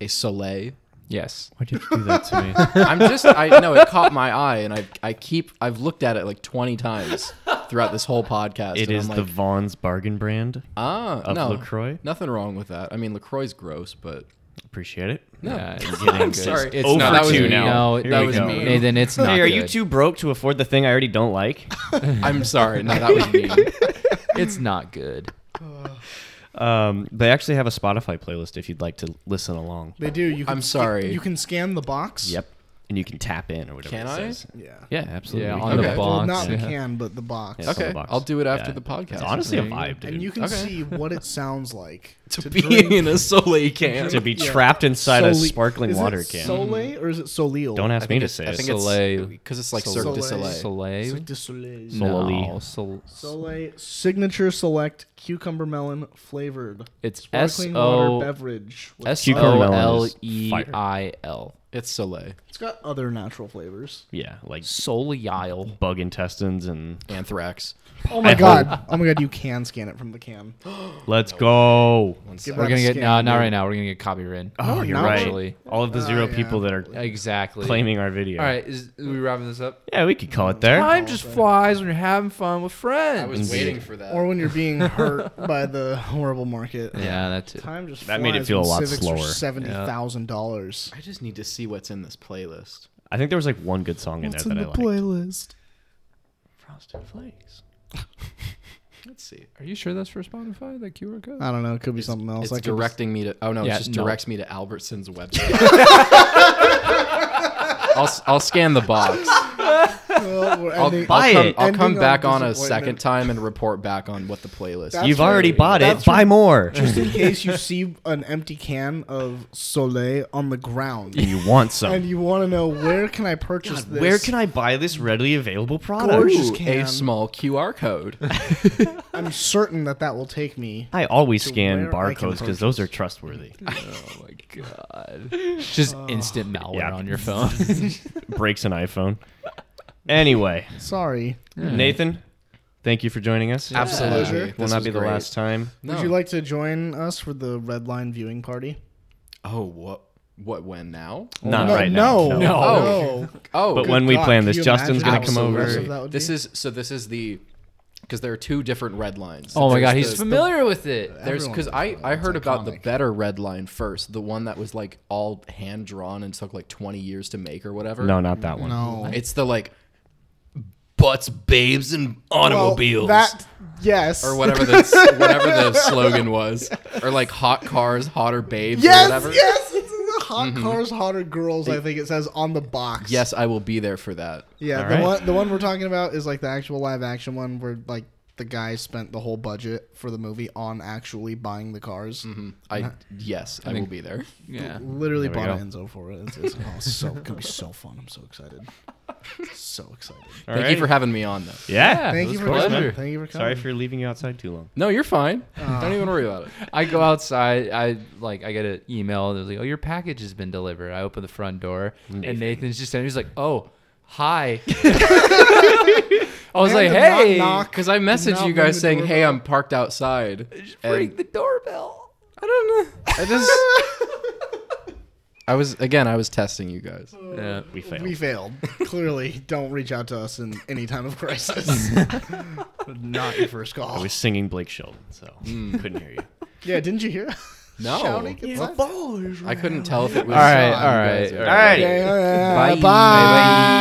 [SPEAKER 5] A Soleil?
[SPEAKER 3] Yes.
[SPEAKER 4] Why did you do that to me?
[SPEAKER 5] I'm just I know it caught my eye, and I I keep I've looked at it like 20 times throughout this whole podcast.
[SPEAKER 4] it
[SPEAKER 5] and
[SPEAKER 4] is
[SPEAKER 5] I'm
[SPEAKER 4] the
[SPEAKER 5] like,
[SPEAKER 4] Vaughn's bargain brand.
[SPEAKER 5] ah
[SPEAKER 4] of
[SPEAKER 5] no
[SPEAKER 4] LaCroix?
[SPEAKER 5] Nothing wrong with that. I mean Lacroix's gross, but
[SPEAKER 4] Appreciate it.
[SPEAKER 5] no.
[SPEAKER 3] Yeah, it's
[SPEAKER 4] Getting
[SPEAKER 5] I'm
[SPEAKER 4] good.
[SPEAKER 5] sorry.
[SPEAKER 4] It's
[SPEAKER 5] Oh
[SPEAKER 4] over
[SPEAKER 5] for
[SPEAKER 3] that was
[SPEAKER 4] two
[SPEAKER 3] me.
[SPEAKER 4] now.
[SPEAKER 3] No,
[SPEAKER 4] Here
[SPEAKER 5] that
[SPEAKER 4] we
[SPEAKER 5] was
[SPEAKER 4] go.
[SPEAKER 5] me.
[SPEAKER 3] Nathan, it's not.
[SPEAKER 4] Hey, are you
[SPEAKER 3] good.
[SPEAKER 4] too broke to afford the thing I already don't like?
[SPEAKER 5] I'm sorry. No, that was me.
[SPEAKER 3] It's not good.
[SPEAKER 4] Um, they actually have a Spotify playlist if you'd like to listen along.
[SPEAKER 1] They do. You can
[SPEAKER 5] I'm sorry.
[SPEAKER 1] You can scan the box.
[SPEAKER 4] Yep. and you can tap in or whatever.
[SPEAKER 5] Can
[SPEAKER 4] it
[SPEAKER 5] I?
[SPEAKER 4] says.
[SPEAKER 1] Yeah.
[SPEAKER 4] Yeah, absolutely.
[SPEAKER 3] Yeah,
[SPEAKER 4] You
[SPEAKER 3] on
[SPEAKER 4] can
[SPEAKER 5] the
[SPEAKER 4] do it.
[SPEAKER 5] box.
[SPEAKER 1] Well, not
[SPEAKER 3] Yeah.
[SPEAKER 1] the can, but the box.
[SPEAKER 4] Yeah, it's on the box.
[SPEAKER 5] I'll do it after the
[SPEAKER 4] It's
[SPEAKER 5] podcast.
[SPEAKER 4] honestly a
[SPEAKER 3] There you go.
[SPEAKER 4] vibe, dude.
[SPEAKER 1] And you can
[SPEAKER 5] Okay.
[SPEAKER 1] see what it sounds like
[SPEAKER 5] to, be in a Soleil can.
[SPEAKER 4] to be
[SPEAKER 1] Yeah.
[SPEAKER 4] trapped inside a
[SPEAKER 1] Sole-
[SPEAKER 4] sparkling
[SPEAKER 1] is
[SPEAKER 4] water
[SPEAKER 1] it
[SPEAKER 4] can.
[SPEAKER 1] Soleil or is it Soleil?
[SPEAKER 4] Don't ask me to
[SPEAKER 5] it's-
[SPEAKER 4] say
[SPEAKER 5] I
[SPEAKER 4] it.
[SPEAKER 5] think it's-
[SPEAKER 3] Soleil.
[SPEAKER 5] because it's like
[SPEAKER 1] Soleil.
[SPEAKER 5] Cirque du Soleil.
[SPEAKER 1] It's
[SPEAKER 3] Soleil.
[SPEAKER 1] like the Soleil.
[SPEAKER 3] No, Sol-
[SPEAKER 1] Soleil signature select cucumber melon flavored.
[SPEAKER 3] It's S
[SPEAKER 1] sparkling
[SPEAKER 3] O
[SPEAKER 1] water beverage. with-
[SPEAKER 3] S O
[SPEAKER 4] Cucumber melon
[SPEAKER 3] L
[SPEAKER 4] is
[SPEAKER 3] E
[SPEAKER 4] fire.
[SPEAKER 3] I L.
[SPEAKER 5] It's Soleil.
[SPEAKER 1] It's got other natural flavors.
[SPEAKER 4] yeah, like
[SPEAKER 3] Soleil.
[SPEAKER 4] bug intestines and
[SPEAKER 5] Anthrax.
[SPEAKER 1] Oh my
[SPEAKER 4] I
[SPEAKER 1] god! Oh my god! You can scan it from the can.
[SPEAKER 4] let's go.
[SPEAKER 1] Give
[SPEAKER 3] We're
[SPEAKER 1] that
[SPEAKER 3] gonna get
[SPEAKER 1] scan,
[SPEAKER 3] no, not
[SPEAKER 1] dude.
[SPEAKER 3] right now. We're gonna get copyrighted.
[SPEAKER 4] Oh,
[SPEAKER 1] we're
[SPEAKER 4] you're
[SPEAKER 1] not.
[SPEAKER 4] right.
[SPEAKER 3] Actually.
[SPEAKER 4] All of the
[SPEAKER 1] Ah,
[SPEAKER 4] zero people that are
[SPEAKER 3] Exactly.
[SPEAKER 4] claiming our video.
[SPEAKER 3] All right, is are we wrapping this up?
[SPEAKER 4] Yeah, we could call it there.
[SPEAKER 3] Time just flies when you're having fun with friends.
[SPEAKER 5] waiting for that.
[SPEAKER 1] Or when you're being hurt by the horrible market.
[SPEAKER 3] yeah, that's it.
[SPEAKER 1] Time just
[SPEAKER 4] That made it
[SPEAKER 1] flies
[SPEAKER 4] feel a
[SPEAKER 1] when
[SPEAKER 4] lot
[SPEAKER 1] civics
[SPEAKER 4] slower.
[SPEAKER 1] are
[SPEAKER 4] Yeah.
[SPEAKER 1] Seventy thousand dollars.
[SPEAKER 5] I just need to see what's in this playlist.
[SPEAKER 4] I think there was like one good song in there that I liked.
[SPEAKER 1] playlist?
[SPEAKER 4] Frosted Flakes.
[SPEAKER 5] Let's see.
[SPEAKER 3] Are you sure that's for Spotify? That QR code?
[SPEAKER 1] I don't know. It could be something else.
[SPEAKER 5] It's
[SPEAKER 1] I could
[SPEAKER 5] directing me to. Oh no,
[SPEAKER 3] Yeah,
[SPEAKER 5] it just
[SPEAKER 3] no.
[SPEAKER 5] directs me to Albertson's website. I'll, s- I'll scan the box.
[SPEAKER 1] just- well, we're
[SPEAKER 5] I'll,
[SPEAKER 1] ending-
[SPEAKER 5] I'll come,
[SPEAKER 4] it.
[SPEAKER 5] I'll come
[SPEAKER 1] Ending on
[SPEAKER 5] back on a
[SPEAKER 1] disappointment.
[SPEAKER 5] second time and report back on what the playlist.
[SPEAKER 1] That's
[SPEAKER 5] is.
[SPEAKER 4] You've already
[SPEAKER 1] right.
[SPEAKER 4] bought it.
[SPEAKER 1] That's
[SPEAKER 4] Buy
[SPEAKER 1] right.
[SPEAKER 4] more.
[SPEAKER 1] just in case you see an empty can of Soleil on the ground
[SPEAKER 4] and you want some.
[SPEAKER 1] and you want to know where can I purchase this?
[SPEAKER 4] Where can I buy this readily available product?
[SPEAKER 1] Gorgeous
[SPEAKER 5] Ooh,
[SPEAKER 1] can.
[SPEAKER 5] a small QR code.
[SPEAKER 1] I'm certain that that will take me.
[SPEAKER 4] I always scan
[SPEAKER 1] where I can
[SPEAKER 4] barcodes because those are trustworthy.
[SPEAKER 3] Oh my god! Oh. Just instant malware
[SPEAKER 4] yeah.
[SPEAKER 3] on your phone.
[SPEAKER 4] Breaks an iPhone. Anyway,
[SPEAKER 1] Sorry.
[SPEAKER 4] Nathan, thank you for joining us.
[SPEAKER 5] Absolutely,
[SPEAKER 4] Will
[SPEAKER 5] This
[SPEAKER 4] not
[SPEAKER 5] was
[SPEAKER 4] be the
[SPEAKER 5] great.
[SPEAKER 4] last time.
[SPEAKER 5] No.
[SPEAKER 1] Would you like to join us for the red line viewing party?
[SPEAKER 5] Oh, what? What? When now?
[SPEAKER 4] Not
[SPEAKER 1] no,
[SPEAKER 4] right now.
[SPEAKER 1] No.
[SPEAKER 5] No.
[SPEAKER 1] no.
[SPEAKER 5] Oh,
[SPEAKER 4] But when we
[SPEAKER 1] God,
[SPEAKER 4] plan
[SPEAKER 1] can
[SPEAKER 4] this,
[SPEAKER 1] you
[SPEAKER 4] Justin's
[SPEAKER 1] imagine
[SPEAKER 4] going to
[SPEAKER 1] how
[SPEAKER 4] come over.
[SPEAKER 1] subversive that would
[SPEAKER 5] this
[SPEAKER 1] be?
[SPEAKER 5] is so. This is the because there are two different red lines.
[SPEAKER 3] oh my god,
[SPEAKER 5] There's
[SPEAKER 3] he's
[SPEAKER 5] the-
[SPEAKER 3] familiar with it.
[SPEAKER 5] There's
[SPEAKER 1] Everyone
[SPEAKER 5] because
[SPEAKER 1] knows
[SPEAKER 5] I I heard about the
[SPEAKER 1] iconic.
[SPEAKER 5] better red line first, the one that was like all hand drawn and took like 20 years to make or whatever.
[SPEAKER 4] No, not that one.
[SPEAKER 1] no
[SPEAKER 5] it's the like
[SPEAKER 6] Butts, babes, and automobiles.
[SPEAKER 1] Well, that yes
[SPEAKER 5] or whatever the whatever the slogan was, or like hot cars, hotter babes, or
[SPEAKER 1] Yes,
[SPEAKER 5] whatever.
[SPEAKER 1] yes. It's the hot cars, hotter girls. I think it says on the box.
[SPEAKER 5] Yes, I will be there for that.
[SPEAKER 1] Yeah.
[SPEAKER 4] All
[SPEAKER 1] the
[SPEAKER 4] right.
[SPEAKER 1] one the one we're talking about is like the actual live action one where like the guy spent the whole budget for the movie on actually buying the cars.
[SPEAKER 5] I yes, I will be there.
[SPEAKER 3] Yeah.
[SPEAKER 1] Literally
[SPEAKER 4] There we
[SPEAKER 1] bought an Enzo for it. It's, it's, oh, it's so gonna be so fun. I'm so excited. So excited.
[SPEAKER 4] All
[SPEAKER 5] Thank
[SPEAKER 4] right.
[SPEAKER 5] you for having me on, though.
[SPEAKER 4] Yeah.
[SPEAKER 1] Thank you
[SPEAKER 3] was
[SPEAKER 1] for
[SPEAKER 3] a
[SPEAKER 1] coming.
[SPEAKER 3] pleasure.
[SPEAKER 1] Thank you for coming.
[SPEAKER 4] Sorry for leaving you outside too long.
[SPEAKER 5] No, you're fine. Don't even worry about it.
[SPEAKER 3] I go outside. I like. I get an email. And they're like, "Oh, your package has been delivered." I open the front door, and Nathan's just standing. He's like, "Oh, hi." I was
[SPEAKER 1] Man,
[SPEAKER 3] like,
[SPEAKER 1] the knock,
[SPEAKER 3] "Hey,"
[SPEAKER 1] knock.
[SPEAKER 5] Because I messaged
[SPEAKER 1] Not
[SPEAKER 5] you
[SPEAKER 1] ring
[SPEAKER 5] guys
[SPEAKER 1] the
[SPEAKER 5] saying, "Hey,
[SPEAKER 1] doorbell.
[SPEAKER 5] I'm parked outside."
[SPEAKER 3] ring
[SPEAKER 5] And
[SPEAKER 3] the doorbell. I don't know.
[SPEAKER 5] I just, I was again, I was testing you guys.
[SPEAKER 3] Yeah.
[SPEAKER 4] We failed.
[SPEAKER 1] We failed. Clearly, don't reach out to us in any time of crisis. Not your first
[SPEAKER 4] I
[SPEAKER 1] call.
[SPEAKER 4] was singing Blake Shelton, so
[SPEAKER 5] Mm.
[SPEAKER 4] couldn't hear you.
[SPEAKER 1] Yeah, didn't you hear?
[SPEAKER 5] No,
[SPEAKER 1] Shouting at the
[SPEAKER 5] I couldn't tell if it was.
[SPEAKER 3] All right.
[SPEAKER 5] you
[SPEAKER 3] All
[SPEAKER 5] guys
[SPEAKER 3] right.
[SPEAKER 5] or-
[SPEAKER 3] All right.
[SPEAKER 1] Okay, all right, all right,
[SPEAKER 3] Bye.
[SPEAKER 1] Bye.